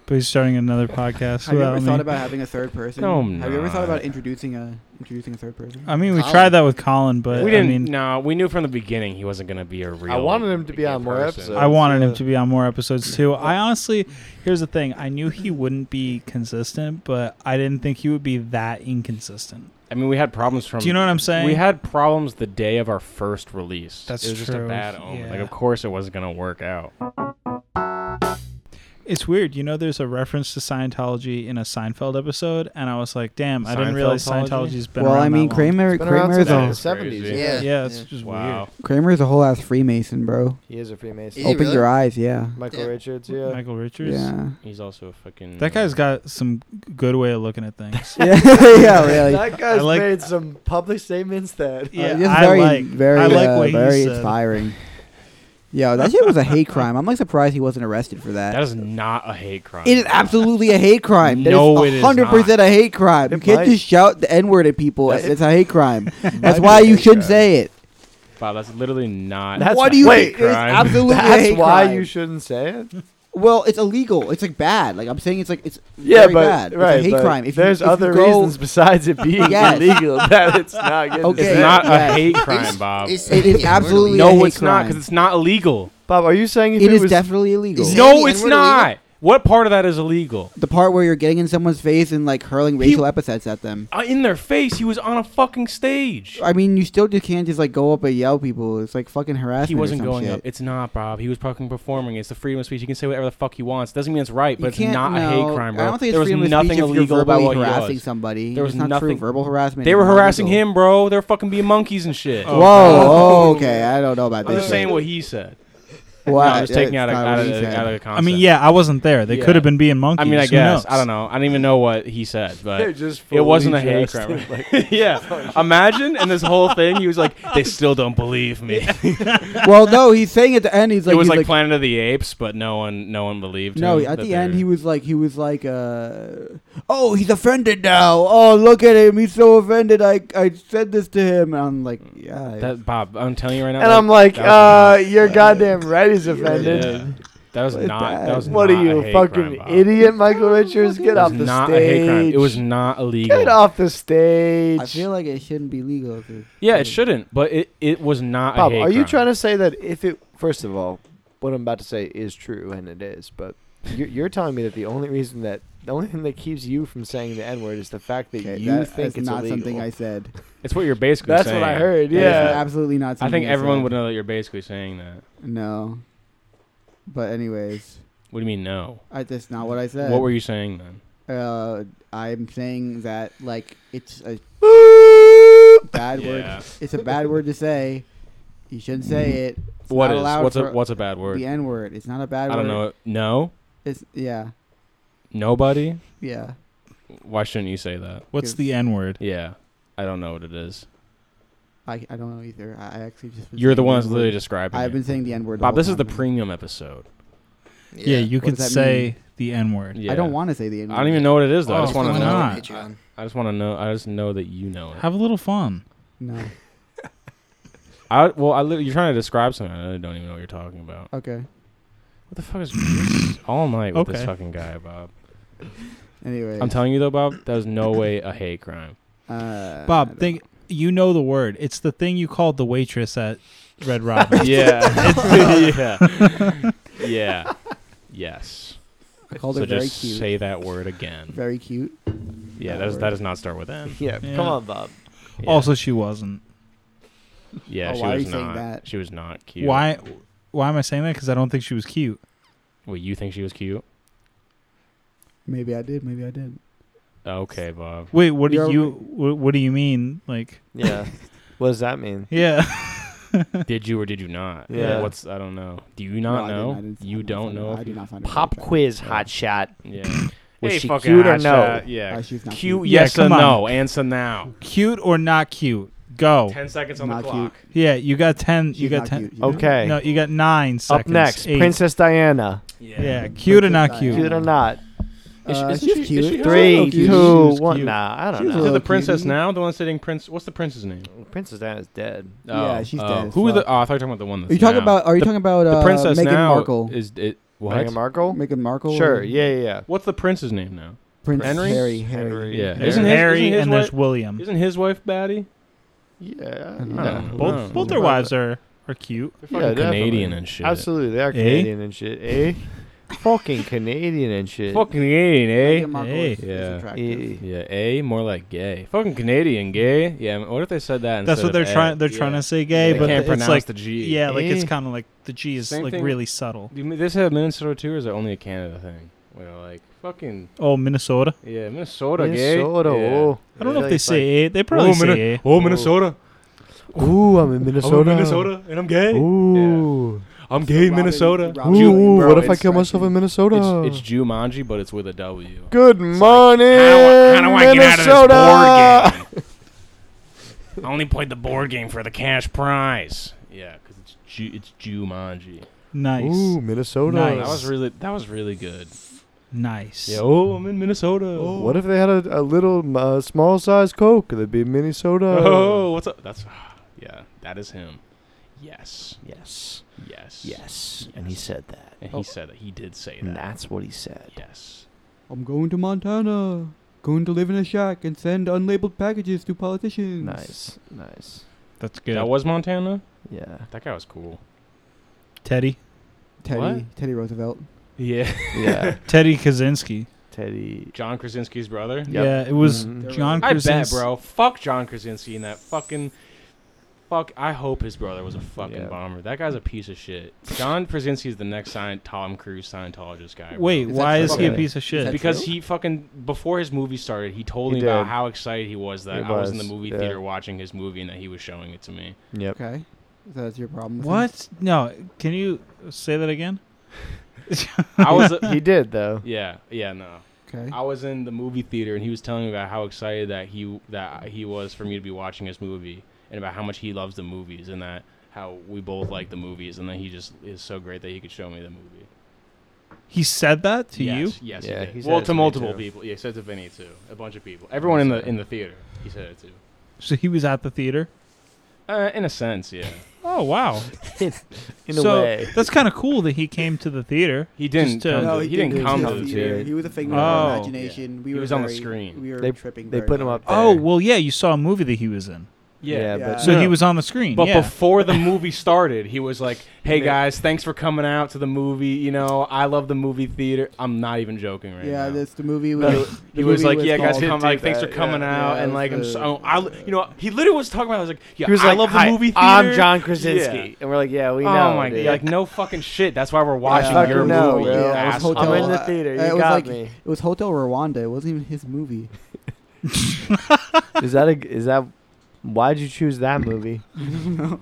A: But he's starting another podcast
B: Have you
A: without
B: ever
A: me.
B: thought about having a third person?
F: No, I'm
B: Have you ever thought
F: not.
B: about introducing a introducing a third person?
A: I mean, we
D: Colin.
A: tried that with Colin, but
F: we didn't.
A: I mean,
F: no, we knew from the beginning he wasn't gonna be a real.
E: wanted him to be on more
F: person.
E: episodes.
A: I wanted him
E: Yeah.
A: to be on more episodes
E: [LAUGHS]
A: too. I honestly, here's the thing: I knew he wouldn't be consistent, but I didn't think he would be that inconsistent.
F: I mean, we had problems from.
A: Do you know what I'm saying?
F: We had problems the day of our first release.
A: That's
F: it was just a
A: true,
F: bad omen. Like,
A: yeah.
F: of course, it wasn't gonna work out.
A: It's weird, you know. There's a reference to Scientology in a Seinfeld episode, and I was like, "Damn, I didn't realize
F: Scientology?
A: Scientology's been."
B: Well,
A: around
B: I mean,
A: that long.
B: Kramer.
E: Been around
B: Kramer
E: since
B: is
F: That
E: the
B: a
F: is
E: seventies.
F: crazy.
E: Yeah.
A: Yeah, it's just
F: Wow.
B: Kramer is a whole ass Freemason, bro.
E: He is a Freemason.
D: Is he
B: Open
D: really?
B: your eyes, yeah.
E: Michael
D: Yeah.
E: Richards.
A: weird.
E: [LAUGHS] Yeah.
A: Michael Richards. [LAUGHS]
B: Yeah.
F: He's also a fucking.
A: That guy's got some good way of looking at things.
B: [LAUGHS] yeah, yeah, really.
E: That guy's
A: I like-
E: made some public statements [LAUGHS] that.
A: Yeah,
B: just
A: I
B: very,
A: like-
B: very,
A: I like
B: uh,
A: what he
B: very
A: said.
B: inspiring. Yo, that shit was a hate crime. I'm like surprised he wasn't arrested for that.
F: That is not a hate crime.
B: it is absolutely a hate crime. That
F: No, it
B: is
F: is
B: 100% a hate crime.
E: It
B: you can't
E: might.
B: just shout the N word at people.
E: That's-
B: it's a hate
E: [LAUGHS]
B: crime. That's
E: be
B: why
E: a
B: you
E: hate
B: shouldn't
E: crime.
B: say it.
F: Wow, that's literally not.
E: That's
B: what
E: not
B: do you
E: a hate
B: think? It's
F: crime.
B: absolutely a
E: That's
B: hate
E: why
B: crime.
E: you shouldn't say it.
B: Well, it's illegal. It's like bad. Like I'm saying, it's like it's
E: Yeah,
B: very
E: but
B: bad.
E: right,
B: it's a hate
E: but
B: crime. If you-
E: there's
B: if you
E: other
B: go-
E: reasons besides it
B: [LAUGHS]
E: being
B: Yes.
E: illegal that it's not
B: [LAUGHS] Okay.
E: good. Okay.
F: It's [LAUGHS] not
B: yeah.
F: a hate crime, Bob.
D: Is-
B: It is
D: Yeah, we're
B: absolutely
D: illegal.
B: a
F: no,
B: hate
F: it's not
B: crime.
F: because it's not illegal.
E: Bob, are you saying if
B: It
E: it,
B: is
E: was
B: definitely illegal.
D: Is it-
F: No,
D: the
F: it's
D: N-word
F: not. What part of that is illegal?
B: the part where you're getting in someone's face and like hurling racial epithets at them.
F: Uh, in their face, he was on a fucking stage.
B: I mean, you still just can't just like go up and yell people. It's like fucking harassment.
F: He wasn't
B: or some
F: going
B: shit.
F: up. It's not, Bob. He was fucking performing. It's the freedom of speech. He can say whatever the fuck he wants. Doesn't mean it's right,
B: You
F: but it's
B: can't-
F: not a
B: no,
F: hate crime, bro.
B: I don't think it's
F: there was
B: freedom of
F: nothing
B: speech if you're
F: illegal about
B: verbally
F: what he
B: harassing
F: was.
B: somebody.
F: There
B: It's
F: was
B: not true.
F: nothing-
B: Verbal harassment.
F: They
B: is
F: were
B: not
F: harassing
B: legal.
F: him, bro. They were fucking being monkeys and shit.
B: Whoa. oh, okay. I don't know about this.
F: I'm just saying
B: shit.
F: what he said.
B: Well,
F: no, I'm just taking
B: that's
F: out of,
B: not
F: out,
B: what
F: of,
B: he
F: the-
B: said.
F: out of the concept.
A: I mean, yeah, I wasn't there. They
F: Yeah.
A: could have been being monkeys.
F: I mean, I
A: Who
F: guess
A: knows?
F: I don't know. I don't even know what he said,
B: [LAUGHS]
F: but
E: just
F: it wasn't a
E: fully
F: hate
E: dressed [LAUGHS]
F: crime.
E: in, like-
F: yeah, imagine. And this whole thing, he was like, "They still don't
B: [LAUGHS]
F: believe me."
B: [LAUGHS] well, no, he's saying at the end he's like
F: it was
B: he's
F: like,
B: like
F: Planet of the Apes, but no one, no one believed.
B: No,
F: him
B: at
F: that
B: the end
F: they're-
B: he was like he was like uh oh he's offended now. Oh look at him, he's so offended I I said this to him and I'm like yeah
F: That Bob, I'm telling you right now.
E: And
F: that-
E: I'm like,
F: that was
E: uh, your goddamn red is offended.
F: not- yeah. that was
B: it's
F: not.
B: bad.
F: That was
E: What
F: not
E: are you,
F: a
E: a
F: hate crime,
E: fucking
F: Bob.
E: idiot, Michael Richards? Get
F: It was
E: off the
F: not
E: stage.
F: a hate crime. It was not illegal.
E: Get off the stage.
B: I feel like it shouldn't be legal. to-
F: Yeah, it shouldn't, but it, it was not
E: Bob,
F: a hate
E: are you
F: crime.
E: trying to say that if it, first of all, what I'm about to say is true, and it is, but you're, you're telling me that the only reason that, the only thing that keeps you from saying the N word is the fact that
B: Okay,
E: you
B: that
E: think
B: is
E: it's
B: not
E: illegal. [LAUGHS]
B: something I said.
F: It's what you're basically
E: That's
F: saying.
E: what I heard,
B: That is
E: yeah.
B: absolutely not.
F: I
B: Something
F: think everyone
B: said.
F: would know that you're basically saying that.
B: No, but anyways,
F: What do you mean no?
B: I, that's not what I said.
F: What were you saying then?
B: Uh, I'm saying that like it's
F: [LAUGHS]
B: a bad
F: Yeah. Mm-hmm.
B: word. It's a bad word to say. You shouldn't say it. It's
F: What
B: not
F: is
B: allowed
F: what's a
B: for-
F: what's a bad word?
B: The N word. It's not a
F: I
B: bad word.
F: don't know. No,
B: It's yeah,
F: nobody.
B: yeah.
F: Why shouldn't you say that?
A: What's the N word?
F: Yeah, I don't know what it is.
B: I, I don't know either. I, I actually just. been
F: You're the
B: saying
F: one that's
B: N-word.
F: literally describing.
B: I've
F: it.
B: been saying the N word.
F: Bob. This is the premium episode.
A: Yeah, you
B: What
A: could
B: does that
A: say the N word.
F: Yeah.
B: I don't want to say the N word.
F: I don't even know what it is though. I
A: Oh,
F: just want
A: why
F: to know.
A: not?
D: Patreon.
F: I just want to know. I just know that you know it.
A: Have a little fun.
B: No.
F: I well, I lit- you're trying to describe something. I don't even know what you're talking about.
B: Okay.
F: What the fuck is this all night with this
A: Okay.
F: fucking guy, Bob?
B: Anyway.
F: I'm telling you though, Bob, that was no way a
A: [LAUGHS]
F: hate crime.
B: Uh, I
A: Bob,
B: don't-
A: think you know the word. It's the thing you called the waitress at
F: [LAUGHS]
A: Red Robin.
F: Yeah. [LAUGHS] yeah. Yeah. Yes.
B: I called
F: so
B: her very
F: just
B: cute.
F: say that word again.
B: very cute.
F: Yeah, that, does, that does not start with N.
E: Yeah,
A: Yeah.
E: come on, Bob.
F: Yeah.
A: Also, she wasn't.
F: yeah,
B: Oh,
F: she
B: why are
F: was
B: you saying
F: not.
B: that?
F: She was not cute.
A: Why? Why am I saying that? Because I don't think she was cute.
F: Wait, you think she was cute?
B: Maybe I did. Maybe I did.
F: Okay, Bob.
B: [LAUGHS]
A: Wait, what do
B: You're-
A: you? What, what do you mean? Like,
B: [LAUGHS]
E: Yeah. what does that mean?
A: yeah. [LAUGHS]
F: Did you or did you not?
E: Yeah.
F: What's I don't know. Do you
B: No, I
F: not know?
B: didn't- I didn't- I
F: you
B: didn't
F: don't
B: find it-
F: know.
B: I
F: if
B: did
F: you-
B: not find it
E: Pop
B: very
E: quiz,
B: attractive.
E: hot shot.
F: Yeah.
E: Was
F: hey,
E: she
F: fucking
E: cute or
F: hot
E: no?
F: shot. Yeah.
B: Uh, she's not
F: cute.
A: Yeah,
F: Yes or
A: come on.
F: no? Answer now.
A: cute or not cute? Go.
F: Ten seconds on
B: Not
F: the
B: cute.
F: clock.
A: Yeah, you got ten.
B: She's
A: you got
B: not
A: ten.
B: cute, you know?
E: Okay.
A: No, you got nine
E: Up
A: seconds.
E: next,
A: Eight.
E: Princess Diana.
A: Yeah, cute or not
B: Princess
A: cute?
E: Cute or not?
F: Is she-
B: Uh,
F: isn't
B: she's
F: she- is
B: cute.
F: she hot?
E: Three,
B: She's cute.
E: two,
A: She's
E: one.
A: cute.
E: Nah, I don't
B: She's
E: know.
F: Is it the
B: Hello,
F: princess
B: cutie.
F: now? The one sitting prince? What's the prince's name?
E: Princess Diana's dead.
B: Yeah, she's dead as
F: Who are the?
B: fuck.
F: Oh, I thought you were talking about the one. That's
B: Are you talking
F: now.
B: about? Are you
F: the,
B: talking about
F: the
B: uh,
F: princess
B: Meghan
F: now
B: Markle?
F: Is it what?
E: Meghan Markle?
B: Meghan Markle.
E: Sure. Yeah, yeah, yeah.
F: What's the prince's name now?
B: Prince
F: Henry?
B: Harry. Harry.
F: Yeah.
A: There's
F: Isn't his-
A: Harry
F: isn't his
A: and there's
F: wife-
A: William.
F: Isn't his wife Batty?
E: Yeah.
B: don't
E: yeah.
F: know.
A: Both
F: No.
A: both their wives are are cute.
E: They're
F: Fucking
E: fucking
F: Canadian and shit.
E: Absolutely, they are Canadian and shit. Eh? fucking Canadian and shit.
F: Fucking Canadian, eh?
B: Meghan Markle
A: Hey.
B: is, is
F: Yeah.
B: attractive.
E: Eh.
F: Yeah, a more like gay. Fucking Canadian gay. Yeah, I mean, what if they said that?
A: That's
F: instead
A: what they're
F: of
A: trying. They're
F: a?
A: trying to say gay,
F: They
A: but
F: can't
A: it's
F: pronounce
A: like
F: the G.
A: yeah, like it's
E: Eh.
A: kind of like the G is
F: Same
A: like
F: thing-
A: really subtle.
F: Do you- this have Minnesota too, or is it only a Canada thing? Where like fucking
A: Oh, Minnesota.
F: yeah, Minnesota,
E: Minnesota.
F: gay. Yeah.
E: Oh.
A: I don't know if they say A. They probably
F: oh,
A: say
F: Minne-
A: A.
F: oh, Minnesota.
E: Ooh, I'm in
F: I'm
E: Minnesota.
F: from Oh, Minnesota, eh? and I'm gay.
E: Ooh.
F: I'm gay,
B: Robin-
F: Minnesota.
B: Robin
E: Ooh,
B: Williams, bro,
E: what if I
B: is
E: kill myself in
B: attractive.
E: Minnesota?
F: It's, it's Jumanji, but it's with a W.
E: Good morning,
F: How do I, how do I get
E: Minnesota.
F: out of this board game? I only played the board game for the cash prize. Yeah, because it's Ju- it's Jumanji.
A: Nice.
E: Ooh, Minnesota.
A: Nice.
F: That was really that was really good.
A: Nice.
F: Yeah. Oh, I'm in Minnesota. Oh. [LAUGHS]
E: What if they had a, a little uh, small size Coke? That'd be Minnesota.
F: [SIGHS] Oh, what's up? That's yeah. That is him. Yes.
E: Yes.
F: Yes.
E: Yes. And he said that.
F: And he said that he did say
E: And
F: that.
E: that's what he said.
F: Yes.
B: I'm going to Montana. Going to live in a shack and send unlabeled packages to politicians.
E: Nice. Nice.
A: That's good.
F: That was Montana.
E: Yeah.
F: That guy was cool.
A: Teddy.
B: Teddy
F: What?
B: Teddy Roosevelt.
F: Yeah.
E: Yeah.
A: Teddy Kaczynski.
E: Teddy.
F: [LAUGHS] John Krasinski's brother.
E: Yep.
A: Yeah, it was
E: Mhm.
A: John
F: I bet,
A: Krasinski.
F: bro. Fuck John Krasinski and that fucking. Fuck. I hope his brother was a fucking
E: Yeah.
F: bomber. That guy's a piece of shit. John Krasinski is the next Scient- Tom Cruise Scientologist guy. bro.
A: Wait,
B: Is that
A: why is he a
E: true?
A: piece of shit?
B: that
F: because
B: true?
F: he fucking before his movie started, he told
E: He
F: me about
E: did.
F: how excited he was that
E: He
F: I was in the
E: was,
F: movie
E: yeah.
F: theater watching his movie and that he was showing it to
E: [LAUGHS]
F: me.
E: Yep.
B: Okay. So that's your problem. with him?
A: What? No, can you say that again?
F: I was a-
E: he did though.
F: [LAUGHS] yeah, yeah, no.
B: Okay.
F: I was in the movie theater and he was telling me about how excited that he that he was for me to be watching his movie and about how much he loves the movies and that how we both like the movies and that he just is so great that he could show me the movie.
A: He said that to you?
F: yes, Yes, he
E: Yeah,
F: did.
E: he said
F: well,
E: it
F: to
E: to me,
F: multiple
E: too.
F: people. Yeah, he said to Vinny too. A bunch of people. Everyone in the in the theater. He said it to.
A: So he was at the theater?
F: Uh, in a sense, yeah.
A: Oh, wow.
E: In
A: so
E: a way.
A: that's kind of cool that he came to the theater.
F: He didn't.
A: to-
F: come
A: No,
F: to, he, didn't
B: do
F: come
B: it.
F: to the
B: uh, He
F: theater.
B: did. He was a figment of our
A: Oh.
B: imagination. We
F: He
B: were
F: was on the
B: very-
F: screen.
B: We were
E: They-
B: tripping.
E: They
B: very
E: put him
B: hard.
E: up. There.
A: Oh, well, yeah, you saw a movie that he was in.
E: Yeah,
B: Yeah.
E: but
A: So
B: No.
A: he was on the screen.
F: But
A: yeah.
F: before the movie started, he was like, "Hey guys, thanks for coming out to the movie. You know, I love the movie theater. I'm not even joking right
B: Yeah,
F: now."
B: that's the movie.
F: No,
B: Was, the
F: he was
B: movie
F: like, "Yeah, guys,
B: called-
F: come
E: do
F: like, thanks for
E: that,
F: coming
B: yeah.
F: out."
B: Yeah,
F: and
B: it
F: like, I'm
B: was
F: so,
B: the-
F: I, li- you know, he literally was talking about. I was like, "Yeah,
E: he was
F: I
E: like,
F: love
E: "Hi,
F: the movie theater."
E: I'm John Krasinski,
F: Yeah.
E: and we're like, "Yeah, we know."
F: oh my
E: dude.
F: god, like no fucking shit. That's why we're watching
E: fucking
F: your
E: no,
F: movie.
E: bro.
F: you
E: I was
F: asshole.
E: hotel- I'm in the
B: uh,
E: theater, you
B: it was
E: got
B: like,
E: me.
B: It was Hotel Rwanda. It wasn't even his movie. [LAUGHS]
E: is that a? Is that? Why'd you choose that movie?
B: no.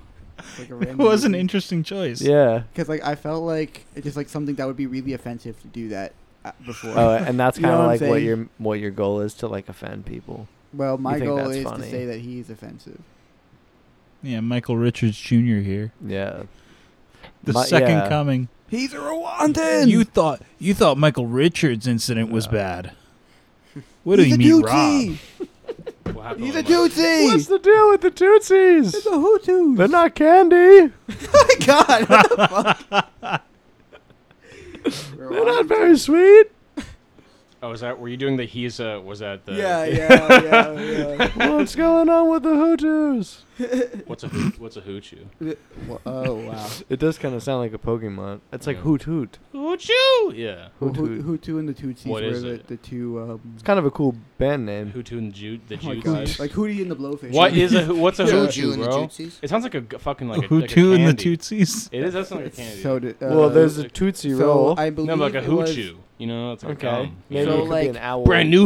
B: Like
A: [LAUGHS]
B: a
A: it
B: random
A: was an
B: movie.
A: interesting choice.
E: [LAUGHS] yeah.
B: Because like I felt like it's just like something that would be really offensive to do that uh, before.
E: Oh, and that's
B: You know
E: kind of
B: what I'm
E: like what
B: saying?
E: your what your goal is to like offend people.
B: well, my
E: think
B: goal
E: that's
B: is
E: funny?
B: to say that he's
F: [LAUGHS]
B: offensive.
A: Yeah, Michael Richards Jr. here.
E: Yeah.
A: The
E: My-
A: second
E: yeah.
A: coming.
B: He's a Rwandan.
A: You thought you thought Michael Richards' incident was
E: No.
A: bad. What do you mean, Rob?
F: What happened
B: He's a
F: with
E: What's
B: Tutsi.
E: the deal with the Tootsies?
B: The Hutus.
E: They're not candy.
B: my God. What the fuck?
E: They're not very sweet.
F: my- Oh, was that? Were you doing the? He's a. Was that the?
B: yeah, yeah, yeah, yeah.
E: What's going on with the Hutus?
F: What's a? hoo- What's a hoochie?
B: [LAUGHS] Wha- oh wow.
E: It does kind of sound like a Pokemon. It's like
F: Yeah.
E: hoot hoot.
F: Hoochoo. Yeah.
B: Well,
E: Hoot
B: Hu-
E: hoot.
B: Hutu and the Tutsis
F: What
B: were
F: is
B: the,
F: it?
B: the two. Um,
E: It's kind of a cool band name.
F: Hoochoo and the Jew. The
B: oh my
F: Jews.
B: God. Like Hootie and the Blowfish.
F: What
B: [LAUGHS]
F: is a? hoo- What's a
B: Yeah.
F: hoochoo,
D: Jew and the
F: bro?
D: Tootsies.
F: It sounds like a g- fucking like a,
A: Who
F: like a
A: two and the
F: candy.
A: Tootsies?
F: It is. That sounds like a candy.
B: So did, uh,
E: well, there's a
F: uh,
E: Tootsie
B: so
E: Roll.
B: I believe
F: no, but like a
B: it was-
F: hoochoo. You know, it's like um,
E: okay.
F: okay.
E: Maybe
B: So,
E: it could
B: like,
E: be an owl.
F: brand new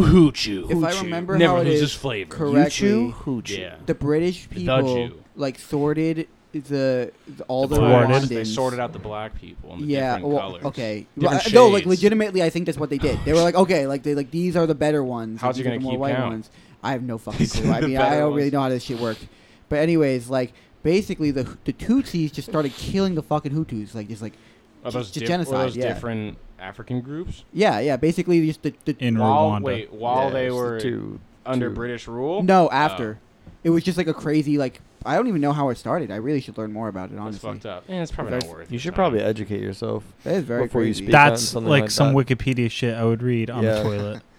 B: If
F: hoochoo.
B: I
F: Hoochoo.
B: remember
F: never
B: how it
F: loses
B: is
F: flavor.
B: correctly,
E: hoochie.
F: Yeah.
B: the British
F: The Dutch
B: people
F: Jew.
B: like sorted the, the all the,
A: blacks.
F: blacks,
B: Rwandans.
F: they sorted out the black people and the
B: yeah,
F: different
B: well,
F: colors.
B: okay.
F: Different
B: Well, I- no, like
F: shades.
B: legitimately, I think that's what they did. They were like, okay, like they like these are the better ones.
F: How's
B: like,
F: he
B: these are the
F: gonna
B: more
F: keep
B: white
F: count?
B: ones? I
F: [LAUGHS]
B: have no fucking
F: These
B: clue.
F: are
B: I
F: the
B: mean, I
F: better
B: don't really
F: ones.
B: know how this shit worked. But anyways, like basically the the Tutsis just started killing the fucking Hutus, like just like
F: Are those,
B: Just
F: diff-
B: genocide,
F: were those
B: yeah.
F: different African groups?
B: yeah, yeah. Basically, just the, the
A: In
F: while,
A: Rwanda.
F: Wait, while
E: Yeah,
F: they
E: it's the
F: were
E: two.
F: under
E: two.
F: British rule?
B: no after. It was just like a crazy like I don't even know how it started. I really should learn more about it.
F: That's
B: Honestly,
F: fucked up. Yeah, it's probably
B: There's-
F: not worth
E: You
F: your
E: should
F: time.
E: probably educate yourself.
B: That is very
E: Before you
B: crazy.
E: speak.
A: That's
E: something
A: like,
E: like
A: some
E: that.
A: Wikipedia shit I would read on
E: Yeah.
A: the toilet.
F: [LAUGHS]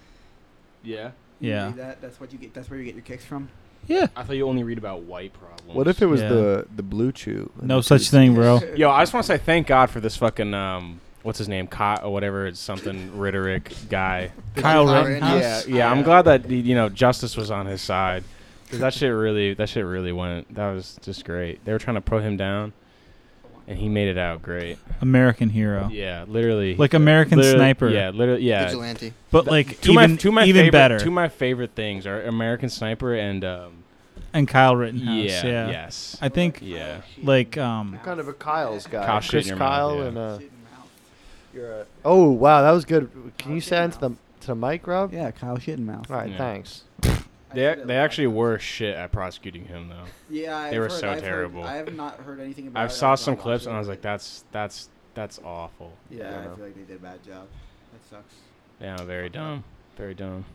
F: Yeah.
B: You
A: Yeah.
B: read that, that's what you get. That's where you get your kicks
F: [LAUGHS]
B: from.
A: Yeah.
F: I thought you only read about white problems.
E: What if it was
A: Yeah.
E: the the blue chew? and
A: No
E: the
A: such
E: Tootsies?
A: thing, bro.
F: Yo, I just want to say thank God for this fucking um, what's his name, Cot or whatever, it's something Ritterick guy.
A: Kyle
D: Kyle
A: Rittenhouse.
F: Yeah, yeah. I'm glad that you know justice was on his side. 'Cause that shit really, that shit really went. That was just great. They were trying to put him down, and he made it out great.
A: American hero.
F: Yeah, literally.
A: Oh. Like American
F: Literally-
A: Sniper.
F: Yeah, literally. Yeah.
D: Vigilante.
A: But like
F: Two
A: even,
F: my, two my
A: even
F: favorite,
A: better.
F: Two of my favorite things are American Sniper and um.
A: and Kyle Rittenhouse.
F: Yeah.
A: Yeah.
F: Yes.
A: I think
F: yeah.
A: like um
E: Kind of a Kyle's guy.
F: Kyle shit in
E: Chris
F: your mouth,
E: Kyle
F: yeah.
E: and uh, you're a. Oh wow, that was good. Can you say that to the to the mic, Rob?
B: Yeah, Kyle Shittenmouth.
E: All right,
F: Yeah.
E: thanks.
F: They they actually were shit at prosecuting him though.
B: Yeah, I've
F: They were
B: heard-
F: so
B: I've heard-
F: terrible.
B: I have not heard anything about.
F: I
B: it.
F: saw
B: I've
F: some
B: not watched
F: clips and I
B: it.
F: was like, that's that's that's awful.
E: I
B: Yeah,
E: don't
B: I
E: know.
B: feel like they did a bad job. That sucks.
F: Yeah, very dumb. Very dumb.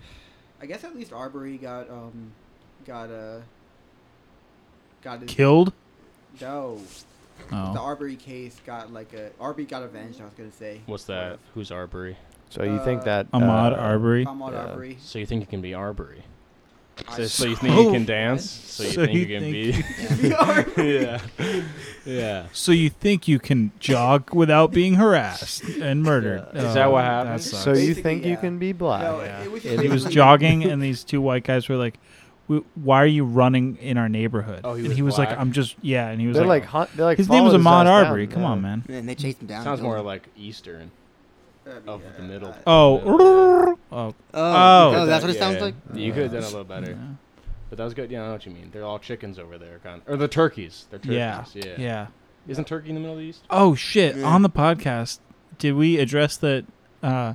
B: I guess at least Arbery got um, got uh, got his
A: killed.
B: no. The
A: Oh.
B: Arbery case got like a Arbery got avenged. I was gonna say.
F: What's that? Who's Arbery?
E: So you think
B: Uh,
E: that
A: Ahmad
E: uh,
A: Arbery.
F: um,
B: Ahmad
E: Yeah.
B: Arbery.
F: So you think it can be Arbery? So,
B: I-
F: so you think you
A: So-
F: can dance? So you think you can be? [LAUGHS] yeah, yeah.
A: So you think you can jog without being harassed and murdered? Oh,
F: Is that what happened?
A: that
E: So
A: sucks.
E: you
B: Basically,
E: think you
B: yeah.
E: can be black?
B: No, it, it was just
A: he was
B: basically-
A: jogging,
F: [LAUGHS]
A: and these two white guys were like, "W- "Why are you running in our neighborhood?"
F: Oh, he
A: and
F: was
A: he was like,
F: black?
A: "I'm just yeah." And he was
E: They're like,
A: like,
E: hunt, they're like
A: "His name was
E: following his
A: Ahmad
E: ass
A: Arbery.
E: down,
A: Come
E: yeah.
A: on, man."
D: And they chased him down.
F: Sounds
D: killed
F: more
D: him.
F: like Eastern
B: That'd be,
F: of the
B: uh,
F: middle.
B: uh,
A: Oh, oh,
D: Oh,
A: Oh.
D: oh, that's what it
F: Yeah,
D: sounds
F: yeah.
D: like.
F: You could have done a little better, but that was good. Yeah, I know what you mean. They're all chickens over there, kind of. or the turkeys. They're
A: yeah,
F: turkeys.
A: yeah,
F: Yeah. Isn't Turkey in the Middle East?
A: Oh shit!
D: Yeah.
A: On the podcast, did we address
F: [LAUGHS]
A: that? Uh,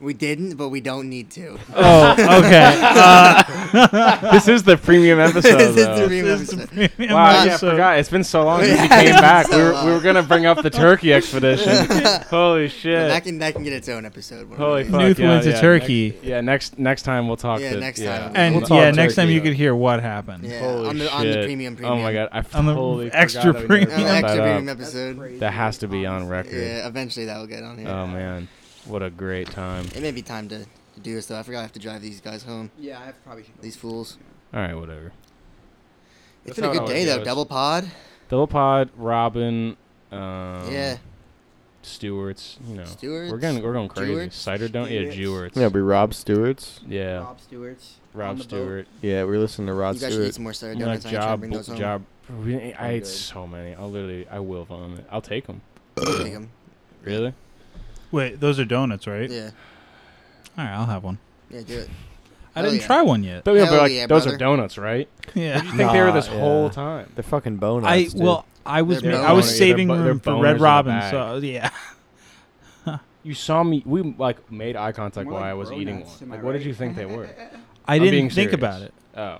D: We didn't, but we don't need [LAUGHS] to.
A: oh,
F: [LAUGHS]
A: okay. Uh,
F: this is the [LAUGHS] premium episode.
D: This is
F: though.
D: the real
A: this is
D: episode.
A: the premium [LAUGHS]
F: Wow, yeah, I
A: episode.
F: forgot. It's been so long since you
D: Yeah,
F: came
D: it's
F: back.
D: so
F: we, were, we were
D: long.
F: gonna bring up the turkey expedition. Holy shit!
D: That can that can get its own episode. one
F: Holy
D: day.
F: fuck!
A: Newth
F: yeah,
A: went to
F: yeah,
A: Turkey.
F: Next, yeah, next next time we'll talk.
D: Yeah,
F: to,
D: next
F: yeah.
D: time.
A: And
D: We'll
A: yeah,
D: talk
A: next time
F: turkey.
A: you could hear what happened.
D: Yeah,
F: Holy
D: on the on the
F: shit.
D: premium premium.
F: Oh my god, I
A: On the
F: totally
A: extra
F: forgot that we
A: premium.
D: Uh,
F: brought that
D: extra
F: up.
D: premium
B: that's
D: episode.
B: crazy,
F: That has to be on
B: honestly.
F: record.
D: Yeah, eventually that will get on here.
F: Oh man, what a great time!
D: It may be time to to do this though. I forgot I have to drive these guys home.
B: Yeah, I probably should.
D: These fools.
F: All right, whatever. That's
D: It's been a
F: how it
D: good day
F: always
D: though.
F: goes.
D: Double pod.
F: Double pod, Robin, um,
D: yeah.
F: Stewart's. You know,
D: Stewart's,
F: we're going we're going crazy.
D: Jewerts,
F: Cider don't yeah,
B: Stewart's.
F: Jewerts.
E: Yeah, we Rob Stewart's.
F: yeah,
B: Rob Stewart's. on
F: Rob
B: the boat.
F: Stewart.
E: Yeah, we listen to Rod
D: You guys should
E: Stewart.
D: eat some more soda
F: You know,
D: donuts. I ain't trying to
F: job,
D: bring those home.
F: job. I
E: I'm
F: ate
E: good.
F: so many. I'll literally, I will vomit. I'll take them.
D: Take 'em.
F: Really?
A: Wait, those are donuts, right?
D: Yeah.
A: All right, I'll have one.
D: Yeah. Do it.
A: I
D: Hell
A: didn't
D: yeah.
A: try one yet.
F: But we'll be
D: Hell
F: like,
D: yeah,
F: those are
D: brother."
F: donuts, right?
A: Yeah.
F: You think they were
E: Nah,
F: this whole
E: yeah.
F: time?
E: They're fucking bonuts.
A: I
E: dude.
A: well, I was
D: They're
A: ma- I was
D: boners.
A: saving
F: They're bo-
A: room
F: they're
A: for
F: boners in
A: Red
F: the
A: Robin,
F: bag.
A: so yeah.
F: You saw me. We like made eye contact
B: More
F: while
B: like
F: I was
B: grown
F: eating
B: ups,
F: one.
B: am
F: Like,
B: I
F: what
B: right?
F: did you think
B: [LAUGHS]
F: they were?
A: I
F: I'm being
A: didn't think
F: serious.
A: about it.
F: Oh,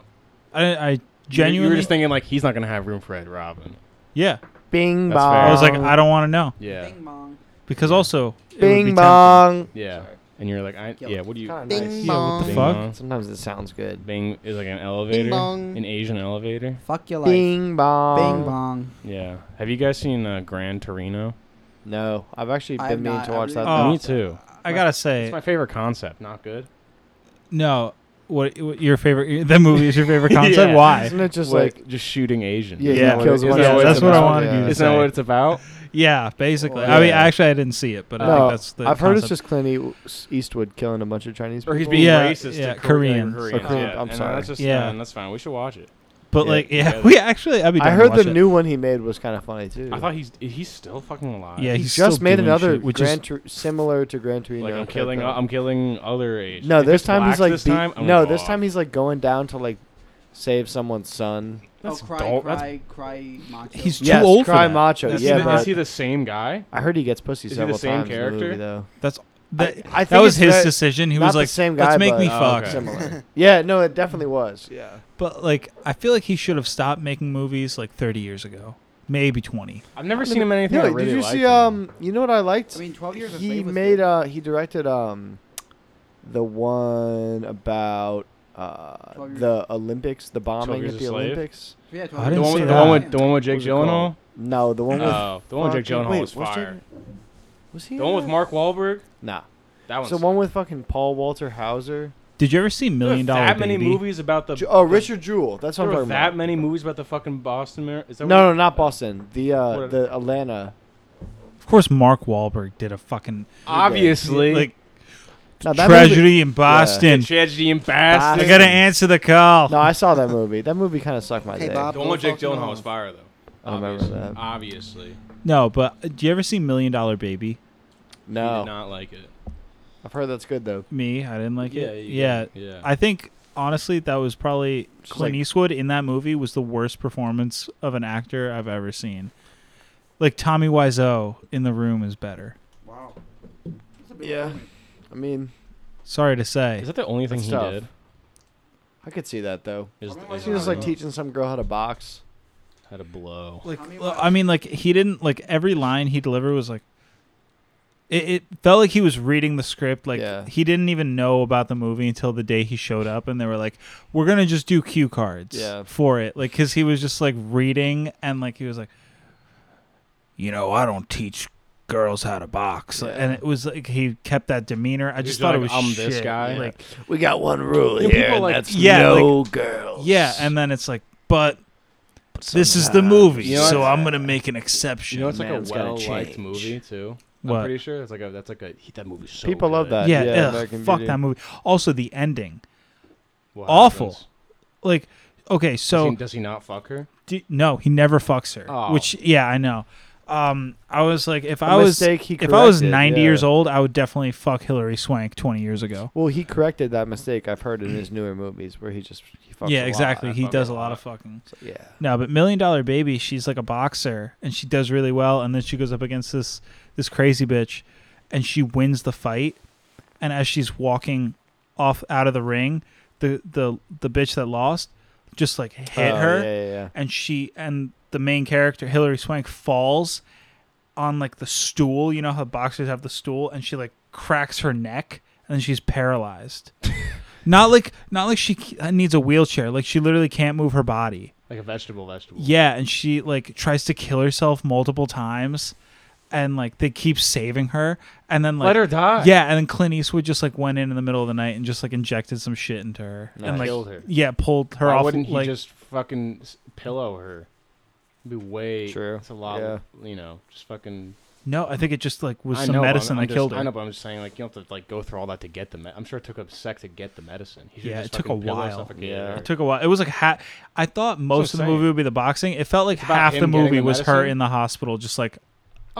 A: I I
F: You- You were
A: genuinely
F: just thinking like he's not gonna have room for Ed Robin.
A: yeah.
E: Bing
F: That's
E: bong.
F: fair.
A: I was like, I don't want to know
F: Yeah,
B: Bing bong.
A: because also it would be
E: Bing
A: tempting.
E: bong.
F: yeah. And you're like, I
B: Yo,
F: yeah. What do you?
E: Kinda
D: Bing
E: nice.
A: Yeah, what the
D: Bing
A: fuck?
F: bong.
E: Sometimes it sounds good.
F: Bing is like an elevator,
D: bong.
F: an Asian elevator.
B: Fuck your life. Bing
E: Bing bong.
B: bong.
F: Yeah. Have you guys seen uh, Grand Torino?
E: No, I've actually
B: I
E: been
B: have
E: meaning
B: not-
E: to
B: I
E: watch
B: really-
E: that.
A: Oh.
E: though.
F: Me too.
A: I gotta
F: It's
A: say
F: my favorite concept. Not good.
A: no. What, what your favorite? [LAUGHS] The movie is your
F: [LAUGHS]
A: favorite concept.
F: Yeah.
A: Why?
E: Isn't it just
F: Wait,
E: like
F: just shooting Asians.
E: yeah,
A: Yeah.
E: yeah, kills
A: Is
E: one?
A: that
E: yeah,
A: what it's about? Yeah.
E: Yeah.
A: Is
F: Isn't that what it's about?
A: Yeah, basically.
E: Well,
A: I mean,
E: yeah.
A: actually, I didn't see it, but I
E: No,
A: think that's the.
E: I've heard it's
A: concept.
E: just Clint Eat- Eastwood killing a bunch of Chinese people.
F: Or he's being
A: Yeah,
F: racist
A: yeah,
F: to Kore-
A: Koreans.
F: Koreans.
E: Or Korean-
F: yeah.
E: I'm
F: And uh,
E: sorry.
F: That's just
A: Yeah.
F: yeah. that's fine. We should watch it.
A: But
F: Yeah,
A: like, yeah,
F: together.
A: [LAUGHS] we actually, I'd be.
E: I
A: down to
E: heard
A: watch
E: the
A: it.
E: new one he made was kind of funny too.
F: I thought he's he's still fucking alive.
A: Yeah,
E: he
A: he's
E: just
A: still
E: made
A: doing
E: another
A: shit, which is-
E: Gran Tur- similar to Gran Torino.
F: like I'm
E: type
F: killing
E: thing.
F: I'm killing other Asians.
E: no,
F: If
E: this
F: it's
E: time he's
F: blacks
E: like
F: this
E: be-
F: time. I'm
E: no,
F: gonna
E: this
F: go
E: time
F: off.
E: he's like going down to like save someone's son.
F: that's
B: oh, cry,
F: dull- that's-
B: cry, cry, macho.
A: He's too
E: yes,
A: old for
E: cry
A: that.
E: macho.
F: Is,
E: yeah,
F: he the,
E: but
F: is he the same guy?
E: I heard he gets pussy
F: is he the
E: several
F: same
E: times in the movie
F: character?
E: though.
A: That's that.
E: I, I
A: that
E: think
A: was
E: it's
A: his
E: the-
A: decision. He
E: not
A: was
E: the
A: like,
E: same guy,
A: "Let's make
E: but-
A: me
E: oh,
A: fuck."
F: okay.
E: Similar. yeah, no, it definitely was. Yeah.
A: But like, I feel like he should have stopped making movies like 30 years ago, maybe 20.
F: I've never seen him in anything.
E: No,
F: I really
E: did you
F: liked
E: see?
F: him.
E: Um, you know what I liked?
B: I mean, 12 years of
E: he
B: slave was
E: made.
B: good.
E: Uh, he directed. Um, the one about uh
B: 12 years-
E: the Olympics, the bombing
F: Years
E: at
F: a
E: the
F: Slave?
E: Olympics.
B: Yeah, 12
A: I
F: the
A: didn't
F: one
A: see
F: with the
A: that.
F: one with the one with Jake
E: was it called?
F: Gyllenhaal.
E: No, the one with.
F: Oh, the one with Jake
E: fucking-
F: Gyllenhaal
E: wait,
F: was
E: was Jake-
F: fire.
E: Was he?
F: The one with
E: in
F: Mark Wahlberg.
E: that? Nah.
F: That one's
E: So one with fucking Paul Walter Hauser.
A: Did you ever see
F: There were
A: Million Dollar
F: that
A: Baby?
F: many movies about the
E: Ju- oh, Richard Jewell. That's what
F: There
E: I'm
F: were
E: talking
F: that
E: about.
F: many movies about the fucking Boston Mar- Is that what-
E: No, no, not Boston. The uh,
F: What-
E: the Atlanta.
A: Of course, Mark Wahlberg did a fucking
F: Obviously,
A: like
E: No, Oh, that
A: tragedy
E: Movie,
A: in Boston.
F: tragedy in Boston.
A: I gotta answer the call.
E: no, I saw that movie. That movie kind of sucked
D: [LAUGHS]
E: my
D: Hey,
E: day.
D: Bob.
F: The one with Jake
D: Fucking
F: Gyllenhaal
D: off.
F: was fire though.
E: I remember
F: Obviously.
E: that.
F: Obviously,
A: No, but uh, do you ever see Million Dollar Baby?
F: no. did
E: No,
F: not like it.
E: I've heard that's good though.
A: Me, I didn't like it.
F: you
A: yeah,
F: did. yeah.
A: I think honestly that was probably
E: Just
A: Clint
E: like-
A: Eastwood in that movie was the worst performance of an actor I've ever seen. Like Tommy Wiseau in The Room is better.
B: Wow. That's a big
E: Yeah.
B: one.
E: I mean,
A: Sorry to say.
F: Is that the only thing
E: That's
F: he
E: tough.
F: did?
E: I could see that though.
F: Is,
B: Tommy
F: is
E: She was
B: Wiseau.
E: like teaching some girl how to box.
F: how to blow.
A: Like
B: Tommy
A: well,
B: Wiseau.
A: I mean like he didn't like every line he delivered was like it, it felt like he was reading the script like
E: Yeah.
A: he didn't even know about the movie until the day he showed up and they were like we're going to just do cue cards
E: Yeah.
A: for it like cuz he was just like reading and like he was like you know, I don't teach girls how to box. And it was like he kept that demeanor. I just
F: He's like,
A: thought it was
F: "I'm
A: shit.
F: this guy.
A: Like,
E: We got one rule
A: Yeah,
E: here,
A: people
E: and
A: like-
E: that's
A: yeah,
E: no girls.
A: yeah, and then it's like, but this is the movie,
F: You know
A: so
F: what?
A: I'm gonna make an exception.
F: You know, it's like
E: man's
F: a
E: gotta
F: well-liked
E: change.
F: movie too.
A: What?
F: I'm pretty sure it's like a that's like a he- that movie's so
E: People love
F: good.
E: that.
A: yeah,
E: yeah,
A: ugh,
E: American
A: fuck
E: Beauty.
A: that movie. Also, the ending,
F: What
A: Awful.
F: happens?
A: like, okay,
F: Does he-
A: so
F: does he not fuck her?
A: d- no, he never fucks her.
F: Oh.
A: Which, yeah, I know. Um, I was like, if
E: A
A: I was
E: mistake he
A: if I was
E: corrected,
A: 90
E: yeah.
A: years old, I would definitely fuck Hillary Swank 20 years ago.
E: Well, he corrected that mistake. I've heard in his newer movies where he just he fucks a
A: yeah,
E: lot.
A: exactly. He
F: fuck
A: does
F: a
A: a lot
F: lot.
A: of fucking.
E: So, yeah.
A: No, but Million Dollar Baby, she's like a boxer and she does really well and then she goes up against this this crazy bitch and she wins the fight and as she's walking off out of the ring, the the the bitch that lost just like hit
E: Oh,
A: her
E: Yeah, yeah, yeah.
A: and she and the main character Hillary Swank falls on like the stool, you know how boxers have the stool and she like cracks her neck and then she's
E: [LAUGHS]
A: paralyzed. not like not like she c- needs a wheelchair, like she literally can't move her body.
F: Like a vegetable, vegetable.
A: Yeah, and she like tries to kill herself multiple times, and like they keep saving her, and then like
F: Let her die.
A: yeah, and then Clint Eastwood just like went in in the middle of the night and just like injected some shit into her and
E: Nice.
A: like
F: Killed her.
A: yeah pulled her
F: Why
A: off
F: wouldn't he
A: like
F: just fucking s- pillow her? It'd be way.
E: True.
F: It's a lot.
E: Yeah.
F: You know, just fucking.
A: no I think it just like was
F: I
A: some
F: know,
A: medicine
F: I'm,
A: that
F: I'm just-
A: killed
F: I know,
A: her
F: but I'm just saying, like, you don't have to like go through all that to get the. Me- I'm sure it took a sec to get the medicine. He should've
A: Yeah,
F: just
A: it took
F: fucking
A: a
F: pillow
A: while.
F: suffocated
E: Yeah.
F: her.
A: it took a while it was like ha- I thought most of the
F: what I'm
A: movie
F: saying.
A: would be the boxing it felt like
F: about
A: half the
F: him getting
A: movie
F: the
A: was her
F: medicine?
A: in the hospital just like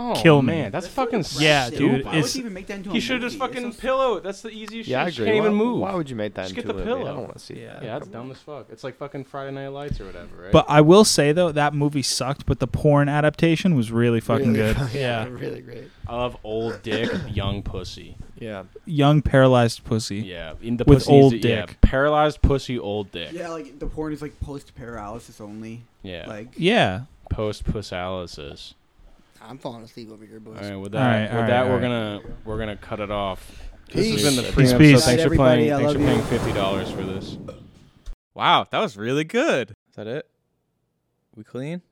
F: Oh
A: Kill me.
F: man, that's fucking. s-
A: Yeah,
B: Shit,
A: dude,
B: Why would
A: it's-
B: you even make that into a
F: He should have just
B: movie? It's
F: fucking
B: so-
F: pillow. That's the easiest.
E: Yeah, I
F: shit. She
E: agree.
F: can't even
E: why,
F: move.
E: Why would you make that
F: Just
E: into
F: get
E: a
F: the
E: movie? I
F: pillow.
E: don't want to see
A: Yeah.
E: that.
F: yeah, that's
E: Come on.
F: dumb as fuck. It's like fucking Friday Night Lights or whatever, right?
A: but I will say though that movie sucked but the porn adaptation was really fucking
E: Really
A: good
F: [LAUGHS]
A: yeah
E: really great.
F: I love old dick, young
E: [LAUGHS]
F: pussy.
E: Yeah.
A: young paralyzed pussy
F: Yeah, in the
A: With
F: pussy needs
A: old
F: to- yeah,
A: dick.
F: paralyzed pussy, old dick.
B: Yeah, like the porn is like post paralysis only.
F: Yeah,
B: Like
A: yeah.
F: post pussalysis.
D: I'm falling asleep over here, boys.
F: All right, with that,
A: All right,
F: with
A: all right,
F: that,
A: all
F: we're
A: right.
F: gonna we're gonna cut it off. This
D: Peace.
F: has been the
A: Peace,
F: free so
A: peace.
F: thanks for
B: Everybody,
F: playing.
B: I
F: Thanks for
B: love
F: paying
B: you.
F: fifty dollars for this.
I: Wow, that was really good. Is that it? We clean?